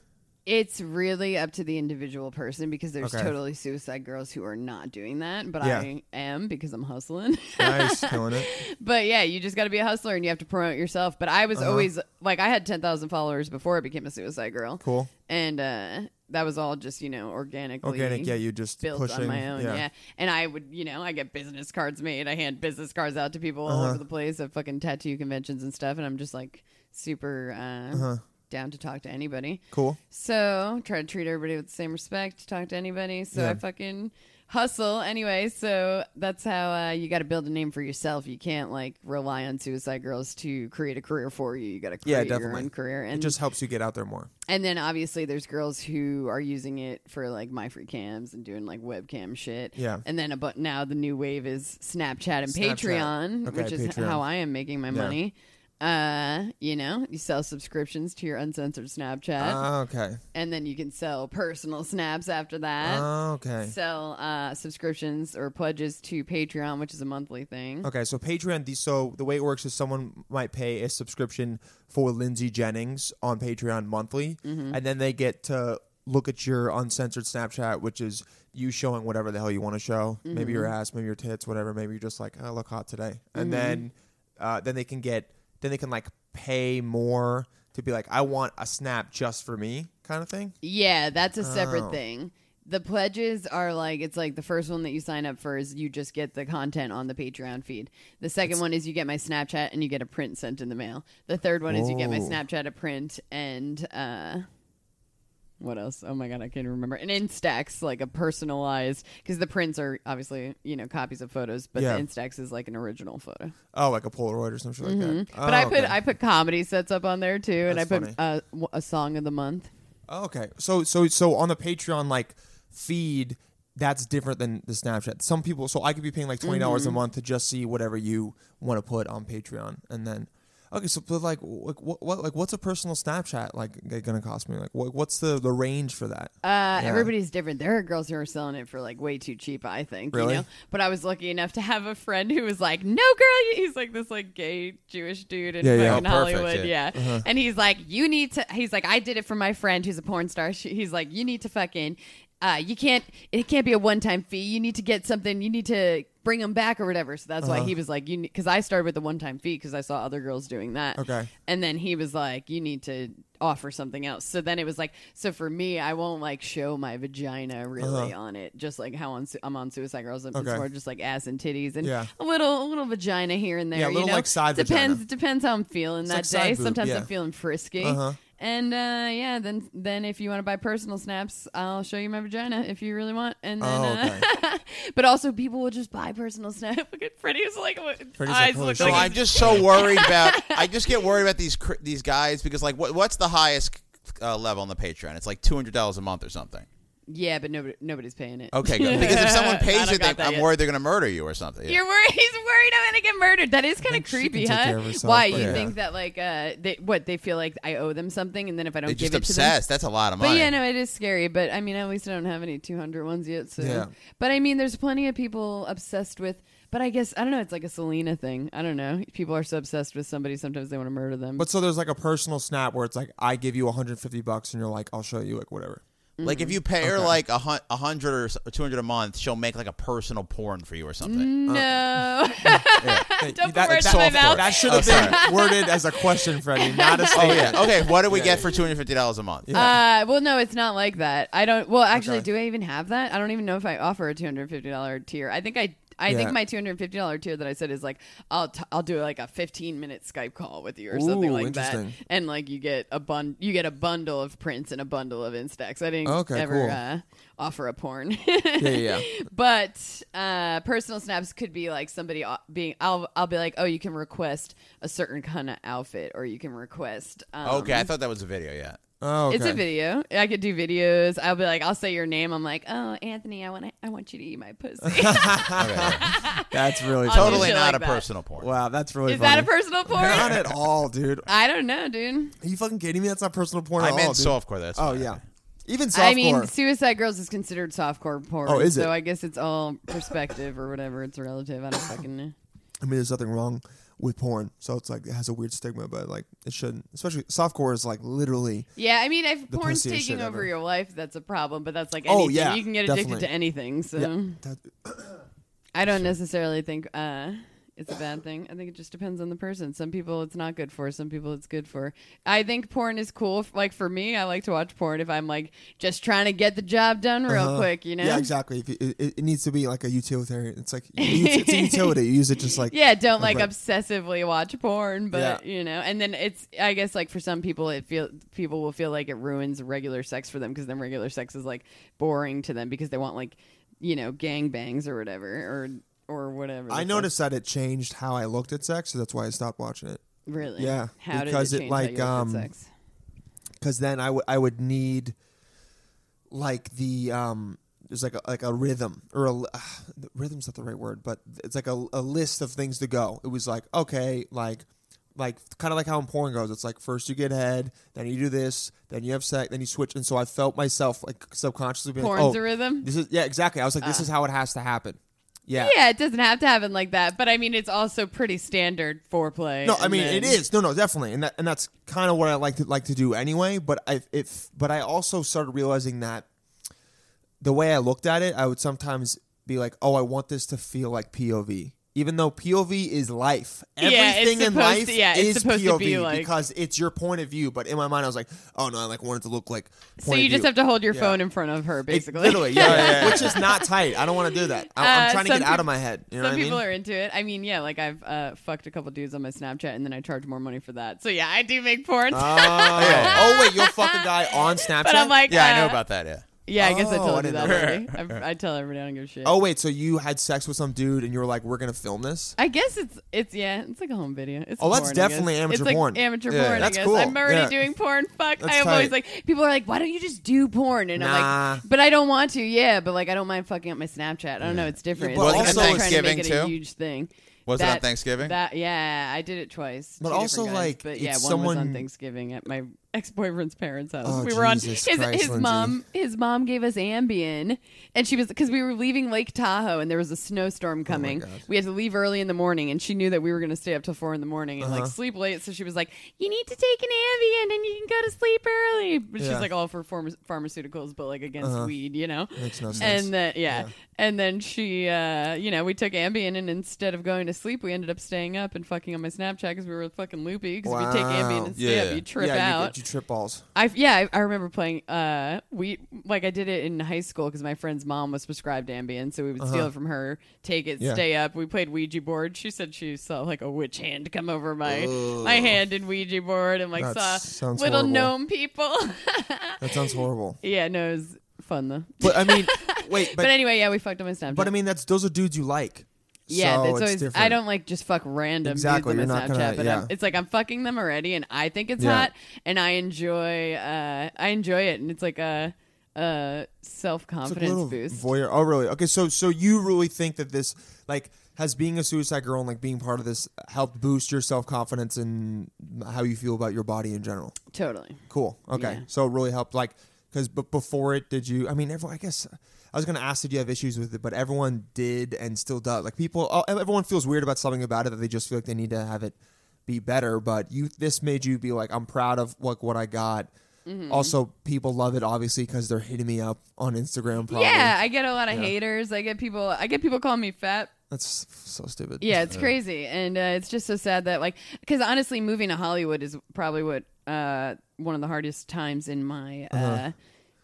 [SPEAKER 5] It's really up to the individual person because there's
[SPEAKER 3] Okay.
[SPEAKER 5] totally suicide girls who are not doing that, but
[SPEAKER 3] Yeah.
[SPEAKER 5] I am because I'm hustling.
[SPEAKER 3] Nice, killing it.
[SPEAKER 5] but yeah, you just got to be a hustler and you have to promote yourself. But I was
[SPEAKER 3] Uh-huh.
[SPEAKER 5] always like, I had 10,000 followers before I became a suicide girl.
[SPEAKER 3] Cool,
[SPEAKER 5] And uh, that was all just, you know, organically.
[SPEAKER 3] organic. Yeah, you just
[SPEAKER 5] Built
[SPEAKER 3] pushing.
[SPEAKER 5] on my own, yeah. And I would, you know, I get business cards made. I hand business cards out to people
[SPEAKER 3] Uh-huh.
[SPEAKER 5] all over the place at fucking tattoo conventions and stuff. And I'm just like super uh,
[SPEAKER 3] Uh-huh.
[SPEAKER 5] down to talk to anybody.
[SPEAKER 3] cool.
[SPEAKER 5] So try to treat everybody with the same respect. Talk to anybody. So
[SPEAKER 3] Yeah.
[SPEAKER 5] I fucking hustle anyway. So that's how uh, you got to build a name for yourself. You can't like rely on Suicide Girls to create a career for you. You got to
[SPEAKER 3] Yeah,
[SPEAKER 5] create your
[SPEAKER 3] definitely.
[SPEAKER 5] own career.
[SPEAKER 3] It
[SPEAKER 5] And
[SPEAKER 3] just helps you get out there more.
[SPEAKER 5] and then obviously there's girls who are using it for like my free cams and doing like webcam shit.
[SPEAKER 3] Yeah.
[SPEAKER 5] And then but now the new wave is Snapchat and
[SPEAKER 3] Snapchat.
[SPEAKER 5] Patreon,
[SPEAKER 3] Okay,
[SPEAKER 5] which is
[SPEAKER 3] Patreon.
[SPEAKER 5] how I am making my
[SPEAKER 3] Yeah.
[SPEAKER 5] money. Uh, you know, you sell subscriptions to your uncensored Snapchat
[SPEAKER 3] Ah, okay.
[SPEAKER 5] and then you can sell personal snaps after that.
[SPEAKER 3] Ah, okay.
[SPEAKER 5] Sell uh, subscriptions or pledges to Patreon, which is a monthly thing.
[SPEAKER 3] Okay, so Patreon. the- So the way it works is someone might pay a subscription for Lindsay Jennings on Patreon monthly,
[SPEAKER 5] Mm-hmm.
[SPEAKER 3] and then they get to look at your uncensored Snapchat, which is you showing whatever the hell you want to show. Maybe
[SPEAKER 5] Mm-hmm.
[SPEAKER 3] your ass, maybe your tits, whatever. Maybe you're just like, I look hot today, and then uh, then they can get then they can like pay more to be like, I want a snap just for me, kind of thing.
[SPEAKER 5] Yeah, that's a separate
[SPEAKER 3] Oh.
[SPEAKER 5] thing. The pledges are like it's like the first one that you sign up for is you just get the content on the Patreon feed. The second one is you get my Snapchat and you get a print sent in the mail. The third one is you get my
[SPEAKER 3] Whoa.
[SPEAKER 5] Snapchat a print and uh what else? Oh my god, I can't remember. And Instax like a personalized because the prints are obviously you know copies of photos, but
[SPEAKER 3] Yeah.
[SPEAKER 5] the Instax is like an original photo.
[SPEAKER 3] Oh, like a Polaroid or something like that.
[SPEAKER 5] Mm-hmm. But
[SPEAKER 3] Oh,
[SPEAKER 5] I put
[SPEAKER 3] okay.
[SPEAKER 5] I put comedy sets up on there too, and I
[SPEAKER 3] That's funny.
[SPEAKER 5] put uh, w- a song of the month.
[SPEAKER 3] Oh, okay. So so so on the Patreon like feed, that's different than the Snapchat. Some people so I could be paying like twenty dollars a
[SPEAKER 5] Mm-hmm.
[SPEAKER 3] month to just see whatever you want to put on Patreon, and then okay. So but like like what, what like what's a personal Snapchat like g- gonna cost me? Like what, what's the the range for that?
[SPEAKER 5] Uh,
[SPEAKER 3] Yeah.
[SPEAKER 5] Everybody's different. There are girls who are selling it for like way too cheap, I think.
[SPEAKER 3] Really?
[SPEAKER 5] You know? But I was lucky enough to have a friend who was like, "No, girl," he's like this like gay Jewish dude in
[SPEAKER 3] Yeah, yeah.
[SPEAKER 5] fucking
[SPEAKER 4] Oh, perfect,
[SPEAKER 5] Hollywood, yeah.
[SPEAKER 4] yeah.
[SPEAKER 3] Uh-huh.
[SPEAKER 5] And he's like, "You need to." He's like, "I did it for my friend who's a porn star." She, he's like, "You need to fucking." Uh, you can't. It can't be a one-time fee. You need to get something. You need to bring them back or whatever. So that's why
[SPEAKER 3] Uh-huh.
[SPEAKER 5] he was like, "You," because I started with the one-time fee because I saw other girls doing that.
[SPEAKER 3] Okay.
[SPEAKER 5] And then he was like, "You need to offer something else." So then it was like, so for me, I won't like show my vagina really on it, just like how on, Su- I'm on Suicide Girls. It's
[SPEAKER 3] Uh-huh. Okay.
[SPEAKER 5] more just like ass and titties and
[SPEAKER 3] Yeah.
[SPEAKER 5] a little a little vagina here and there.
[SPEAKER 3] Yeah, a
[SPEAKER 5] you
[SPEAKER 3] little,
[SPEAKER 5] know?
[SPEAKER 3] like, side
[SPEAKER 5] depends
[SPEAKER 3] vagina.
[SPEAKER 5] depends how I'm feeling that
[SPEAKER 3] like
[SPEAKER 5] day.
[SPEAKER 3] side boob,
[SPEAKER 5] Sometimes
[SPEAKER 3] yeah.
[SPEAKER 5] I'm feeling frisky.
[SPEAKER 3] Uh-huh.
[SPEAKER 5] And uh, yeah, then then if you want to buy personal snaps, I'll show you my vagina if you really want. And then,
[SPEAKER 3] Oh,
[SPEAKER 5] uh, but also people will just buy personal snap. Look at Freddie's like
[SPEAKER 3] like,
[SPEAKER 5] eyes
[SPEAKER 3] holy
[SPEAKER 5] look
[SPEAKER 3] shit.
[SPEAKER 4] So
[SPEAKER 5] like
[SPEAKER 4] I'm just so worried about. I just get worried about these cr- these guys because like what what's the highest uh, level on the Patreon? It's like two hundred dollars a month or something.
[SPEAKER 5] Yeah, but nobody nobody's paying it.
[SPEAKER 4] Okay, good. Because if someone
[SPEAKER 5] I
[SPEAKER 4] pays
[SPEAKER 5] don't
[SPEAKER 4] it,
[SPEAKER 5] got
[SPEAKER 4] they,
[SPEAKER 5] that
[SPEAKER 4] I'm
[SPEAKER 5] yet.
[SPEAKER 4] worried they're gonna murder you or something.
[SPEAKER 5] You're worried. He's worried I'm gonna get murdered. That is kind of
[SPEAKER 3] think she
[SPEAKER 5] creepy,
[SPEAKER 3] can take care
[SPEAKER 5] huh?
[SPEAKER 3] of herself,
[SPEAKER 5] Why
[SPEAKER 3] but
[SPEAKER 5] you
[SPEAKER 3] yeah.
[SPEAKER 5] think that like uh, they, what they feel like I owe them something, and then if I don't
[SPEAKER 4] They're
[SPEAKER 5] give
[SPEAKER 4] just
[SPEAKER 5] it to them,
[SPEAKER 4] obsessed. That's a lot of money.
[SPEAKER 5] But yeah, no, it is scary. But I mean, at least I don't have any 200 ones yet. So,
[SPEAKER 3] Yeah.
[SPEAKER 5] but I mean, there's plenty of people obsessed with. But I guess I don't know. It's like a Selena thing. I don't know. People are so obsessed with somebody. Sometimes they want to murder them.
[SPEAKER 3] But so there's like a personal snap where it's like I give you 150 bucks and you're like I'll show you like whatever.
[SPEAKER 4] Like if you pay her
[SPEAKER 3] Mm-hmm. Okay.
[SPEAKER 4] like a hun- a hundred or s- or two hundred a month, she'll make like a personal porn for you or something.
[SPEAKER 3] Mm.
[SPEAKER 5] no,
[SPEAKER 3] That-
[SPEAKER 5] Don't put
[SPEAKER 3] that-
[SPEAKER 5] words in
[SPEAKER 3] that-
[SPEAKER 5] my mouth.
[SPEAKER 3] That should have
[SPEAKER 4] Oh,
[SPEAKER 3] been worded as a question, Freddie, not a
[SPEAKER 4] Oh
[SPEAKER 3] statement.
[SPEAKER 4] yeah. Okay. What do we get for two hundred fifty dollars a month?
[SPEAKER 5] Uh, well, no, it's not like that. I don't. Well, actually,
[SPEAKER 3] Okay.
[SPEAKER 5] do I even have that? I don't even know if I offer a two hundred fifty dollar tier. I think I I
[SPEAKER 3] Yeah.
[SPEAKER 5] think my two hundred fifty dollar tier that I said is like I'll t- I'll do like a fifteen minute Skype call with you or something
[SPEAKER 3] Ooh,
[SPEAKER 5] like that,
[SPEAKER 3] interesting.
[SPEAKER 5] and like you get a bun you get a bundle of prints and a bundle of Instax. I didn't
[SPEAKER 3] Okay,
[SPEAKER 5] ever
[SPEAKER 3] cool.
[SPEAKER 5] uh, offer a porn.
[SPEAKER 3] Yeah, yeah. yeah.
[SPEAKER 5] but uh, personal snaps could be like somebody o- being I'll I'll be like oh you can request a certain kind of outfit or you can request um,
[SPEAKER 4] Okay, I thought that was a video. Yeah.
[SPEAKER 3] Oh, okay.
[SPEAKER 5] It's a video. I could do videos. I'll be like, I'll say your name. I'm like, oh, Anthony, I want to, I want you to eat my pussy.
[SPEAKER 4] Okay.
[SPEAKER 3] That's really
[SPEAKER 5] I'll do
[SPEAKER 4] totally
[SPEAKER 5] shit
[SPEAKER 4] not
[SPEAKER 5] like
[SPEAKER 4] a
[SPEAKER 5] that.
[SPEAKER 4] personal porn.
[SPEAKER 3] Wow, that's really
[SPEAKER 5] Is that a
[SPEAKER 3] funny.
[SPEAKER 5] personal
[SPEAKER 3] Not
[SPEAKER 5] porn?
[SPEAKER 3] at all, dude. Are
[SPEAKER 5] I don't know, dude.
[SPEAKER 3] you fucking kidding me? That's not personal porn
[SPEAKER 4] I
[SPEAKER 3] at all.
[SPEAKER 4] meant
[SPEAKER 3] dude.
[SPEAKER 4] softcore. That's
[SPEAKER 3] Oh
[SPEAKER 4] fine.
[SPEAKER 3] yeah, even softcore.
[SPEAKER 5] I mean, Suicide Girls is considered softcore porn.
[SPEAKER 3] Oh, is it?
[SPEAKER 5] So I guess it's all perspective or whatever. It's relative. I don't fucking know.
[SPEAKER 3] I mean, there's nothing wrong with porn, so it's like it has a weird stigma, but like it shouldn't. Especially softcore is like literally.
[SPEAKER 5] Yeah, I mean, if
[SPEAKER 3] The
[SPEAKER 5] porn's
[SPEAKER 3] pussiest shit
[SPEAKER 5] taking over
[SPEAKER 3] ever.
[SPEAKER 5] your life, that's a problem. But that's like anything.
[SPEAKER 3] Oh, yeah,
[SPEAKER 5] you can get addicted
[SPEAKER 3] definitely.
[SPEAKER 5] to anything. So
[SPEAKER 3] That,
[SPEAKER 5] I don't necessarily think uh, it's a bad thing. I think it just depends on the person. Some people it's not good for. Some people it's good for. I think porn is cool. F- Like for me, I like to watch porn if I'm like just trying to get the job done real
[SPEAKER 3] uh,
[SPEAKER 5] quick. You know.
[SPEAKER 3] Yeah, exactly. If you, it, it needs to be like a utilitarian. It's like it's a utility. You use it just like
[SPEAKER 5] Yeah, don't like
[SPEAKER 3] Right.
[SPEAKER 5] obsessively watch porn, but
[SPEAKER 3] Yeah.
[SPEAKER 5] you know, and then it's I guess like for some people it feel people will feel like it ruins regular sex for them because then regular sex is like boring to them because they want like you know gang bangs or whatever or or whatever.
[SPEAKER 3] I
[SPEAKER 5] That's,
[SPEAKER 3] noticed that it changed how I looked at sex, so that's why I stopped watching it.
[SPEAKER 5] like, really
[SPEAKER 3] yeah,
[SPEAKER 5] how
[SPEAKER 3] because it,
[SPEAKER 5] did it, change how
[SPEAKER 3] like,
[SPEAKER 5] you looked
[SPEAKER 3] um,
[SPEAKER 5] at sex?
[SPEAKER 3] Because then I would I would need like the um there's like a, like a rhythm or a li- rhythm's not the right word, but it's like a, a list of things to go. It was like okay, like like kind of like how in porn goes. It's like first you get head, then you do this, then you have sex, then you switch. And so I felt myself like subconsciously being like,
[SPEAKER 5] Porn's
[SPEAKER 3] oh,
[SPEAKER 5] a rhythm? Ah.
[SPEAKER 3] This is yeah, exactly. I was like, this is how it has to happen. Yeah.
[SPEAKER 5] Yeah, it doesn't have to happen like that, but I mean, it's also pretty standard foreplay.
[SPEAKER 3] No, I
[SPEAKER 5] and
[SPEAKER 3] mean
[SPEAKER 5] then-
[SPEAKER 3] it is. No, no, definitely, and that, and that's kind of what I like to like to do anyway. But I if but I also started realizing that the way I looked at it, I would sometimes be like, oh, I want this to feel like POV, even though POV is life.
[SPEAKER 5] Yeah, it's
[SPEAKER 3] Everything in
[SPEAKER 5] supposed
[SPEAKER 3] life
[SPEAKER 5] to- yeah, it's
[SPEAKER 3] is
[SPEAKER 5] supposed
[SPEAKER 3] POV
[SPEAKER 5] to be like-
[SPEAKER 3] because it's your point of view. But in my mind, I was like, oh no, I like want it to look like.
[SPEAKER 5] So you just have to hold your
[SPEAKER 3] Yeah.
[SPEAKER 5] phone in front of her,
[SPEAKER 3] It,
[SPEAKER 5] basically.
[SPEAKER 3] literally, yeah, which is not tight. I don't want to do that. I,
[SPEAKER 5] Uh,
[SPEAKER 3] I'm trying to
[SPEAKER 5] some
[SPEAKER 3] get out
[SPEAKER 5] peop-
[SPEAKER 3] of my head. You know
[SPEAKER 5] Some
[SPEAKER 3] what I mean?
[SPEAKER 5] people are into it. I mean, yeah, like I've uh, fucked a couple dudes on my Snapchat, and then I charge more money for that. So yeah, I do make porn.
[SPEAKER 3] Oh, yeah. Oh, wait, you'll fuck a guy on Snapchat.
[SPEAKER 5] but I'm like,
[SPEAKER 4] Yeah, I know
[SPEAKER 5] uh,
[SPEAKER 4] about that. Yeah.
[SPEAKER 5] Yeah, I guess I
[SPEAKER 3] Oh, I
[SPEAKER 5] told you
[SPEAKER 3] didn't
[SPEAKER 5] that.
[SPEAKER 3] know
[SPEAKER 5] already. I, I tell everybody I don't give a shit.
[SPEAKER 3] Oh wait, so you had sex with some dude and you were like, "We're gonna film this."
[SPEAKER 5] I guess it's it's yeah, it's like a home video. It's
[SPEAKER 3] Oh, that's
[SPEAKER 5] porn, I
[SPEAKER 3] definitely
[SPEAKER 5] guess.
[SPEAKER 3] amateur
[SPEAKER 5] it's like
[SPEAKER 3] porn.
[SPEAKER 5] Amateur
[SPEAKER 4] Yeah.
[SPEAKER 5] porn.
[SPEAKER 3] That's
[SPEAKER 5] I guess.
[SPEAKER 3] cool.
[SPEAKER 5] I'm already
[SPEAKER 3] Yeah.
[SPEAKER 5] doing porn. Fuck.
[SPEAKER 3] That's
[SPEAKER 5] I am always
[SPEAKER 3] tight.
[SPEAKER 5] like, people are like, why don't you just do porn? And I'm
[SPEAKER 3] Nah.
[SPEAKER 5] like, but I don't want to. Yeah, but like I don't mind fucking up my Snapchat. I don't know. It's different.
[SPEAKER 3] but
[SPEAKER 5] It's like,
[SPEAKER 4] Wasn't it
[SPEAKER 5] I'm not trying to
[SPEAKER 4] Thanksgiving,
[SPEAKER 5] make it a
[SPEAKER 4] too?
[SPEAKER 5] huge thing.
[SPEAKER 4] Was it on
[SPEAKER 5] That-
[SPEAKER 4] Thanksgiving?
[SPEAKER 5] That yeah, I did it twice.
[SPEAKER 3] But
[SPEAKER 5] two different
[SPEAKER 3] also,
[SPEAKER 5] guys.
[SPEAKER 3] like,
[SPEAKER 5] but yeah,
[SPEAKER 3] it's
[SPEAKER 5] one was
[SPEAKER 3] someone-
[SPEAKER 5] on Thanksgiving at my ex boyfriend's parents' house.
[SPEAKER 3] Oh,
[SPEAKER 5] we were on
[SPEAKER 3] Jesus
[SPEAKER 5] his
[SPEAKER 3] Christ,
[SPEAKER 5] his
[SPEAKER 3] Lindsay.
[SPEAKER 5] mom his mom gave us Ambien, and she was because we were leaving Lake Tahoe and there was a
[SPEAKER 3] Oh
[SPEAKER 5] snowstorm coming.
[SPEAKER 3] God.
[SPEAKER 5] we had to leave early in the morning, and she knew that we were going to stay up till four in the morning and
[SPEAKER 3] Uh-huh.
[SPEAKER 5] like sleep late. So she was like, "You need to take an Ambien, and you can go to sleep early." But
[SPEAKER 3] Yeah. Uh-huh.
[SPEAKER 5] she's like all for pharma- pharmaceuticals, but like against weed, you know.
[SPEAKER 3] Makes no sense.
[SPEAKER 5] And then yeah. and then she, uh, you know, we took Ambien, and instead of going to sleep, we ended up staying up and fucking on my Snapchat because we were fucking loopy. Because if you take
[SPEAKER 3] Wow.
[SPEAKER 5] Ambien and stay
[SPEAKER 4] Yeah.
[SPEAKER 5] up, you trip
[SPEAKER 3] yeah, You,
[SPEAKER 5] out.
[SPEAKER 3] get- you trip balls.
[SPEAKER 5] I yeah, I, I remember playing. Uh, we like I did it in high school because my friend's mom was prescribed Ambien, so we would steal it from her, take it,
[SPEAKER 3] Uh-huh. Yeah.
[SPEAKER 5] stay up. We played Ouija board. She said she saw like a witch hand come over my my hand in Ouija board, and like
[SPEAKER 3] That
[SPEAKER 5] saw
[SPEAKER 3] sounds
[SPEAKER 5] little
[SPEAKER 3] horrible.
[SPEAKER 5] gnome people.
[SPEAKER 3] That sounds horrible.
[SPEAKER 5] yeah, no, it was fun though. But,
[SPEAKER 3] But I mean, wait, but but,
[SPEAKER 5] anyway, yeah, we fucked on my Snapchat.
[SPEAKER 3] I mean, that's those are dudes you like.
[SPEAKER 5] Yeah,
[SPEAKER 3] so
[SPEAKER 5] that's
[SPEAKER 3] it's
[SPEAKER 5] always.
[SPEAKER 3] different.
[SPEAKER 5] I don't like just fuck random
[SPEAKER 3] Exactly,
[SPEAKER 5] dudes
[SPEAKER 3] you're
[SPEAKER 5] on my
[SPEAKER 3] not
[SPEAKER 5] Snapchat,
[SPEAKER 3] gonna-
[SPEAKER 5] but
[SPEAKER 3] yeah.
[SPEAKER 5] I'm, it's like I'm fucking them already, and I think it's
[SPEAKER 3] Yeah.
[SPEAKER 5] hot, and I enjoy. Uh, I enjoy it, and it's like a, a self
[SPEAKER 3] It's like a
[SPEAKER 5] confidence
[SPEAKER 3] little
[SPEAKER 5] boost.
[SPEAKER 3] Voyeur. Oh, really? Okay, so so you really think that this like has being a suicide girl and like being part of this helped boost your self confidence and how you feel about your body in general?
[SPEAKER 5] totally.
[SPEAKER 3] Cool. Okay.
[SPEAKER 5] Yeah.
[SPEAKER 3] So it really helped. Like, because but before it, did you? I mean, everyone. I guess I was gonna ask, did you have issues with it? But everyone did and still does. Like people, oh, everyone feels weird about something about it that they just feel like they need to have it be better. But you, this made you be like, I'm proud of like what I got.
[SPEAKER 5] Mm-hmm.
[SPEAKER 3] Also, people love it obviously because they're hitting me up on Instagram. Probably.
[SPEAKER 5] Yeah, I get a lot of haters. I get people. I get people calling me fat.
[SPEAKER 3] that's so stupid.
[SPEAKER 5] Yeah, it's crazy, and uh, it's just so sad that like because honestly, moving to Hollywood is probably what uh, one of the hardest times in my. Uh,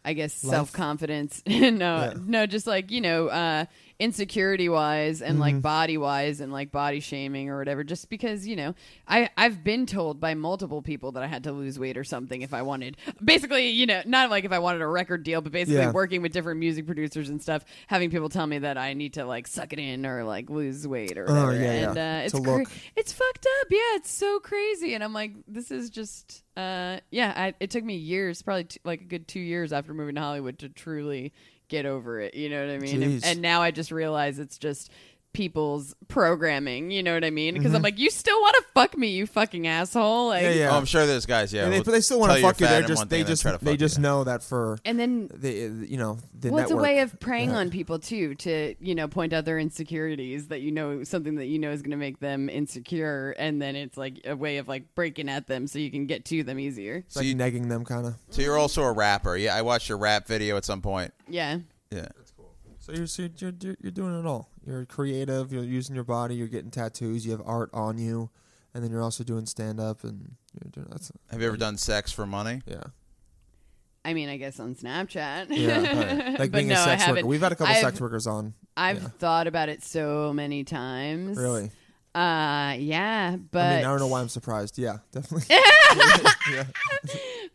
[SPEAKER 5] I guess self confidence. no, no, just like you know, uh, insecurity wise and like body wise and like body shaming or whatever just because you know i i've been told by multiple people that i had to lose weight or something if i wanted basically you know not like if i wanted a record deal but basically
[SPEAKER 3] Yeah.
[SPEAKER 5] working with different music producers and stuff having people tell me that i need to like suck it in or like lose weight or
[SPEAKER 3] Oh,
[SPEAKER 5] whatever
[SPEAKER 3] yeah,
[SPEAKER 5] and
[SPEAKER 3] yeah.
[SPEAKER 5] uh
[SPEAKER 3] To
[SPEAKER 5] it's cra-
[SPEAKER 3] look.
[SPEAKER 5] it's fucked up yeah it's so crazy and i'm like this is just uh yeah I, it took me years probably t- like a good two years after moving to hollywood to truly get over it you know what i mean
[SPEAKER 3] Jeez.
[SPEAKER 5] and, and now i just realize it's just people's programming you know what i mean because i'm like you still want to fuck me you fucking asshole like
[SPEAKER 3] Mm-hmm. Yeah, yeah.
[SPEAKER 4] Oh, I'm sure there's guys. Yeah,
[SPEAKER 3] And they,
[SPEAKER 4] who'll
[SPEAKER 3] but they still want
[SPEAKER 4] tell
[SPEAKER 3] to
[SPEAKER 4] you you're
[SPEAKER 3] fuck you.
[SPEAKER 4] fat
[SPEAKER 3] They're
[SPEAKER 4] in one
[SPEAKER 3] just
[SPEAKER 4] thing
[SPEAKER 3] they
[SPEAKER 4] and then
[SPEAKER 3] just
[SPEAKER 4] try to fuck
[SPEAKER 3] they
[SPEAKER 4] you.
[SPEAKER 3] just know that for
[SPEAKER 5] and then
[SPEAKER 3] the you know the
[SPEAKER 5] well, it's a
[SPEAKER 3] network.
[SPEAKER 5] way of preying
[SPEAKER 3] Yeah.
[SPEAKER 5] on people too, to you know point out their insecurities that you know something that you know is going to make them insecure, and then it's like a way of like breaking at them so you can get to them easier.
[SPEAKER 3] It's like
[SPEAKER 4] you-
[SPEAKER 3] negging them kind of.
[SPEAKER 4] So you're also a rapper. Yeah, I watched your rap video at some point.
[SPEAKER 5] Yeah,
[SPEAKER 4] Yeah.
[SPEAKER 3] So you're, so you're you're you're doing it all. You're creative. You're using your body. You're getting tattoos. You have art on you, and then you're also doing stand up and you're doing that's
[SPEAKER 4] Have you ever done sex for money?
[SPEAKER 3] yeah.
[SPEAKER 5] I mean, I guess on Snapchat.
[SPEAKER 3] Yeah, like
[SPEAKER 5] But
[SPEAKER 3] being
[SPEAKER 5] no,
[SPEAKER 3] a
[SPEAKER 5] I
[SPEAKER 3] sex worker.
[SPEAKER 5] haven't.
[SPEAKER 3] We've had a couple
[SPEAKER 5] I've-
[SPEAKER 3] sex workers on.
[SPEAKER 5] I've
[SPEAKER 3] Yeah.
[SPEAKER 5] thought about it so many times.
[SPEAKER 3] Really,
[SPEAKER 5] Uh, yeah, but
[SPEAKER 3] I mean, I don't know why I'm surprised. Yeah, definitely. yeah,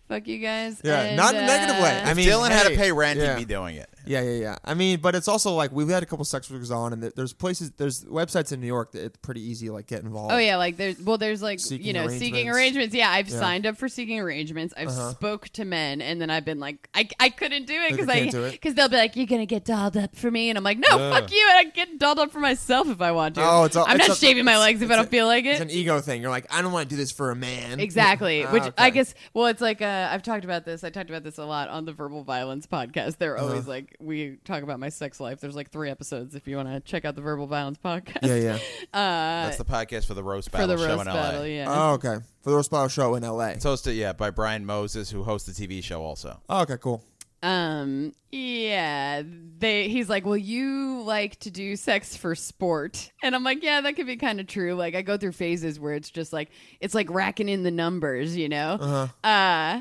[SPEAKER 5] Fuck you guys. and,
[SPEAKER 3] not in a negative way.
[SPEAKER 5] uh,
[SPEAKER 3] I
[SPEAKER 4] If
[SPEAKER 3] mean,
[SPEAKER 4] Dylan had to
[SPEAKER 3] hey,
[SPEAKER 4] pay rent.
[SPEAKER 3] yeah.
[SPEAKER 4] He'd be doing it.
[SPEAKER 3] Yeah, yeah, yeah. I mean, but it's also like we've had a couple sex workers on, and th- there's places, there's websites in New York that it's pretty easy to, like get involved.
[SPEAKER 5] Oh yeah, like there's well, there's like
[SPEAKER 3] Seeking
[SPEAKER 5] you know seeking
[SPEAKER 3] arrangements.
[SPEAKER 5] arrangements. Yeah, I've
[SPEAKER 3] Yeah. Uh-huh.
[SPEAKER 5] signed up for seeking arrangements. I've spoke to men, and then I've been like, I, I couldn't do it
[SPEAKER 3] Like,
[SPEAKER 5] because
[SPEAKER 3] I
[SPEAKER 5] I
[SPEAKER 3] can't do it?
[SPEAKER 5] because they'll be like, you're gonna get dolled up for me, and I'm like, no, fuck you, and I'm getting dolled up for myself if I want to.
[SPEAKER 3] Oh, it's all-
[SPEAKER 5] I'm
[SPEAKER 3] it's
[SPEAKER 5] not
[SPEAKER 3] a-
[SPEAKER 5] shaving my
[SPEAKER 3] it's-
[SPEAKER 5] legs if I
[SPEAKER 3] it's
[SPEAKER 5] don't
[SPEAKER 3] a-
[SPEAKER 5] feel like
[SPEAKER 3] It's
[SPEAKER 5] it.
[SPEAKER 3] an ego thing. You're like, I don't want to do this for a man.
[SPEAKER 5] Exactly,
[SPEAKER 3] Ah,
[SPEAKER 5] which I
[SPEAKER 3] okay.
[SPEAKER 5] guess. Well, it's like uh, I've talked about this. I talked about this a lot on the Verbal Violence podcast. They're
[SPEAKER 3] Uh-huh.
[SPEAKER 5] always like we talk about my sex life. There's like three episodes if you want to check out the Verbal Violence podcast.
[SPEAKER 3] Yeah,
[SPEAKER 5] Uh,
[SPEAKER 3] yeah.
[SPEAKER 4] That's the podcast for the roast
[SPEAKER 5] for
[SPEAKER 4] battle
[SPEAKER 5] the
[SPEAKER 4] show
[SPEAKER 5] roast
[SPEAKER 4] in LA.
[SPEAKER 5] battle. Yeah.
[SPEAKER 3] Oh, okay. For the Roast Battle Show in L.A.
[SPEAKER 4] It's hosted, yeah, by Brian Moses, who hosts the TV show also.
[SPEAKER 3] Oh, okay, cool.
[SPEAKER 5] Um. Yeah. They. He's like, "Well, you like to do sex for sport," and I'm like, "Yeah, that could be kind of true." Like, I go through phases where it's just like it's like racking in the numbers, you know. Uh-huh. Uh.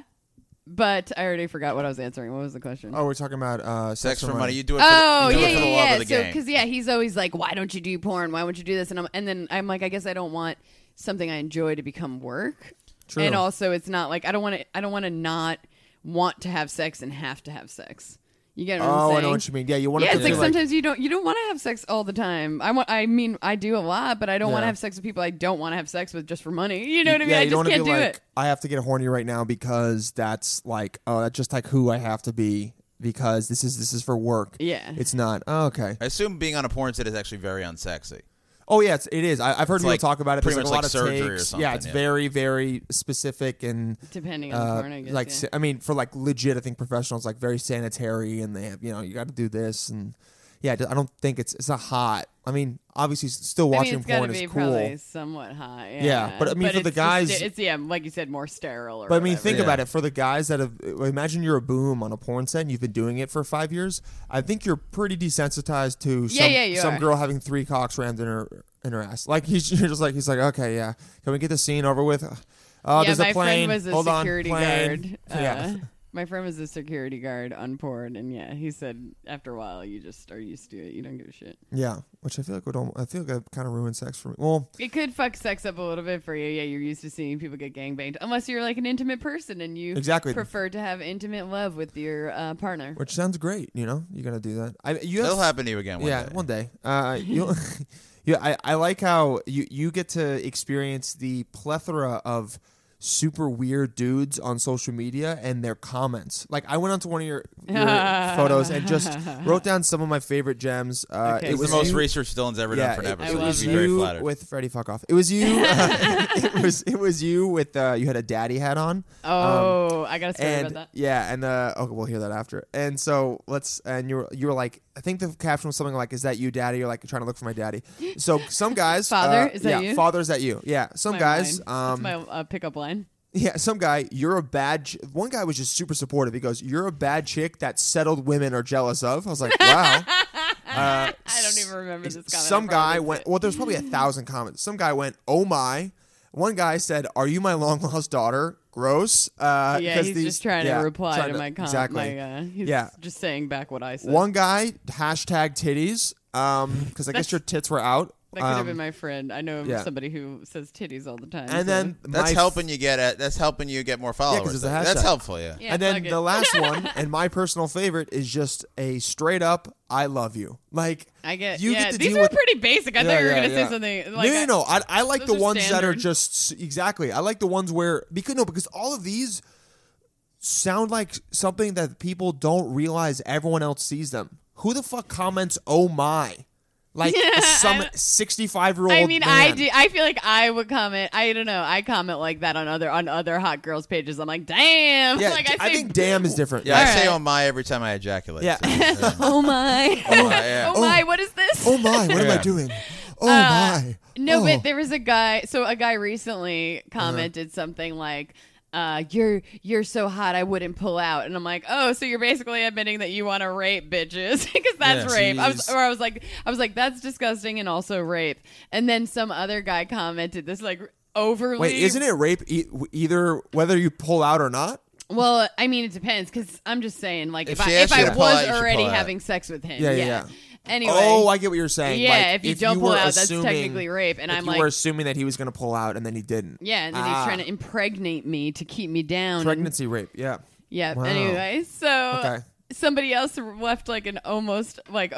[SPEAKER 5] But I already forgot what I was answering. What was the question?
[SPEAKER 3] Oh, we're talking about uh,
[SPEAKER 4] Sex for money. You do it for,
[SPEAKER 5] Oh
[SPEAKER 4] the, you do
[SPEAKER 5] yeah,
[SPEAKER 4] it for
[SPEAKER 5] yeah,
[SPEAKER 4] the love
[SPEAKER 5] yeah.
[SPEAKER 4] of the
[SPEAKER 5] so
[SPEAKER 4] game.
[SPEAKER 5] because yeah, he's always like, "Why don't you do porn? Why won't you do this?" And I'm and then I'm like, I guess I don't want something I enjoy to become work.
[SPEAKER 3] True.
[SPEAKER 5] And also, it's not like I don't want to. I don't want to not want to have sex and have to have sex. You get what I'm
[SPEAKER 3] Oh,
[SPEAKER 5] saying?
[SPEAKER 3] I know what you mean. Yeah, you want
[SPEAKER 5] yeah,
[SPEAKER 3] to
[SPEAKER 5] it's like sometimes you don't you don't want to have sex all the time. I want. I mean, I do a lot, but I don't
[SPEAKER 3] Yeah.
[SPEAKER 5] want to have sex with people I don't want to have sex with just for money. You know what I mean?
[SPEAKER 3] Yeah,
[SPEAKER 5] I
[SPEAKER 3] you don't
[SPEAKER 5] just
[SPEAKER 3] wanna
[SPEAKER 5] can't
[SPEAKER 3] be
[SPEAKER 5] do
[SPEAKER 3] like,
[SPEAKER 5] it.
[SPEAKER 3] I have to get horny right now because that's like, oh, that's just like who I have to be because this is this is for work.
[SPEAKER 5] Yeah.
[SPEAKER 3] it's not. Oh, okay.
[SPEAKER 4] I assume being on a porn set is actually very unsexy.
[SPEAKER 3] Oh yeah, it's, it is. I, I've heard people
[SPEAKER 4] like
[SPEAKER 3] talk about it.
[SPEAKER 4] pretty
[SPEAKER 3] There's like
[SPEAKER 4] much
[SPEAKER 3] a lot of
[SPEAKER 4] like surgery or
[SPEAKER 3] takes.
[SPEAKER 4] something,
[SPEAKER 3] yeah, it's
[SPEAKER 4] yeah.
[SPEAKER 3] very very specific and
[SPEAKER 5] Depending on the
[SPEAKER 3] uh,
[SPEAKER 5] porn, I guess.
[SPEAKER 3] like
[SPEAKER 5] yeah.
[SPEAKER 3] sa- I mean for like legit, I think professionals like very sanitary and they have you know you got to do this and yeah. I don't think it's it's not hot. I mean, obviously, s- still
[SPEAKER 5] I
[SPEAKER 3] watching
[SPEAKER 5] mean, it's gotta
[SPEAKER 3] porn
[SPEAKER 5] be
[SPEAKER 3] is cool.
[SPEAKER 5] probably somewhat hot. Yeah,
[SPEAKER 3] but I mean, for the
[SPEAKER 5] it's just-
[SPEAKER 3] guys-
[SPEAKER 5] it's yeah, like you said, more sterile. Or
[SPEAKER 3] But I mean,
[SPEAKER 5] whatever.
[SPEAKER 3] think
[SPEAKER 4] Yeah.
[SPEAKER 3] about it. For the guys that have, imagine you're a boom on a porn set and you've been doing it for five years. I think you're pretty desensitized to
[SPEAKER 5] Yeah,
[SPEAKER 3] some,
[SPEAKER 5] yeah, you
[SPEAKER 3] some
[SPEAKER 5] are.
[SPEAKER 3] girl having three cocks rammed in her in her ass. Like he's you're just like he's like, okay, yeah, can we get the scene over with? Oh,
[SPEAKER 5] yeah,
[SPEAKER 3] there's
[SPEAKER 5] my
[SPEAKER 3] a plane.
[SPEAKER 5] friend was a
[SPEAKER 3] Hold
[SPEAKER 5] security
[SPEAKER 3] on, plane.
[SPEAKER 5] guard. Uh,
[SPEAKER 3] yeah.
[SPEAKER 5] My friend was a security guard on porn, and yeah, he said after a while you just are used to it. You don't give a shit.
[SPEAKER 3] Yeah, which I feel like would almost, I feel like that kind of ruined sex for me. Well,
[SPEAKER 5] It could fuck sex up a little bit for you. Yeah, you're used to seeing people get gangbanged, unless you're like an intimate person and you
[SPEAKER 3] Exactly.
[SPEAKER 5] prefer to have intimate love with your uh, partner.
[SPEAKER 3] which sounds great. You know, you're gonna do that. I you
[SPEAKER 4] That'll
[SPEAKER 3] have
[SPEAKER 4] happen to you again one
[SPEAKER 3] yeah,
[SPEAKER 4] day.
[SPEAKER 3] one day. Uh, you, yeah, I, I like how you you get to experience the plethora of super weird dudes on social media and their comments. Like I went onto one of your, your photos and just wrote down some of my favorite gems. Uh,
[SPEAKER 5] Okay.
[SPEAKER 3] It
[SPEAKER 4] It's
[SPEAKER 3] was
[SPEAKER 4] the most
[SPEAKER 3] you-
[SPEAKER 4] research Dylan's ever done for an
[SPEAKER 3] it-
[SPEAKER 4] episode.
[SPEAKER 5] I
[SPEAKER 3] it,
[SPEAKER 4] so
[SPEAKER 5] love
[SPEAKER 4] you'd
[SPEAKER 3] was
[SPEAKER 4] be
[SPEAKER 5] that.
[SPEAKER 4] very
[SPEAKER 3] you
[SPEAKER 4] flattered.
[SPEAKER 3] with Freddie fuck off. It was you. uh, it was it was you with uh, you had a daddy hat on.
[SPEAKER 5] Oh, I got a story
[SPEAKER 3] um, and
[SPEAKER 5] about that.
[SPEAKER 3] yeah, and uh, oh, we'll hear that after. And so let's, and you were you were like, I think the caption was something like, "Is that you, daddy?" You're like trying to look for my daddy. So some guys,
[SPEAKER 5] Father,
[SPEAKER 3] uh,
[SPEAKER 5] is that
[SPEAKER 3] yeah,
[SPEAKER 5] you?
[SPEAKER 3] father, is that you? Yeah, some
[SPEAKER 5] My
[SPEAKER 3] guys,
[SPEAKER 5] line.
[SPEAKER 3] um,
[SPEAKER 5] That's my uh, pickup line.
[SPEAKER 3] yeah, some guy, you're a bad. Ch- One guy was just super supportive. He goes, "You're a bad chick that settled women are jealous of." I was like, wow. Uh,
[SPEAKER 5] I don't even remember this comment. I
[SPEAKER 3] some
[SPEAKER 5] probably
[SPEAKER 3] guy
[SPEAKER 5] missed
[SPEAKER 3] went.
[SPEAKER 5] it.
[SPEAKER 3] Well, there's probably a thousand comments. Some guy went, "Oh my." One guy said, "Are you my long lost daughter?" Gross. Uh,
[SPEAKER 5] yeah,
[SPEAKER 3] 'cause
[SPEAKER 5] he's
[SPEAKER 3] these-
[SPEAKER 5] just trying
[SPEAKER 3] yeah,
[SPEAKER 5] to reply
[SPEAKER 3] trying
[SPEAKER 5] to, my comment.
[SPEAKER 3] Exactly.
[SPEAKER 5] My, uh, he's
[SPEAKER 3] Yeah.
[SPEAKER 5] just saying back what I said.
[SPEAKER 3] One guy hashtag titties. Um, because I guess your tits were out.
[SPEAKER 5] That could have
[SPEAKER 3] Um,
[SPEAKER 5] been my friend. I know
[SPEAKER 3] yeah.
[SPEAKER 5] somebody who says titties all the time.
[SPEAKER 3] and
[SPEAKER 5] so-
[SPEAKER 3] then
[SPEAKER 4] That's
[SPEAKER 3] my
[SPEAKER 4] helping you get at. That's helping you get more followers.
[SPEAKER 3] it's a hashtag.
[SPEAKER 4] that's helpful. Yeah.
[SPEAKER 5] Yeah,
[SPEAKER 3] and then
[SPEAKER 5] fuck it.
[SPEAKER 3] the last one, and my personal favorite is just a straight up "I love you." Like
[SPEAKER 5] I get
[SPEAKER 3] you
[SPEAKER 5] yeah.
[SPEAKER 3] get to
[SPEAKER 5] these
[SPEAKER 3] deal
[SPEAKER 5] are
[SPEAKER 3] with.
[SPEAKER 5] pretty basic. I thought you were
[SPEAKER 3] Yeah, yeah,
[SPEAKER 5] gonna
[SPEAKER 3] yeah.
[SPEAKER 5] say something. Like,
[SPEAKER 3] no, no, no. I, I like
[SPEAKER 5] those
[SPEAKER 3] the
[SPEAKER 5] are
[SPEAKER 3] ones that are
[SPEAKER 5] standard.
[SPEAKER 3] just s- exactly. I like the ones where because no, because all of these sound like something that people don't realize everyone else sees them. Who the fuck comments "Oh my"? Like
[SPEAKER 5] Yeah,
[SPEAKER 3] some
[SPEAKER 5] I-
[SPEAKER 3] sixty-five-year-old.
[SPEAKER 5] I mean, I do. I feel like I would comment. I don't know. I comment like that on other on other hot girls pages. I'm like, damn.
[SPEAKER 3] Yeah,
[SPEAKER 5] like
[SPEAKER 3] d- I,
[SPEAKER 5] say,
[SPEAKER 3] think "damn" is different.
[SPEAKER 4] Yeah, I say
[SPEAKER 5] Alright.
[SPEAKER 4] "oh my" every time I ejaculate.
[SPEAKER 3] Yeah.
[SPEAKER 4] so, yeah.
[SPEAKER 5] Oh my. Oh,
[SPEAKER 4] yeah.
[SPEAKER 5] my. What is this?
[SPEAKER 3] Oh my! What am I
[SPEAKER 4] Yeah.
[SPEAKER 3] doing? Oh
[SPEAKER 5] Uh,
[SPEAKER 3] my!
[SPEAKER 5] No,
[SPEAKER 3] oh. Uh-huh.
[SPEAKER 5] but there was a guy. So a guy recently commented something like, uh, "You're you're so hot, I wouldn't pull out." And I'm like, "Oh, so you're basically admitting that you want to rape bitches because that's
[SPEAKER 3] Yeah.
[SPEAKER 5] rape." I was,
[SPEAKER 3] Jeez.
[SPEAKER 5] or I was like, I was like, "That's disgusting and also rape." And then some other guy commented this like overly.
[SPEAKER 3] Wait, isn't it rape e- either whether you pull out or not?
[SPEAKER 5] Well, I mean, it depends because I'm just saying, like, if,
[SPEAKER 4] If she
[SPEAKER 5] I if
[SPEAKER 4] asks you
[SPEAKER 5] I
[SPEAKER 4] to pull out,
[SPEAKER 5] was
[SPEAKER 4] you should
[SPEAKER 5] already
[SPEAKER 4] pull out.
[SPEAKER 5] having sex with him,
[SPEAKER 3] Yeah,
[SPEAKER 5] yeah,
[SPEAKER 3] yeah, yeah.
[SPEAKER 5] Anyway,
[SPEAKER 3] Oh, I get what you're saying.
[SPEAKER 5] yeah,
[SPEAKER 3] Like,
[SPEAKER 5] if you don't pull
[SPEAKER 3] were
[SPEAKER 5] out, that's
[SPEAKER 3] assuming-
[SPEAKER 5] technically rape, and
[SPEAKER 3] if
[SPEAKER 5] I'm
[SPEAKER 3] you
[SPEAKER 5] like,
[SPEAKER 3] were assuming that he was going to pull out and then he didn't.
[SPEAKER 5] Yeah, and then
[SPEAKER 3] Ah.
[SPEAKER 5] he's trying to impregnate me to keep me down. and-
[SPEAKER 3] pregnancy rape. Yeah.
[SPEAKER 5] yeah.
[SPEAKER 3] Wow.
[SPEAKER 5] Anyway, so
[SPEAKER 3] Okay.
[SPEAKER 5] somebody else left like an almost like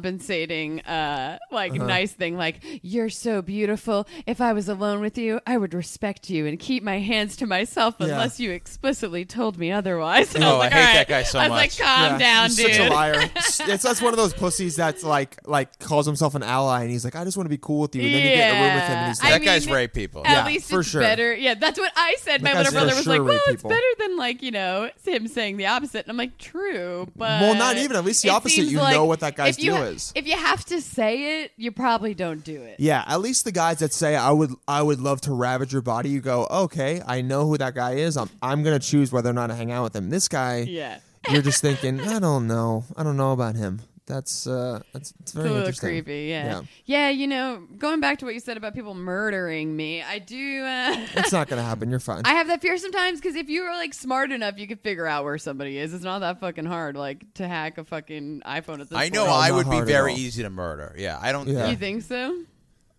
[SPEAKER 5] overcompensating, uh, like
[SPEAKER 3] Uh-huh.
[SPEAKER 5] nice thing, like "You're so beautiful. If I was alone with you, I would respect you and keep my hands to myself unless you explicitly told me otherwise." And I
[SPEAKER 4] Oh,
[SPEAKER 5] was like,
[SPEAKER 4] I hate
[SPEAKER 5] "All
[SPEAKER 4] that
[SPEAKER 5] right."
[SPEAKER 4] guy so
[SPEAKER 5] I was like,
[SPEAKER 4] much.
[SPEAKER 5] "Calm
[SPEAKER 3] Yeah,
[SPEAKER 5] down,
[SPEAKER 3] he's
[SPEAKER 5] dude."
[SPEAKER 3] Such a liar. it's that's one of those pussies that's like like calls himself an ally and he's like, I just want to be cool with you. And then you get in a room with him and he's
[SPEAKER 5] Yeah, I
[SPEAKER 3] like,
[SPEAKER 4] that guy's
[SPEAKER 5] mean,
[SPEAKER 4] rape people.
[SPEAKER 5] At
[SPEAKER 3] Yeah,
[SPEAKER 5] least
[SPEAKER 3] for
[SPEAKER 5] it's
[SPEAKER 3] sure.
[SPEAKER 5] better. Yeah, that's what I said. My
[SPEAKER 3] That
[SPEAKER 5] little
[SPEAKER 3] guy's for
[SPEAKER 5] brother was
[SPEAKER 3] sure
[SPEAKER 5] like, "Well,
[SPEAKER 3] rape
[SPEAKER 5] it's
[SPEAKER 3] people."
[SPEAKER 5] better than like you know it's him saying the opposite." And I'm like, "True, but
[SPEAKER 3] Well, not even. At least the
[SPEAKER 5] it
[SPEAKER 3] opposite,
[SPEAKER 5] seems
[SPEAKER 3] you
[SPEAKER 5] like
[SPEAKER 3] know what that guy's
[SPEAKER 5] if you
[SPEAKER 3] deal is.
[SPEAKER 5] If you have to say it, you probably don't do it."
[SPEAKER 3] Yeah, at least the guys that say I would I would love to ravage your body, you go, Okay, I know who that guy is. I'm I'm gonna choose whether or not to hang out with him. This guy
[SPEAKER 5] Yeah,
[SPEAKER 3] you're just thinking, I don't know. I don't know about him. That's uh that's it's very
[SPEAKER 5] it's a little
[SPEAKER 3] interesting.
[SPEAKER 5] creepy. Yeah. yeah, You know, going back to what you said about people murdering me, I do. Uh,
[SPEAKER 3] It's not gonna happen. You're fine.
[SPEAKER 5] I have that fear sometimes because if you are like smart enough, you can figure out where somebody is. It's not that fucking hard, like to hack a fucking iPhone at this
[SPEAKER 4] I know
[SPEAKER 5] point.
[SPEAKER 4] I
[SPEAKER 3] not
[SPEAKER 4] would be
[SPEAKER 3] hard at
[SPEAKER 4] very
[SPEAKER 3] all.
[SPEAKER 4] easy to murder. Yeah, I don't.
[SPEAKER 3] Yeah.
[SPEAKER 5] You think so?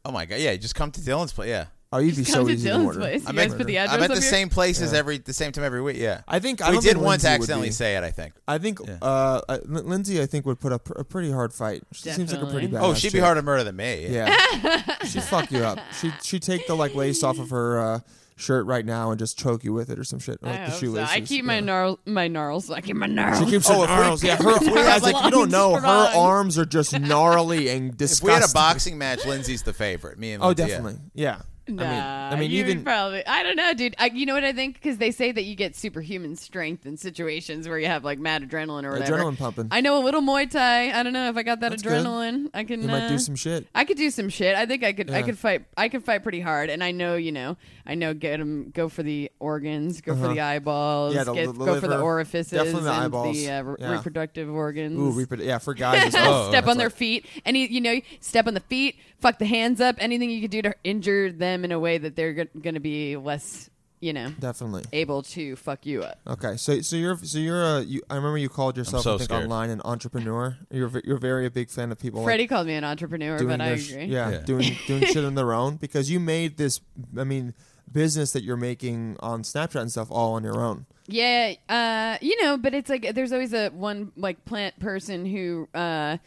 [SPEAKER 4] Oh my god. Yeah, just come to Dylan's place. Yeah,
[SPEAKER 3] oh, you'd be
[SPEAKER 5] Just
[SPEAKER 3] so
[SPEAKER 5] come to
[SPEAKER 3] easy to
[SPEAKER 5] Dylan's
[SPEAKER 3] order.
[SPEAKER 5] place. You
[SPEAKER 4] I'm
[SPEAKER 5] guys
[SPEAKER 4] at-
[SPEAKER 5] put the address
[SPEAKER 4] I'm at
[SPEAKER 5] up
[SPEAKER 4] the
[SPEAKER 5] here?
[SPEAKER 4] same places every the same time every week. Yeah,
[SPEAKER 3] I think I
[SPEAKER 4] we
[SPEAKER 3] don't
[SPEAKER 4] did
[SPEAKER 3] think
[SPEAKER 4] once
[SPEAKER 3] Lindsay would
[SPEAKER 4] accidentally
[SPEAKER 3] be-
[SPEAKER 4] say it. I think.
[SPEAKER 3] I think
[SPEAKER 4] Yeah.
[SPEAKER 3] uh, uh, Lin- Lindsay, I think would put up a pretty hard fight. She seems like a pretty bad.
[SPEAKER 5] Definitely.
[SPEAKER 4] Oh, she'd be harder to murder than me.
[SPEAKER 3] Yeah, she'd fuck you up. She she'd take the like lace off of her uh, shirt right now and just choke you with it or some shit. Or, like
[SPEAKER 5] I
[SPEAKER 3] the
[SPEAKER 5] hope Oh, so.
[SPEAKER 3] shoelaces.
[SPEAKER 5] I keep my
[SPEAKER 3] yeah.
[SPEAKER 5] gnarls, my gnarls. I keep my
[SPEAKER 3] She
[SPEAKER 5] gnarls.
[SPEAKER 3] keeps her
[SPEAKER 4] Oh, if we-
[SPEAKER 3] arms. Yeah, her. I was like, you don't know. Her
[SPEAKER 5] Strong.
[SPEAKER 3] arms are just gnarly and
[SPEAKER 4] If
[SPEAKER 3] disgusting.
[SPEAKER 4] we had a boxing match, Lindsay's the favorite. Me and
[SPEAKER 3] Oh,
[SPEAKER 4] Lindsay, yeah.
[SPEAKER 3] definitely. Yeah.
[SPEAKER 5] Nah,
[SPEAKER 3] I mean, I mean,
[SPEAKER 5] you would
[SPEAKER 3] even
[SPEAKER 5] probably. I don't know, dude. I, you know what I think? Because they say that you get superhuman strength in situations where you have like mad adrenaline or whatever.
[SPEAKER 3] adrenaline pumping.
[SPEAKER 5] I know a little Muay Thai. I don't know if I got that
[SPEAKER 3] That's good.
[SPEAKER 5] adrenaline. I can.
[SPEAKER 3] you might
[SPEAKER 5] uh,
[SPEAKER 3] do some shit.
[SPEAKER 5] I could do some shit. I think I could. I
[SPEAKER 3] Yeah.
[SPEAKER 5] could fight. I could fight pretty hard. And I know, you know, I know. Get them. Go for the organs. Go for
[SPEAKER 3] Uh-huh.
[SPEAKER 5] the eyeballs.
[SPEAKER 3] Yeah, the-
[SPEAKER 5] get,
[SPEAKER 3] the
[SPEAKER 5] go for the
[SPEAKER 3] liver.
[SPEAKER 5] orifices
[SPEAKER 3] Definitely the
[SPEAKER 5] and
[SPEAKER 3] eyeballs.
[SPEAKER 5] the uh, re-
[SPEAKER 3] Yeah.
[SPEAKER 5] reproductive organs.
[SPEAKER 3] Ooh, reprodu- yeah, for guys. as well.
[SPEAKER 5] step
[SPEAKER 3] Oh, That's
[SPEAKER 5] on their
[SPEAKER 3] like-
[SPEAKER 5] feet. Any, you know, step on the feet. Fuck the hands up. Anything you could do to injure them in a way that they're going to be less, you know,
[SPEAKER 3] Definitely.
[SPEAKER 5] able to fuck you up.
[SPEAKER 3] Okay, so so you're so you're a you, I remember you called yourself
[SPEAKER 4] so
[SPEAKER 3] I think
[SPEAKER 4] scared.
[SPEAKER 3] online an entrepreneur. You're ve- you're very a big fan of people
[SPEAKER 5] Freddie called me an entrepreneur,
[SPEAKER 3] like doing
[SPEAKER 5] but I
[SPEAKER 3] their sh-
[SPEAKER 5] agree.
[SPEAKER 3] yeah,
[SPEAKER 4] Yeah.
[SPEAKER 3] doing doing shit on their own because you made this I mean business that you're making on Snapchat and stuff all on your own.
[SPEAKER 5] Yeah, uh, you know, but it's like there's always a one like plant person who, uh,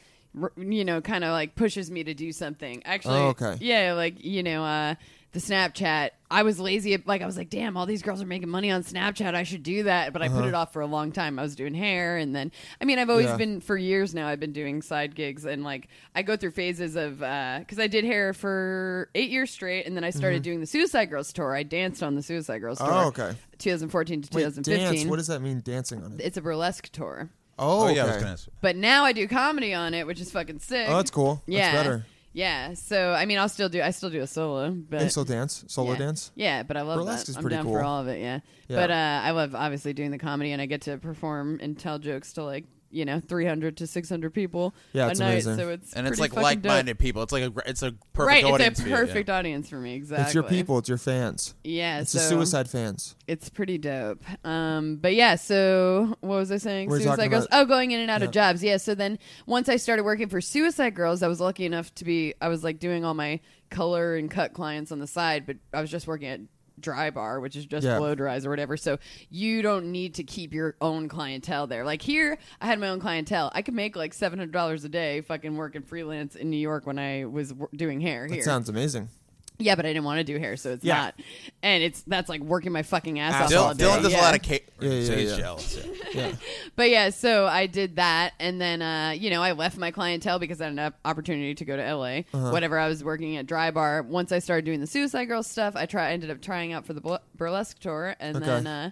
[SPEAKER 5] r- you know, kind of like pushes me to do something. Actually,
[SPEAKER 3] Oh, okay.
[SPEAKER 5] yeah, like you know, uh, the Snapchat. I was lazy. Like I was like, damn, all these girls are making money on Snapchat. I should do that, but I put it off for a long time. I was doing hair, and then I mean, I've always
[SPEAKER 3] Uh-huh. Yeah.
[SPEAKER 5] been for years now. I've been doing side gigs, and like I go through phases of because I did hair for eight years straight, and then I started doing the Suicide Girls tour. I danced on the Suicide Girls tour.
[SPEAKER 3] Mm-hmm. Oh, okay.
[SPEAKER 5] 2014 to
[SPEAKER 3] Wait,
[SPEAKER 5] 2015
[SPEAKER 3] dance. What does that mean? Dancing on it?
[SPEAKER 5] it's a burlesque tour.
[SPEAKER 3] Oh,
[SPEAKER 4] Oh yeah, I was
[SPEAKER 3] okay.
[SPEAKER 4] gonna ask.
[SPEAKER 5] But now I do comedy on it, which is fucking sick.
[SPEAKER 3] Oh, that's cool.
[SPEAKER 5] Yeah.
[SPEAKER 3] That's better.
[SPEAKER 5] Yeah. So I mean, I'll still do. I still do a solo, but
[SPEAKER 3] And so dance, solo
[SPEAKER 5] yeah.
[SPEAKER 3] dance.
[SPEAKER 5] Yeah, but I love
[SPEAKER 3] Burlesque
[SPEAKER 5] that.
[SPEAKER 3] is
[SPEAKER 5] I'm
[SPEAKER 3] pretty
[SPEAKER 5] down
[SPEAKER 3] cool.
[SPEAKER 5] for all of it. Yeah.
[SPEAKER 3] Yeah.
[SPEAKER 5] But uh, I love obviously doing the comedy, and I get to perform and tell jokes to like you know 300 to 600 people
[SPEAKER 3] Yeah,
[SPEAKER 5] a
[SPEAKER 3] it's
[SPEAKER 5] night.
[SPEAKER 3] amazing.
[SPEAKER 5] So it's
[SPEAKER 4] and it's
[SPEAKER 5] pretty
[SPEAKER 4] like
[SPEAKER 5] fucking dope.
[SPEAKER 4] like-minded people. It's like a gr- it's a perfect
[SPEAKER 5] Right,
[SPEAKER 4] audience.
[SPEAKER 5] it's a
[SPEAKER 4] for you, yeah.
[SPEAKER 5] perfect audience for me. Exactly.
[SPEAKER 3] It's your people. It's your fans.
[SPEAKER 5] Yeah.
[SPEAKER 3] It's
[SPEAKER 5] so
[SPEAKER 3] the suicide fans.
[SPEAKER 5] It's pretty dope. Um, but yeah, so what was I saying?
[SPEAKER 3] We're
[SPEAKER 5] Suicide
[SPEAKER 3] talking
[SPEAKER 5] Girls.
[SPEAKER 3] about-
[SPEAKER 5] oh, going in and out
[SPEAKER 3] Yeah.
[SPEAKER 5] of jobs. Yeah. So then once I started working for Suicide Girls, I was lucky enough to be I was like doing all my color and cut clients on the side, but I was just working at dry bar which is just
[SPEAKER 3] Yeah.
[SPEAKER 5] blow dries or whatever so you don't need to keep your own clientele there like here i had my own clientele i could make like $700 a day fucking working freelance in new york when i was wor- doing hair here
[SPEAKER 3] That sounds amazing.
[SPEAKER 5] yeah, but I didn't want to do hair, so it's
[SPEAKER 3] Yeah.
[SPEAKER 5] not. And it's that's like working my fucking ass
[SPEAKER 3] Ass
[SPEAKER 5] off
[SPEAKER 3] off,
[SPEAKER 5] all
[SPEAKER 4] Dylan,
[SPEAKER 5] day.
[SPEAKER 4] Dylan does a
[SPEAKER 5] yeah.
[SPEAKER 4] lot of cake.
[SPEAKER 3] Yeah, yeah,
[SPEAKER 4] so he's
[SPEAKER 3] yeah.
[SPEAKER 4] jealous. yeah.
[SPEAKER 3] Yeah.
[SPEAKER 5] But yeah, so I did that, and then uh, you know I left my clientele because I had an op- opportunity to go to LA.
[SPEAKER 3] Uh-huh.
[SPEAKER 5] Whatever I was working at Dry Bar. Once I started doing the Suicide Girls stuff, I try I ended up trying out for the bur- burlesque tour, and
[SPEAKER 3] Okay.
[SPEAKER 5] then uh,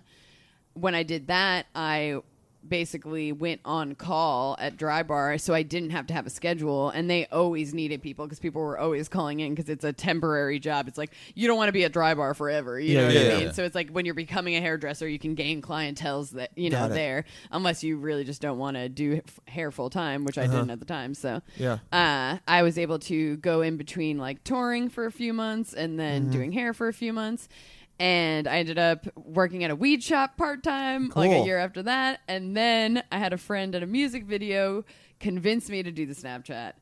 [SPEAKER 5] when I did that, I basically went on call at dry bar so i didn't have to have a schedule and they always needed people because people were always calling in because it's a temporary job it's like you don't want to be at dry bar forever you
[SPEAKER 3] Yeah,
[SPEAKER 5] know what
[SPEAKER 3] yeah,
[SPEAKER 5] i mean
[SPEAKER 3] yeah.
[SPEAKER 5] so it's like when you're becoming a hairdresser you can gain clientels that you know
[SPEAKER 3] Got it.
[SPEAKER 5] there unless you really just don't want to do f- hair full time which i didn't at the time so
[SPEAKER 3] Uh-huh. Yeah.
[SPEAKER 5] uh, I was able to go in between like touring for a few months and then
[SPEAKER 3] Mm-hmm.
[SPEAKER 5] doing hair for a few months. And I ended up working at a weed shop part time, like a
[SPEAKER 3] Cool.
[SPEAKER 5] year after that. And then I had a friend at a music video convince me to do the Snapchat.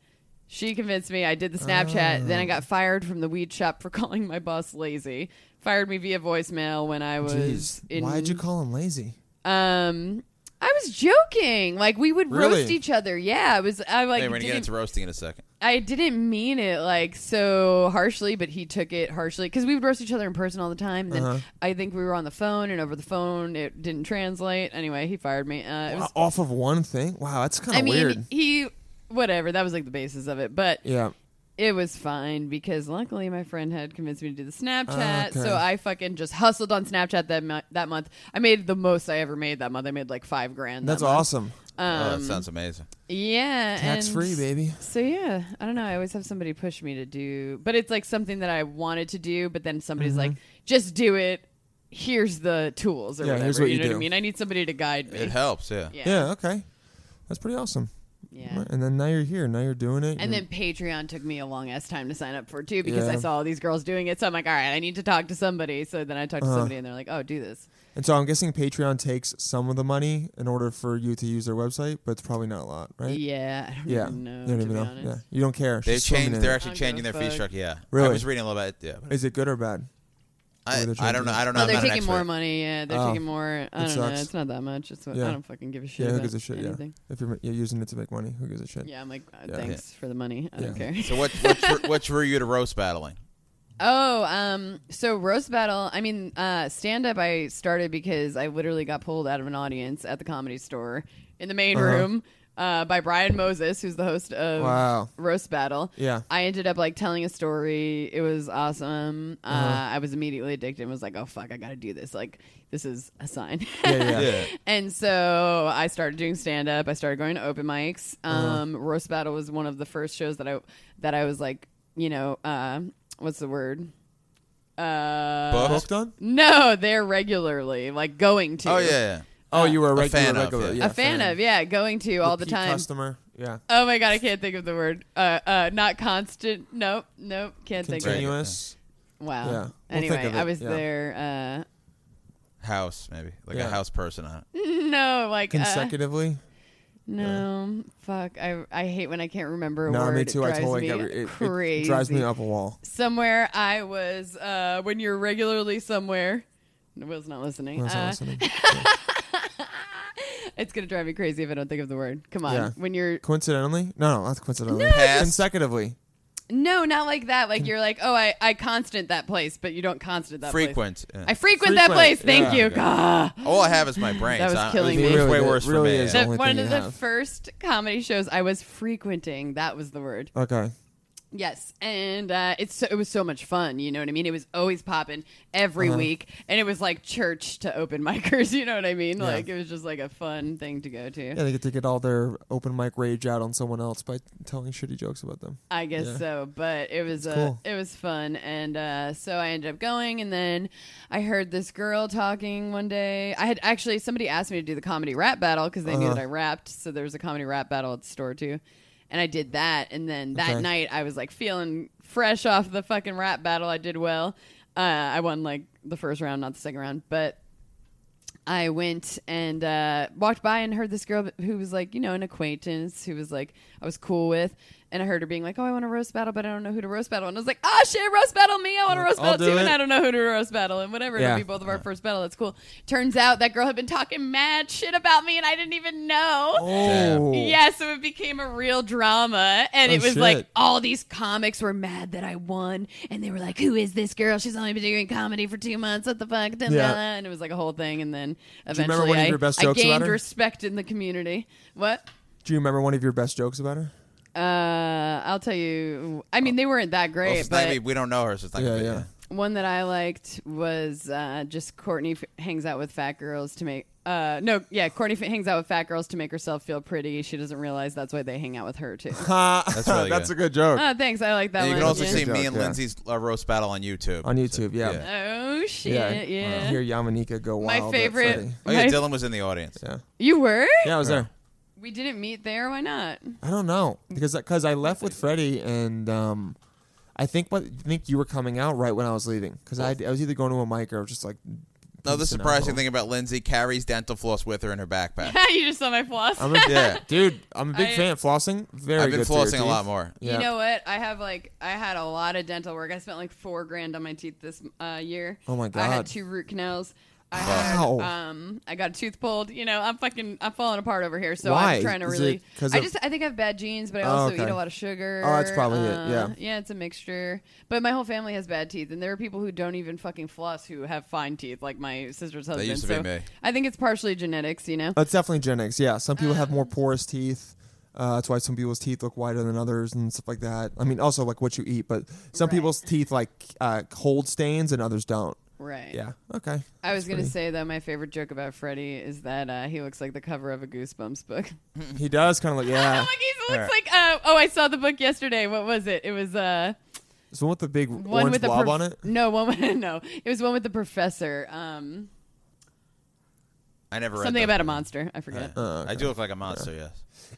[SPEAKER 5] She convinced me. I did the Snapchat.
[SPEAKER 3] Ah.
[SPEAKER 5] Then I got fired from the weed shop for calling my boss lazy. Fired me via voicemail when I was
[SPEAKER 3] Jeez.
[SPEAKER 5] in.
[SPEAKER 3] Why'd you call him lazy?
[SPEAKER 5] Um, I was joking. Like we would roast
[SPEAKER 3] Really?
[SPEAKER 5] each other. Yeah, it was. I like.
[SPEAKER 4] Hey, we're gonna get
[SPEAKER 5] didn't-
[SPEAKER 4] into roasting in a second.
[SPEAKER 5] I didn't mean it like so harshly, but he took it harshly because we would roast each other in person all the time. And then
[SPEAKER 3] Uh-huh.
[SPEAKER 5] I think we were on the phone, and over the phone it didn't translate. Anyway, he fired me. Uh, it was,
[SPEAKER 3] Wow, Off of one thing? Wow, that's kind
[SPEAKER 5] I
[SPEAKER 3] of
[SPEAKER 5] mean,
[SPEAKER 3] weird.
[SPEAKER 5] he whatever. That was like the basis of it, but
[SPEAKER 3] Yeah.
[SPEAKER 5] it was fine because luckily my friend had convinced me to do the Snapchat.
[SPEAKER 3] Okay.
[SPEAKER 5] So I fucking just hustled on Snapchat that mo- that month. I made the most I ever made that month. I made like five grand. that
[SPEAKER 3] That's
[SPEAKER 5] month.
[SPEAKER 3] awesome.
[SPEAKER 4] oh, that sounds amazing.
[SPEAKER 5] Yeah,
[SPEAKER 3] Tax
[SPEAKER 5] and-
[SPEAKER 3] free, baby.
[SPEAKER 5] So yeah, I don't know. I always have somebody push me to do, but it's like something that I wanted to do, but then somebody's like, "Just do it. Here's the tools or
[SPEAKER 3] Yeah,
[SPEAKER 5] whatever."
[SPEAKER 3] here's what
[SPEAKER 5] you
[SPEAKER 3] you
[SPEAKER 5] know what I
[SPEAKER 3] do.
[SPEAKER 5] mean? I need somebody to guide me.
[SPEAKER 4] It helps. Yeah.
[SPEAKER 5] yeah.
[SPEAKER 3] Yeah, okay. That's pretty awesome.
[SPEAKER 5] yeah.
[SPEAKER 3] Right, And then now you're here. Now you're doing it.
[SPEAKER 5] And
[SPEAKER 3] you're-
[SPEAKER 5] then Patreon took me a long ass time to sign up for too because I
[SPEAKER 3] Yeah.
[SPEAKER 5] saw all these girls doing it. So I'm like, all right, I need to talk to somebody. So then I talked to
[SPEAKER 3] Uh-huh.
[SPEAKER 5] somebody and they're like, oh, do this.
[SPEAKER 3] and so I'm guessing Patreon takes some of the money in order for you to use their website, but it's probably not a lot, right?
[SPEAKER 5] Yeah, I don't
[SPEAKER 3] Yeah.
[SPEAKER 5] even know.
[SPEAKER 3] you don't
[SPEAKER 5] to
[SPEAKER 3] even
[SPEAKER 5] be
[SPEAKER 3] know.
[SPEAKER 5] honest.
[SPEAKER 3] Yeah. You don't care.
[SPEAKER 4] They've
[SPEAKER 3] She's swimming
[SPEAKER 4] changed.
[SPEAKER 3] in
[SPEAKER 4] They're
[SPEAKER 3] it.
[SPEAKER 4] actually
[SPEAKER 5] I don't give
[SPEAKER 4] changing their
[SPEAKER 5] a
[SPEAKER 4] fee
[SPEAKER 5] fuck.
[SPEAKER 4] structure. Yeah. I
[SPEAKER 3] Really?
[SPEAKER 4] was reading a little bit. Yeah. but
[SPEAKER 3] Is it good or bad?
[SPEAKER 4] I,
[SPEAKER 3] they're
[SPEAKER 4] I don't
[SPEAKER 3] changing it.
[SPEAKER 4] know. I don't know.
[SPEAKER 5] No,
[SPEAKER 4] I'm
[SPEAKER 5] they're
[SPEAKER 4] not an
[SPEAKER 5] taking more
[SPEAKER 4] expert.
[SPEAKER 5] money. Yeah, they're
[SPEAKER 3] Oh.
[SPEAKER 5] taking more. I
[SPEAKER 3] It
[SPEAKER 5] don't know.
[SPEAKER 3] sucks.
[SPEAKER 5] It's not that much. It's what,
[SPEAKER 3] Yeah.
[SPEAKER 5] I don't fucking give a shit.
[SPEAKER 3] Yeah, who
[SPEAKER 5] about
[SPEAKER 3] gives a shit?
[SPEAKER 5] Anything.
[SPEAKER 3] Yeah. If you're, you're using it to make money, who gives a shit?
[SPEAKER 5] Yeah, I'm like, uh,
[SPEAKER 3] Yeah.
[SPEAKER 5] thanks for the money. I don't
[SPEAKER 3] Yeah.
[SPEAKER 5] care.
[SPEAKER 4] So what what drew, what drew you to roast battling?
[SPEAKER 5] Oh, um, so roast battle. I mean, uh, stand up. I started because I literally got pulled out of an audience at the comedy store in the
[SPEAKER 3] Uh-huh.
[SPEAKER 5] main room uh, by Brian Moses, who's the host of
[SPEAKER 3] Wow.
[SPEAKER 5] Roast Battle.
[SPEAKER 3] Yeah.
[SPEAKER 5] I ended up like telling a story. It was awesome. uh
[SPEAKER 3] Uh-huh.
[SPEAKER 5] I was immediately addicted. and Was like, oh fuck, I got to do this. Like, this is a sign.
[SPEAKER 3] yeah.
[SPEAKER 4] Yeah.
[SPEAKER 5] And so I started doing stand up. I started going to open mics.
[SPEAKER 3] Uh-huh.
[SPEAKER 5] Um, Roast Battle was one of the first shows that I that I was like, you know, uh, what's the word? Uh,
[SPEAKER 4] Booked?
[SPEAKER 3] Booked on?
[SPEAKER 5] no, they're regularly like going to.
[SPEAKER 4] Oh yeah. yeah.
[SPEAKER 3] Oh, you were a
[SPEAKER 4] A
[SPEAKER 3] regular,
[SPEAKER 4] fan of,
[SPEAKER 3] regular.
[SPEAKER 4] yeah.
[SPEAKER 5] a fan of yeah, going to all the
[SPEAKER 3] Repeat
[SPEAKER 5] time.
[SPEAKER 3] Customer. Yeah.
[SPEAKER 5] Oh my god, I can't think of the word. Uh, uh, not constant. Nope, nope, can't think of
[SPEAKER 3] Continuous.
[SPEAKER 5] it. Wow.
[SPEAKER 3] Yeah, we'll
[SPEAKER 5] anyway,
[SPEAKER 3] think of
[SPEAKER 5] I
[SPEAKER 3] it,
[SPEAKER 5] was
[SPEAKER 3] yeah.
[SPEAKER 5] there.
[SPEAKER 4] House maybe like
[SPEAKER 3] Yeah.
[SPEAKER 4] a house person on it.
[SPEAKER 5] Uh, no, like uh,
[SPEAKER 3] Consecutively.
[SPEAKER 5] No, fuck. I I hate when I can't remember a
[SPEAKER 3] no,
[SPEAKER 5] word.
[SPEAKER 3] me too.
[SPEAKER 5] It
[SPEAKER 3] I
[SPEAKER 5] drives
[SPEAKER 3] totally
[SPEAKER 5] me
[SPEAKER 3] get it,
[SPEAKER 5] crazy.
[SPEAKER 3] it drives me up a wall.
[SPEAKER 5] Somewhere I was uh, when you're regularly somewhere. Will's not listening.
[SPEAKER 3] That's
[SPEAKER 5] Uh,
[SPEAKER 3] not listening.
[SPEAKER 5] it's gonna drive me crazy if I don't think of the word. Come on,
[SPEAKER 3] Yeah.
[SPEAKER 5] when you're
[SPEAKER 3] Coincidentally? No, no, that's coincidentally.
[SPEAKER 4] Past.
[SPEAKER 3] Consecutively.
[SPEAKER 5] no, not like that. Like you're like, oh, I I constant that place, but you don't constant that place.
[SPEAKER 4] Frequent. yeah.
[SPEAKER 5] I frequent, that
[SPEAKER 3] Frequent,
[SPEAKER 5] place. Thank
[SPEAKER 3] yeah.
[SPEAKER 5] you. God.
[SPEAKER 4] All I have is my brain.
[SPEAKER 5] That
[SPEAKER 4] so
[SPEAKER 5] was
[SPEAKER 4] I-
[SPEAKER 5] killing
[SPEAKER 4] it's
[SPEAKER 5] me.
[SPEAKER 4] way
[SPEAKER 3] Really,
[SPEAKER 4] worse
[SPEAKER 3] really
[SPEAKER 4] for me.
[SPEAKER 3] is.
[SPEAKER 5] The-
[SPEAKER 3] only
[SPEAKER 5] one
[SPEAKER 3] thing
[SPEAKER 5] of
[SPEAKER 3] you
[SPEAKER 5] the
[SPEAKER 3] have.
[SPEAKER 5] first comedy shows I was frequenting. That was the word.
[SPEAKER 3] Okay.
[SPEAKER 5] Yes, and uh, it's so, it was so much fun. You know what I mean? It was always popping every week, and it was like church to open micers. You know what I mean? Like it was just like a fun thing to go to.
[SPEAKER 3] Yeah, they get to get all their open mic rage out on someone else by telling shitty jokes about them.
[SPEAKER 5] I guess
[SPEAKER 3] Yeah.
[SPEAKER 5] so, but it was uh,
[SPEAKER 3] cool.
[SPEAKER 5] it was fun, and uh, so I ended up going, and then I heard this girl talking one day. I had actually somebody asked me to do the comedy rap battle because they knew
[SPEAKER 3] Uh-huh.
[SPEAKER 5] that I rapped, so there was a comedy rap battle at the store too, and I did that, and then that
[SPEAKER 3] Okay.
[SPEAKER 5] night I was like feeling fresh off the fucking rap battle. I did well. Uh, I won like the first round, not the second round, but I went and uh, walked by and heard this girl who was like, you know, an acquaintance who was like, I was cool with. And I heard her being like, oh, I want a roast battle, but I don't know who to roast battle. And I was like, oh, shit, roast battle me. I want to roast
[SPEAKER 3] I'll
[SPEAKER 5] battle
[SPEAKER 3] do
[SPEAKER 5] too. And
[SPEAKER 3] it.
[SPEAKER 5] I don't know who to roast battle. And whatever,
[SPEAKER 3] Yeah.
[SPEAKER 5] it'll be both of our first battle. That's cool. Turns out that girl had been talking mad shit about me and I didn't even know.
[SPEAKER 3] Oh,
[SPEAKER 5] Yeah, so it became a real drama. And
[SPEAKER 3] Oh,
[SPEAKER 5] it was like
[SPEAKER 3] shit.
[SPEAKER 5] all these comics were mad that I won. And they were like, Who is this girl? She's only been doing comedy for two months. What the fuck? Da, da,
[SPEAKER 3] Yeah.
[SPEAKER 5] da. And it was like a whole thing. And then
[SPEAKER 3] you remember
[SPEAKER 5] eventually
[SPEAKER 3] one of
[SPEAKER 5] I,
[SPEAKER 3] your best
[SPEAKER 5] I
[SPEAKER 3] jokes about
[SPEAKER 5] gained
[SPEAKER 3] her?
[SPEAKER 5] respect in the community. What?
[SPEAKER 3] Do you remember one of your best jokes about her?
[SPEAKER 5] Uh, I'll tell you. I mean, they weren't that
[SPEAKER 4] Well,
[SPEAKER 5] great,
[SPEAKER 4] it's not-
[SPEAKER 5] but
[SPEAKER 4] we- we don't know her, so it's not
[SPEAKER 3] Yeah,
[SPEAKER 4] gonna be-
[SPEAKER 3] yeah.
[SPEAKER 5] one that I liked was uh, just Courtney f- hangs out with fat girls to make. Uh, no, yeah, Courtney f- hangs out with fat girls to make herself feel pretty. She doesn't realize that's why they hang out with her too.
[SPEAKER 3] that's
[SPEAKER 4] That's really
[SPEAKER 3] that's
[SPEAKER 4] good.
[SPEAKER 3] a good joke
[SPEAKER 5] Oh, thanks. I like that
[SPEAKER 4] And you
[SPEAKER 5] one.
[SPEAKER 4] can also
[SPEAKER 5] Yeah.
[SPEAKER 4] see
[SPEAKER 1] Good
[SPEAKER 4] me
[SPEAKER 1] joke,
[SPEAKER 4] and
[SPEAKER 1] yeah.
[SPEAKER 4] Lindsay's uh, roast battle on YouTube.
[SPEAKER 3] on YouTube. Yeah,
[SPEAKER 4] Yeah.
[SPEAKER 5] Oh shit!
[SPEAKER 3] Yeah,
[SPEAKER 5] Yeah.
[SPEAKER 3] I hear Yamanika go wild.
[SPEAKER 5] My
[SPEAKER 3] at
[SPEAKER 5] favorite.
[SPEAKER 3] Freddy.
[SPEAKER 4] Oh yeah,
[SPEAKER 5] my-
[SPEAKER 4] Dylan was in the audience.
[SPEAKER 3] Yeah,
[SPEAKER 5] You were?
[SPEAKER 3] yeah, I was there.
[SPEAKER 5] We didn't meet there. Why not?
[SPEAKER 3] I don't know because because I left with Freddie and um, I think what I think you were coming out right when I was leaving because I, I was either going to a mic or just like.
[SPEAKER 4] No, the
[SPEAKER 3] peacing out.
[SPEAKER 4] surprising thing about Lindsay carries dental floss with her in her backpack.
[SPEAKER 5] you just saw my floss.
[SPEAKER 3] I'm a,
[SPEAKER 4] Yeah.
[SPEAKER 3] dude. I'm a big
[SPEAKER 5] I-
[SPEAKER 3] fan. Flossing, very.
[SPEAKER 4] I've been
[SPEAKER 3] good for your
[SPEAKER 4] flossing a
[SPEAKER 3] teeth.
[SPEAKER 4] lot more.
[SPEAKER 3] Yeah.
[SPEAKER 5] You know what? I have like I had a lot of dental work. I spent like four grand on my teeth this uh, year.
[SPEAKER 3] Oh, my
[SPEAKER 5] I
[SPEAKER 3] God.
[SPEAKER 5] had two root canals. I had,
[SPEAKER 3] Wow.
[SPEAKER 5] um, I got a tooth pulled. You know, I'm fucking, I'm falling apart over here. So
[SPEAKER 3] Why?
[SPEAKER 5] I'm trying to
[SPEAKER 3] Is
[SPEAKER 5] really.
[SPEAKER 3] it 'cause
[SPEAKER 5] I
[SPEAKER 3] of-
[SPEAKER 5] just, I think I have bad genes, but I
[SPEAKER 3] Oh,
[SPEAKER 5] also
[SPEAKER 3] okay.
[SPEAKER 5] eat a lot of sugar.
[SPEAKER 3] Oh, that's probably it,
[SPEAKER 5] Uh,
[SPEAKER 3] yeah.
[SPEAKER 5] yeah, it's a mixture. But my whole family has bad teeth, and there are people who don't even fucking floss who have fine teeth, like my sister's husband.
[SPEAKER 4] used to be
[SPEAKER 5] so
[SPEAKER 4] me.
[SPEAKER 5] I think it's partially genetics. You know.
[SPEAKER 3] It's definitely genetics. Yeah, some people have
[SPEAKER 5] Um.
[SPEAKER 3] more porous teeth. Uh, that's why some people's teeth look whiter than others and stuff like that. I mean, also like what you eat, but some
[SPEAKER 5] Right.
[SPEAKER 3] people's teeth like uh, hold stains and others don't.
[SPEAKER 5] Right.
[SPEAKER 3] Yeah. Okay.
[SPEAKER 5] I was gonna say though, my favorite joke about Freddy is that uh, he looks like the cover of a Goosebumps book.
[SPEAKER 3] He does kind of like
[SPEAKER 5] oh,
[SPEAKER 3] yeah.
[SPEAKER 5] look, he looks like uh, oh, I saw the book yesterday. What was it? It was uh,
[SPEAKER 3] So with the big
[SPEAKER 5] one
[SPEAKER 3] orange
[SPEAKER 5] with the
[SPEAKER 3] blob
[SPEAKER 5] prof-
[SPEAKER 3] on it.
[SPEAKER 5] No, one with, no, it was one with the professor. Um,
[SPEAKER 4] I never read
[SPEAKER 5] something
[SPEAKER 4] them.
[SPEAKER 5] about a monster. I forget.
[SPEAKER 3] Uh,
[SPEAKER 4] I do look like a monster. Yes.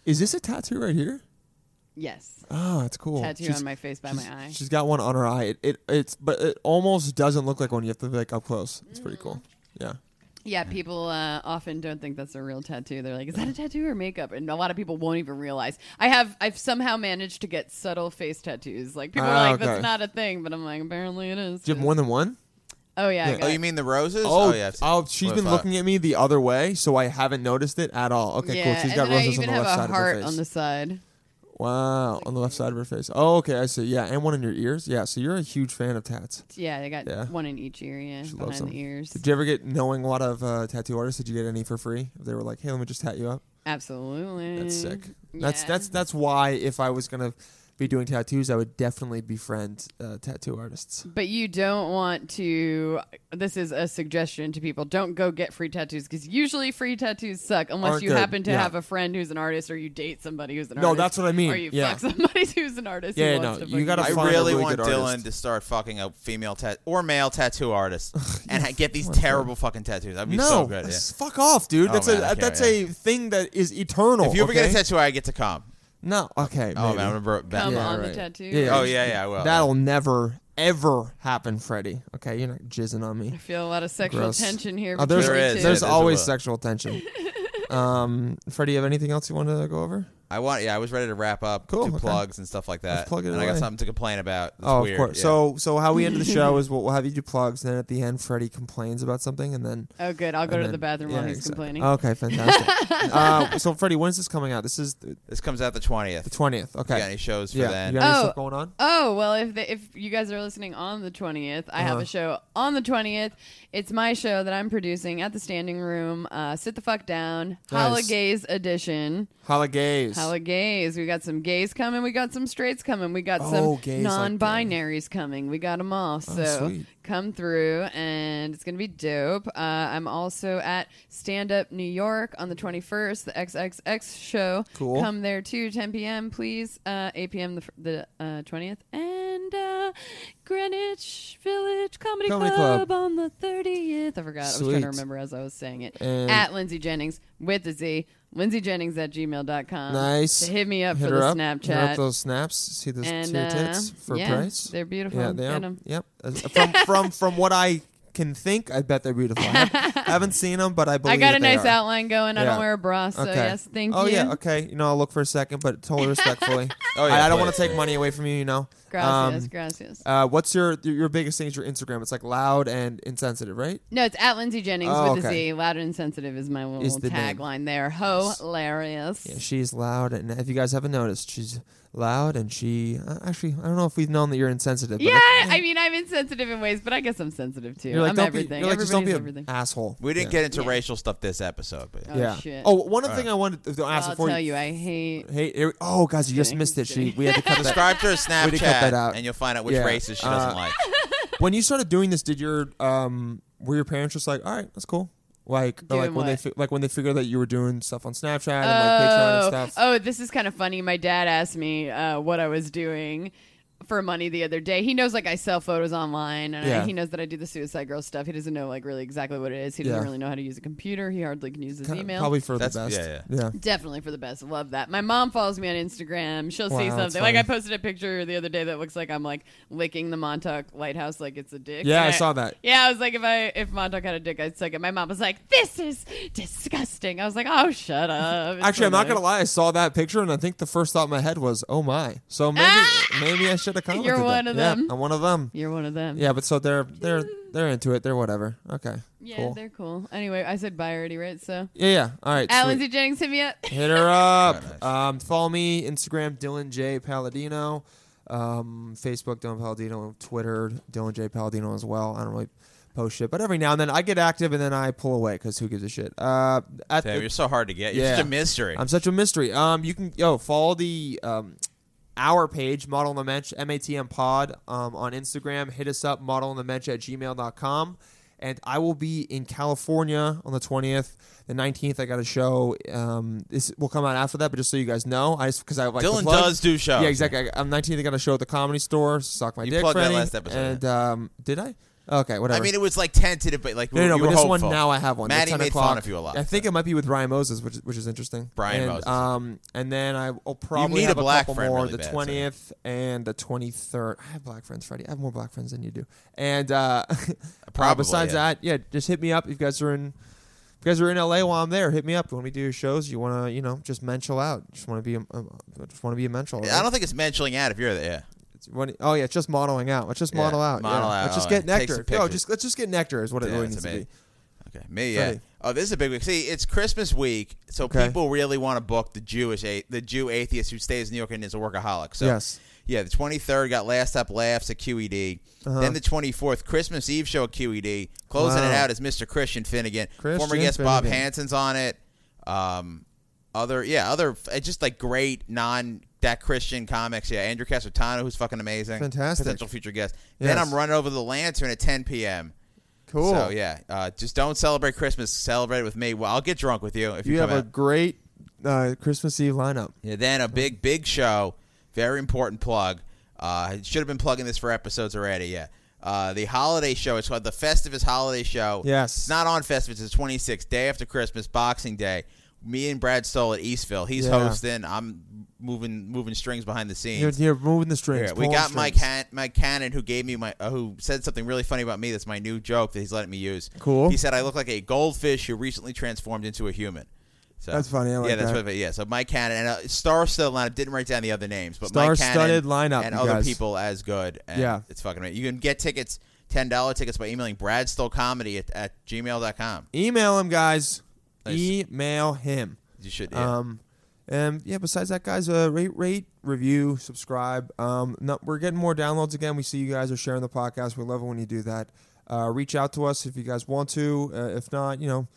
[SPEAKER 3] is this a tattoo right here?
[SPEAKER 5] Yes,
[SPEAKER 3] Oh, that's cool.
[SPEAKER 5] tattoo
[SPEAKER 3] She's-
[SPEAKER 5] on my face by my
[SPEAKER 3] she's-
[SPEAKER 5] eye.
[SPEAKER 3] She's got one on her eye. It, it it's but it almost doesn't look like one. You have to be like up close. It's pretty cool.
[SPEAKER 5] Mm.
[SPEAKER 3] Yeah.
[SPEAKER 5] Yeah, people uh, often don't think that's a real tattoo. They're like, "Is that a tattoo or makeup?" And a lot of people won't even realize. I have, I've somehow managed to get subtle face tattoos. Like people
[SPEAKER 3] Ah,
[SPEAKER 5] are like,
[SPEAKER 3] okay.
[SPEAKER 5] "That's not a thing," but I'm like, apparently it is.
[SPEAKER 3] Do you have more than one?
[SPEAKER 5] Oh yeah. I
[SPEAKER 3] Yeah.
[SPEAKER 5] got
[SPEAKER 4] Oh, you mean the roses?
[SPEAKER 3] Oh,
[SPEAKER 4] yeah.
[SPEAKER 3] oh, she's
[SPEAKER 4] What
[SPEAKER 3] been
[SPEAKER 4] about-
[SPEAKER 3] looking at me the other way, so I haven't noticed it at all. Okay, cool. She's
[SPEAKER 5] and
[SPEAKER 3] got
[SPEAKER 5] then I
[SPEAKER 3] roses on
[SPEAKER 5] even
[SPEAKER 3] the
[SPEAKER 5] have
[SPEAKER 3] left
[SPEAKER 5] a
[SPEAKER 3] side of
[SPEAKER 5] heart
[SPEAKER 3] her face.
[SPEAKER 5] on the side.
[SPEAKER 3] wow, on the left side of her face. Oh, okay, I see. Yeah, and one in your ears. Yeah, so you're a huge fan of tats.
[SPEAKER 5] Yeah, I got
[SPEAKER 3] Yeah.
[SPEAKER 5] one in each ear. Yeah,
[SPEAKER 3] She
[SPEAKER 5] behind
[SPEAKER 3] loves them.
[SPEAKER 5] the ears.
[SPEAKER 3] Did you ever get knowing a lot of uh, tattoo artists? Did you get any for free? If they were like, "Hey, let me just tat you up."
[SPEAKER 5] Absolutely.
[SPEAKER 3] That's sick. That's
[SPEAKER 5] Mm, Yeah.
[SPEAKER 3] that's that's why if I was gonna be doing tattoos, I would definitely befriend uh, tattoo artists.
[SPEAKER 5] But you don't want to. This is a suggestion to people. Don't go get free tattoos because usually free tattoos suck unless
[SPEAKER 3] Aren't
[SPEAKER 5] you
[SPEAKER 3] good,
[SPEAKER 5] happen to
[SPEAKER 3] yeah.
[SPEAKER 5] have a friend who's an artist or you date somebody who's an
[SPEAKER 3] No,
[SPEAKER 5] artist.
[SPEAKER 3] that's what I mean,
[SPEAKER 5] Or you
[SPEAKER 3] yeah.
[SPEAKER 5] fuck somebody who's an artist.
[SPEAKER 3] Yeah,
[SPEAKER 5] who wants
[SPEAKER 3] no,
[SPEAKER 5] to
[SPEAKER 3] you
[SPEAKER 5] fuck
[SPEAKER 3] gotta
[SPEAKER 4] I
[SPEAKER 3] find a
[SPEAKER 4] really
[SPEAKER 3] really
[SPEAKER 4] want
[SPEAKER 3] good
[SPEAKER 4] Dylan
[SPEAKER 3] artist.
[SPEAKER 4] to start fucking a female tat or male tattoo artist and ha- get these terrible fucking tattoos. That'd be
[SPEAKER 3] no,
[SPEAKER 4] so good. yeah.
[SPEAKER 3] s- fuck off, dude.
[SPEAKER 4] Oh,
[SPEAKER 3] that's
[SPEAKER 4] man, I
[SPEAKER 3] a
[SPEAKER 4] can't,
[SPEAKER 3] that's
[SPEAKER 4] yeah.
[SPEAKER 3] a thing that is eternal.
[SPEAKER 4] If you ever
[SPEAKER 3] okay?
[SPEAKER 4] get a tattoo, I get to come.
[SPEAKER 3] no, okay.
[SPEAKER 4] Oh
[SPEAKER 3] maybe.
[SPEAKER 4] man, I remember.
[SPEAKER 5] Come
[SPEAKER 4] Back.
[SPEAKER 5] on
[SPEAKER 3] right.
[SPEAKER 5] the tattoo.
[SPEAKER 3] Yeah.
[SPEAKER 4] Oh yeah, yeah, I will.
[SPEAKER 3] That'll never, ever happen, Freddie. Okay, you're not jizzing on me.
[SPEAKER 5] I feel a lot of sexual
[SPEAKER 3] Gross.
[SPEAKER 5] tension here.
[SPEAKER 3] Oh, there's
[SPEAKER 5] between
[SPEAKER 4] There
[SPEAKER 5] you
[SPEAKER 4] is,
[SPEAKER 5] two.
[SPEAKER 3] there's
[SPEAKER 4] yeah, there's
[SPEAKER 3] always
[SPEAKER 4] a lot.
[SPEAKER 3] sexual tension. um, Freddie, you have anything else you want to go over?
[SPEAKER 4] I want. Yeah, I was ready to wrap up.
[SPEAKER 3] Cool,
[SPEAKER 4] Two
[SPEAKER 3] okay.
[SPEAKER 4] plugs and stuff like that.
[SPEAKER 3] Let's plug it
[SPEAKER 4] and I got
[SPEAKER 3] away.
[SPEAKER 4] something to complain about. That's
[SPEAKER 3] oh,
[SPEAKER 4] weird,
[SPEAKER 3] of course.
[SPEAKER 4] yeah.
[SPEAKER 3] So, so how we end the show is we'll, we'll have you do plugs, and then at the end, Freddie complains about something, and then
[SPEAKER 5] Oh, good. I'll go
[SPEAKER 3] and
[SPEAKER 5] to
[SPEAKER 3] then-
[SPEAKER 5] the bathroom while
[SPEAKER 3] yeah,
[SPEAKER 5] he's
[SPEAKER 3] exactly. Uh, Okay,
[SPEAKER 5] complaining.
[SPEAKER 3] fantastic. uh, so, Freddie, when is this coming out? This is the
[SPEAKER 4] this comes out the twentieth.
[SPEAKER 3] twentieth. Okay.
[SPEAKER 4] You got any shows for
[SPEAKER 3] yeah.
[SPEAKER 4] then?
[SPEAKER 3] You got any
[SPEAKER 5] Oh.
[SPEAKER 3] stuff going on?
[SPEAKER 5] Oh well, if they, if you guys are listening on the twentieth, I have
[SPEAKER 3] Uh-huh.
[SPEAKER 5] a show on the twentieth. It's my show that I'm producing at the Standing Room. Uh, Sit the fuck down,
[SPEAKER 3] Nice.
[SPEAKER 5] Holla Gaze edition.
[SPEAKER 3] Holla gays.
[SPEAKER 5] Hella gays. We got some gays coming. We got some straights coming. We got
[SPEAKER 3] Oh,
[SPEAKER 5] some
[SPEAKER 3] gays like that. Oh,
[SPEAKER 5] non-binaries coming. We got them all. So
[SPEAKER 3] sweet.
[SPEAKER 5] come through, and it's gonna be dope. Uh, I'm also at Stand Up New York on the 21st, the XXX show.
[SPEAKER 3] Cool.
[SPEAKER 5] Come there too, 10 p.m. Please. Uh, 8 p.m. the fr- the uh, 20th, and uh, Greenwich Village Comedy,
[SPEAKER 3] Comedy
[SPEAKER 5] Club,
[SPEAKER 3] Club.
[SPEAKER 5] on the 30th. I forgot. I was trying
[SPEAKER 3] Sweet.
[SPEAKER 5] to remember as I was saying it.
[SPEAKER 3] And-
[SPEAKER 5] at Lindsay Jennings with a Z. Lindsay Jennings at gmail.com.
[SPEAKER 3] Nice.
[SPEAKER 5] To hit me up
[SPEAKER 3] Hit
[SPEAKER 5] for
[SPEAKER 3] her
[SPEAKER 5] the
[SPEAKER 3] up.
[SPEAKER 5] Snapchat.
[SPEAKER 3] Hit up those snaps. See those
[SPEAKER 5] And,
[SPEAKER 3] two tits
[SPEAKER 5] uh,
[SPEAKER 3] for
[SPEAKER 5] yeah,
[SPEAKER 3] price.
[SPEAKER 5] they're beautiful.
[SPEAKER 3] Yeah, they
[SPEAKER 5] Get
[SPEAKER 3] are.
[SPEAKER 5] 'em.
[SPEAKER 3] Yep. Uh, From from from what I can think, I bet they're beautiful. I haven't- haven't seen them, but I believe
[SPEAKER 5] I got a
[SPEAKER 3] that they
[SPEAKER 5] nice
[SPEAKER 3] are.
[SPEAKER 5] outline going. I
[SPEAKER 3] Yeah.
[SPEAKER 5] don't wear a bra, so
[SPEAKER 3] Okay.
[SPEAKER 5] yes, thank
[SPEAKER 3] oh,
[SPEAKER 5] you.
[SPEAKER 3] yeah. Okay. You know, I'll look for a second, but totally respectfully.
[SPEAKER 4] Oh, yeah,
[SPEAKER 3] I, I don't
[SPEAKER 4] please.
[SPEAKER 3] want to take money away from you. You know.
[SPEAKER 5] Gracias,
[SPEAKER 3] Um,
[SPEAKER 5] gracias.
[SPEAKER 3] uh, what's your your biggest thing is your Instagram? It's like loud and insensitive, right?
[SPEAKER 5] No, it's at Lindsay Jennings
[SPEAKER 3] Oh,
[SPEAKER 5] with a
[SPEAKER 3] okay.
[SPEAKER 5] Z. Loud and sensitive is my
[SPEAKER 3] Is
[SPEAKER 5] little
[SPEAKER 3] the name.
[SPEAKER 5] tagline there. Hilarious.
[SPEAKER 3] Yeah, she's loud, and if you guys haven't noticed, she's loud, and she uh, actually I don't know if we've known that you're insensitive. But
[SPEAKER 5] Yeah,
[SPEAKER 3] I-
[SPEAKER 5] I mean, I'm insensitive in ways, but I guess I'm sensitive too.
[SPEAKER 3] you're like
[SPEAKER 5] I'm
[SPEAKER 3] don't
[SPEAKER 5] everything.
[SPEAKER 3] be, you're like, just don't
[SPEAKER 5] Everybody's
[SPEAKER 3] be an
[SPEAKER 5] everything.
[SPEAKER 3] asshole.
[SPEAKER 4] We didn't
[SPEAKER 3] yeah.
[SPEAKER 4] get into
[SPEAKER 5] Yeah.
[SPEAKER 4] racial stuff this episode, but
[SPEAKER 5] Oh,
[SPEAKER 3] yeah.
[SPEAKER 5] shit.
[SPEAKER 3] Oh, one other thing I wanted to ask
[SPEAKER 5] I'll
[SPEAKER 3] before
[SPEAKER 5] tell
[SPEAKER 3] you.
[SPEAKER 5] you, I hate.
[SPEAKER 3] Hey, here- oh guys, you just
[SPEAKER 5] kidding,
[SPEAKER 3] missed it.
[SPEAKER 5] just
[SPEAKER 3] She
[SPEAKER 5] kidding.
[SPEAKER 3] we had to cut that.
[SPEAKER 4] subscribe to her
[SPEAKER 3] We cut that out.
[SPEAKER 4] Snapchat, and you'll find out which
[SPEAKER 3] Yeah.
[SPEAKER 4] races she
[SPEAKER 3] Uh,
[SPEAKER 4] doesn't like.
[SPEAKER 3] When you started doing this, did your um were your parents just like, all right, that's cool, like or
[SPEAKER 5] Doing
[SPEAKER 3] like when they
[SPEAKER 5] what?
[SPEAKER 3] fi- like when they figured that you were doing stuff on Snapchat and like Patreon and
[SPEAKER 5] Oh,
[SPEAKER 3] stuff.
[SPEAKER 5] oh, this is kind of funny. My dad asked me uh, what I was doing for money the other day. He knows like I sell photos online, and I-
[SPEAKER 3] Yeah.
[SPEAKER 5] he knows that I do the Suicide Girl stuff. He doesn't know like really exactly what it is. He doesn't
[SPEAKER 3] Yeah.
[SPEAKER 5] really know how to use a computer. He hardly can use his
[SPEAKER 3] Kinda-
[SPEAKER 5] Oh, email.
[SPEAKER 3] Probably for the
[SPEAKER 4] That's-
[SPEAKER 3] best.
[SPEAKER 4] yeah,
[SPEAKER 3] yeah.
[SPEAKER 5] Definitely for the best. Love that. My mom follows me on Instagram. She'll
[SPEAKER 3] Wow,
[SPEAKER 5] see
[SPEAKER 3] that's
[SPEAKER 5] something. Like
[SPEAKER 3] funny.
[SPEAKER 5] I posted a picture the other day that looks like I'm like licking the Montauk lighthouse like it's a dick.
[SPEAKER 3] Yeah,
[SPEAKER 5] And
[SPEAKER 3] I saw that.
[SPEAKER 5] Yeah, I was like, if I if Montauk had a dick, I'd suck it. My mom was like, This is disgusting. I was like, Oh shut up. It's
[SPEAKER 3] Actually,
[SPEAKER 5] so
[SPEAKER 3] I'm not
[SPEAKER 5] nice.
[SPEAKER 3] gonna lie. I saw that picture, and I think the first thought in my head was, "Oh my!" So maybe, maybe I should have commented.
[SPEAKER 5] Ah! You're
[SPEAKER 3] that.
[SPEAKER 5] one of
[SPEAKER 3] Yeah,
[SPEAKER 5] them.
[SPEAKER 3] I'm one of them.
[SPEAKER 5] You're one of them.
[SPEAKER 3] Yeah, but so they're they're they're into it. They're whatever. Okay.
[SPEAKER 5] Yeah,
[SPEAKER 3] cool.
[SPEAKER 5] they're cool. Anyway, I said bye already, right? So
[SPEAKER 3] Yeah, yeah. All right.
[SPEAKER 5] at
[SPEAKER 3] sweet.
[SPEAKER 5] Lindsay Jennings, hit me up.
[SPEAKER 3] Hit her up.
[SPEAKER 4] Alright, nice.
[SPEAKER 3] um, follow me Instagram Dylan J Palladino, um, Facebook Dylan Palladino, Twitter Dylan J Palladino as well. I don't really post shit, but every now and then I get active and then I pull away because who gives a shit? Uh, at
[SPEAKER 4] Damn, you're so hard to get. You're
[SPEAKER 3] Yeah.
[SPEAKER 4] such a mystery.
[SPEAKER 3] I'm such a mystery. Um, you can yo follow the um, our page Model on the Mensch M A T M Pod um, on Instagram. Hit us up Model on the Mensch at gmail.com. And I will be in California on the 20th, the 19th. I got a show. Um, this will come out after that, but just so you guys know, I just because I like to
[SPEAKER 4] Dylan
[SPEAKER 3] plug-
[SPEAKER 4] does do shows.
[SPEAKER 3] Yeah, exactly. I, am 19th. I got a show at the Comedy Store. Suck my
[SPEAKER 4] You
[SPEAKER 3] dick,
[SPEAKER 4] plugged that
[SPEAKER 3] Freddie.
[SPEAKER 4] last episode,
[SPEAKER 3] And um, did I? Okay, whatever.
[SPEAKER 4] I mean, it was like tentative, but like we
[SPEAKER 3] No, no,
[SPEAKER 4] were-
[SPEAKER 3] no,
[SPEAKER 4] you
[SPEAKER 3] but
[SPEAKER 4] were
[SPEAKER 3] this
[SPEAKER 4] hopeful.
[SPEAKER 3] one now I have one. At
[SPEAKER 4] Maddie
[SPEAKER 3] 10
[SPEAKER 4] made
[SPEAKER 3] o'clock.
[SPEAKER 4] fun of you a lot.
[SPEAKER 3] I think it might be with Brian Moses, which is, which is interesting.
[SPEAKER 4] Brian
[SPEAKER 3] and,
[SPEAKER 4] Moses.
[SPEAKER 3] Um, and then I will probably
[SPEAKER 4] need
[SPEAKER 3] have
[SPEAKER 4] a black
[SPEAKER 3] couple
[SPEAKER 4] friend
[SPEAKER 3] more.
[SPEAKER 4] really
[SPEAKER 3] the
[SPEAKER 4] bad, so-
[SPEAKER 3] twentieth and the twenty third. I have black friends, Freddie. I have more black friends than you do. And uh,
[SPEAKER 4] Probably,
[SPEAKER 3] besides
[SPEAKER 4] yeah.
[SPEAKER 3] that, yeah, just hit me up if you guys are in. If you guys are in LA while I'm there, hit me up when we do shows. You wanna, you know, just mental out. Just wanna be, a, um, just wanna be a mental.
[SPEAKER 4] I don't think it's mentioning out if you're there.
[SPEAKER 3] It's one- oh yeah, it's just modeling out. Let's just
[SPEAKER 4] Yeah,
[SPEAKER 3] model out.
[SPEAKER 4] model
[SPEAKER 3] yeah.
[SPEAKER 4] out.
[SPEAKER 3] Let's just
[SPEAKER 4] Oh,
[SPEAKER 3] get
[SPEAKER 4] yeah. Take some
[SPEAKER 3] nectar. No,
[SPEAKER 4] pictures.
[SPEAKER 3] just let's just get nectar is what it
[SPEAKER 4] Yeah,
[SPEAKER 3] really
[SPEAKER 4] that's
[SPEAKER 3] needs to
[SPEAKER 4] amazing.
[SPEAKER 3] be.
[SPEAKER 4] Okay, me yeah.
[SPEAKER 3] Freddie.
[SPEAKER 4] Oh, this is a big week. See, it's Christmas week, so
[SPEAKER 3] Okay.
[SPEAKER 4] people really want to book the Jewish a- the Jew atheist who stays in New York and is a workaholic. So
[SPEAKER 3] Yes.
[SPEAKER 4] yeah, the 23rd got Last Stop Laughs at QED.
[SPEAKER 3] Uh-huh.
[SPEAKER 4] Then the 24th, Christmas Eve show at QED. Closing it
[SPEAKER 3] Wow.
[SPEAKER 4] out is Mr. Christian Finnegan, former
[SPEAKER 3] Christian
[SPEAKER 4] guest Bob
[SPEAKER 3] Finnegan.
[SPEAKER 4] Hansen's on it. Um, other yeah, other uh, just like great non that Christian comics. Yeah, Andrew Casertano, who's fucking amazing,
[SPEAKER 3] Fantastic.
[SPEAKER 4] potential future guest. Then
[SPEAKER 3] Yes.
[SPEAKER 4] I'm running over the lantern at 10 p.m.
[SPEAKER 3] Cool.
[SPEAKER 4] So yeah, uh, just don't celebrate Christmas. Celebrate it with me. Well, I'll get drunk with you if you,
[SPEAKER 3] You
[SPEAKER 4] come
[SPEAKER 3] have a
[SPEAKER 4] out.
[SPEAKER 3] great uh, Christmas Eve lineup.
[SPEAKER 4] Yeah, then a big, big show. Very important plug. Uh, I should have been plugging this for episodes already. Yeah. Uh, the holiday show. It's called the Festivus Holiday Show.
[SPEAKER 3] Yes.
[SPEAKER 4] It's not on Festivus. It's 26th, day after Christmas, Boxing Day. Me and Brad Stoll at Eastville. He's
[SPEAKER 3] Yeah.
[SPEAKER 4] hosting. I'm moving moving strings behind the scenes.
[SPEAKER 3] You're, you're moving the strings.
[SPEAKER 4] Yeah, we
[SPEAKER 3] pulling
[SPEAKER 4] got
[SPEAKER 3] strings.
[SPEAKER 4] Mike Han- Mike Cannon who gave me my uh, who said something really funny about me. That's my new joke that he's letting me use.
[SPEAKER 3] Cool.
[SPEAKER 4] He said I look like a goldfish who recently transformed into a human. So,
[SPEAKER 3] That's funny. I like
[SPEAKER 4] yeah, that's
[SPEAKER 3] that.
[SPEAKER 4] what. Yeah, so Mike Cannon and uh, star-studded lineup. Didn't write down the other names, but Mike Cannon
[SPEAKER 3] Star-studded lineup,
[SPEAKER 4] and
[SPEAKER 3] you
[SPEAKER 4] other
[SPEAKER 3] guys.
[SPEAKER 4] people as good. And
[SPEAKER 3] Yeah.
[SPEAKER 4] it's fucking. Amazing. You can get tickets, ten dollar tickets by emailing bradstillcomedy at, at gmail.com.
[SPEAKER 3] Email him, guys.
[SPEAKER 4] Nice.
[SPEAKER 3] Email him.
[SPEAKER 4] You should. Yeah.
[SPEAKER 3] Um, and yeah. Besides that, guys, uh, rate, rate, review, subscribe. Um, no, we're getting more downloads again. We see you guys are sharing the podcast. We love it when you do that. Uh, reach out to us if you guys want to. Uh, if not, you know,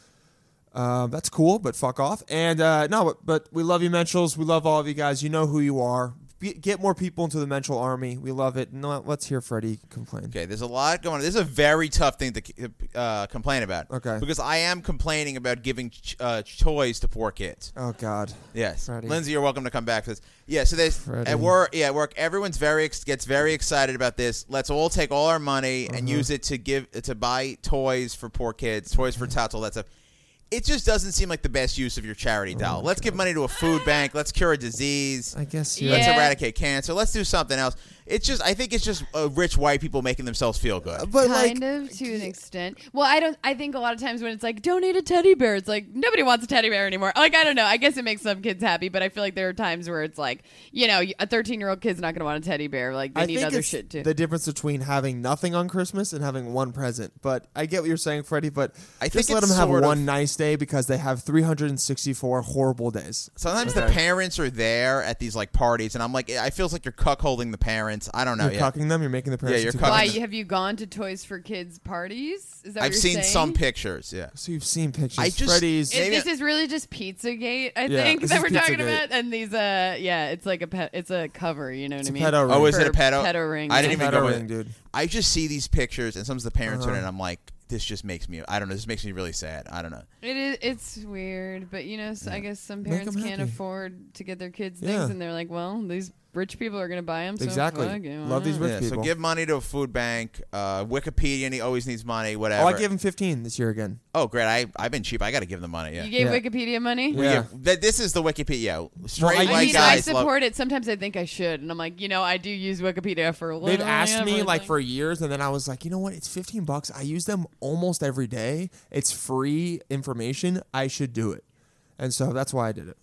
[SPEAKER 3] Uh, that's cool, but fuck off. And uh, no, but, but we love you, Menschels. We love all of you guys. You know who you are. Be, get more people into the Menschel army. We love it. No, let's hear Freddie complain.
[SPEAKER 4] Okay, there's a lot going on. This is a very tough thing to uh, complain about.
[SPEAKER 3] Okay.
[SPEAKER 4] Because I am complaining about giving ch- uh, toys to poor kids.
[SPEAKER 3] Oh God.
[SPEAKER 4] Yes,
[SPEAKER 3] Freddie.
[SPEAKER 4] Lindsay, you're welcome to come back for this. Yeah, so there's
[SPEAKER 3] Freddie.
[SPEAKER 4] at work. Yeah, at work, everyone's very ex- gets very excited about this. Let's all take all our money and
[SPEAKER 3] Uh-huh.
[SPEAKER 4] use it to give to buy toys for poor kids, toys for tots, all that stuff. It just doesn't seem like the best use of your charity dollar. Let's give money to a food bank. Let's cure a disease.
[SPEAKER 3] Oh I guess you.
[SPEAKER 5] Yeah.
[SPEAKER 4] Let's eradicate cancer. Let's do something else. It's just, I think it's just uh, rich white people making themselves feel good.
[SPEAKER 3] But
[SPEAKER 5] kind
[SPEAKER 3] like,
[SPEAKER 5] of to an extent. Well, I don't. I think a lot of times when it's like donate a teddy bear, it's like nobody wants a teddy bear anymore. Like I don't know. I guess it makes some kids happy, but I feel like there are times where it's like you know a thirteen year old kid's not going to want a teddy bear. Like they
[SPEAKER 3] I
[SPEAKER 5] need
[SPEAKER 3] think
[SPEAKER 5] other
[SPEAKER 3] it's
[SPEAKER 5] shit too.
[SPEAKER 3] the difference between having nothing on Christmas and having one present. But I get what you're saying, Freddie. But
[SPEAKER 4] I
[SPEAKER 3] just
[SPEAKER 4] think
[SPEAKER 3] let
[SPEAKER 4] it's
[SPEAKER 3] them have
[SPEAKER 4] sort of-
[SPEAKER 3] one nice day because they have 364 horrible days.
[SPEAKER 4] Sometimes the
[SPEAKER 3] Okay.
[SPEAKER 4] parents are there at these like parties, and I'm like, I feels like you're cuckolding the parents. I don't know.
[SPEAKER 3] You're
[SPEAKER 4] Oh, yeah.
[SPEAKER 3] cucking them. You're making the parents.
[SPEAKER 4] you're
[SPEAKER 3] into
[SPEAKER 4] cucking
[SPEAKER 5] Why
[SPEAKER 3] cucks.
[SPEAKER 4] them.
[SPEAKER 5] have you gone to Toys for Kids parties? Is that what
[SPEAKER 4] I've
[SPEAKER 5] you're
[SPEAKER 4] seen
[SPEAKER 5] saying?
[SPEAKER 4] some pictures. Yeah.
[SPEAKER 3] So you've seen pictures.
[SPEAKER 4] I just-
[SPEAKER 3] Freddie's.
[SPEAKER 5] It-
[SPEAKER 4] Maybe-
[SPEAKER 5] this is really just Pizzagate, I
[SPEAKER 3] Yeah,
[SPEAKER 5] think,
[SPEAKER 3] this
[SPEAKER 5] that
[SPEAKER 3] is
[SPEAKER 5] we're talking
[SPEAKER 3] Pizzagate.
[SPEAKER 5] about. And these, uh, yeah, it's like a pet, it's a cover, you know what
[SPEAKER 3] It's
[SPEAKER 5] I
[SPEAKER 3] a
[SPEAKER 5] mean?
[SPEAKER 3] pedo
[SPEAKER 4] Oh,
[SPEAKER 3] ring.
[SPEAKER 4] is it a
[SPEAKER 5] For
[SPEAKER 4] pedo?
[SPEAKER 5] pedo ring,
[SPEAKER 4] I
[SPEAKER 5] yeah.
[SPEAKER 4] didn't even
[SPEAKER 3] Pedo
[SPEAKER 4] go with
[SPEAKER 3] ring, dude.
[SPEAKER 4] I just see these pictures, and sometimes the parents are in,
[SPEAKER 3] Uh-huh.
[SPEAKER 4] it, and I'm like, this just makes me. I don't know. This makes me really sad. I don't know.
[SPEAKER 5] It is. It's weird, but you know, s I I guess some
[SPEAKER 3] Make
[SPEAKER 5] parents
[SPEAKER 3] 'em
[SPEAKER 5] can't
[SPEAKER 3] happy.
[SPEAKER 5] afford to get their kids
[SPEAKER 3] Yeah.
[SPEAKER 5] things, and they're like, "Well, these rich people are gonna buy them." So
[SPEAKER 3] Exactly.
[SPEAKER 5] fuck it, why
[SPEAKER 3] Love these
[SPEAKER 5] not?
[SPEAKER 3] rich
[SPEAKER 4] Yeah,
[SPEAKER 3] people.
[SPEAKER 4] so give money to a food bank. Uh, Wikipedia, and he always needs money. Whatever.
[SPEAKER 3] oh, I gave him 15 this year again.
[SPEAKER 4] Oh, great. I I've been cheap. I got to give them money. Yeah.
[SPEAKER 5] You gave
[SPEAKER 3] Yeah.
[SPEAKER 5] Wikipedia money.
[SPEAKER 3] Yeah.
[SPEAKER 4] Th- this is the Wikipedia. Straight
[SPEAKER 3] I
[SPEAKER 4] white
[SPEAKER 5] I mean, I
[SPEAKER 4] guys. love-
[SPEAKER 5] support it. Sometimes I think I should, and I'm like, you know, I do use Wikipedia for.
[SPEAKER 3] They've
[SPEAKER 5] literally
[SPEAKER 3] asked me like
[SPEAKER 5] everything.
[SPEAKER 3] for years, and then I was like, you know what? It's 15 bucks. I use them almost every day. It's free information. I should do it. And so that's why I did it.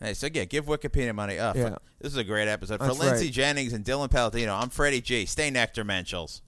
[SPEAKER 4] Hey, so yeah, give Wikipedia money. up.
[SPEAKER 3] Yeah.
[SPEAKER 4] This is a great episode for
[SPEAKER 3] That's
[SPEAKER 4] Lindsay
[SPEAKER 3] right.
[SPEAKER 4] Jennings and Dylan Paladino. I'm Freddie G. Stay nectar, Menschels.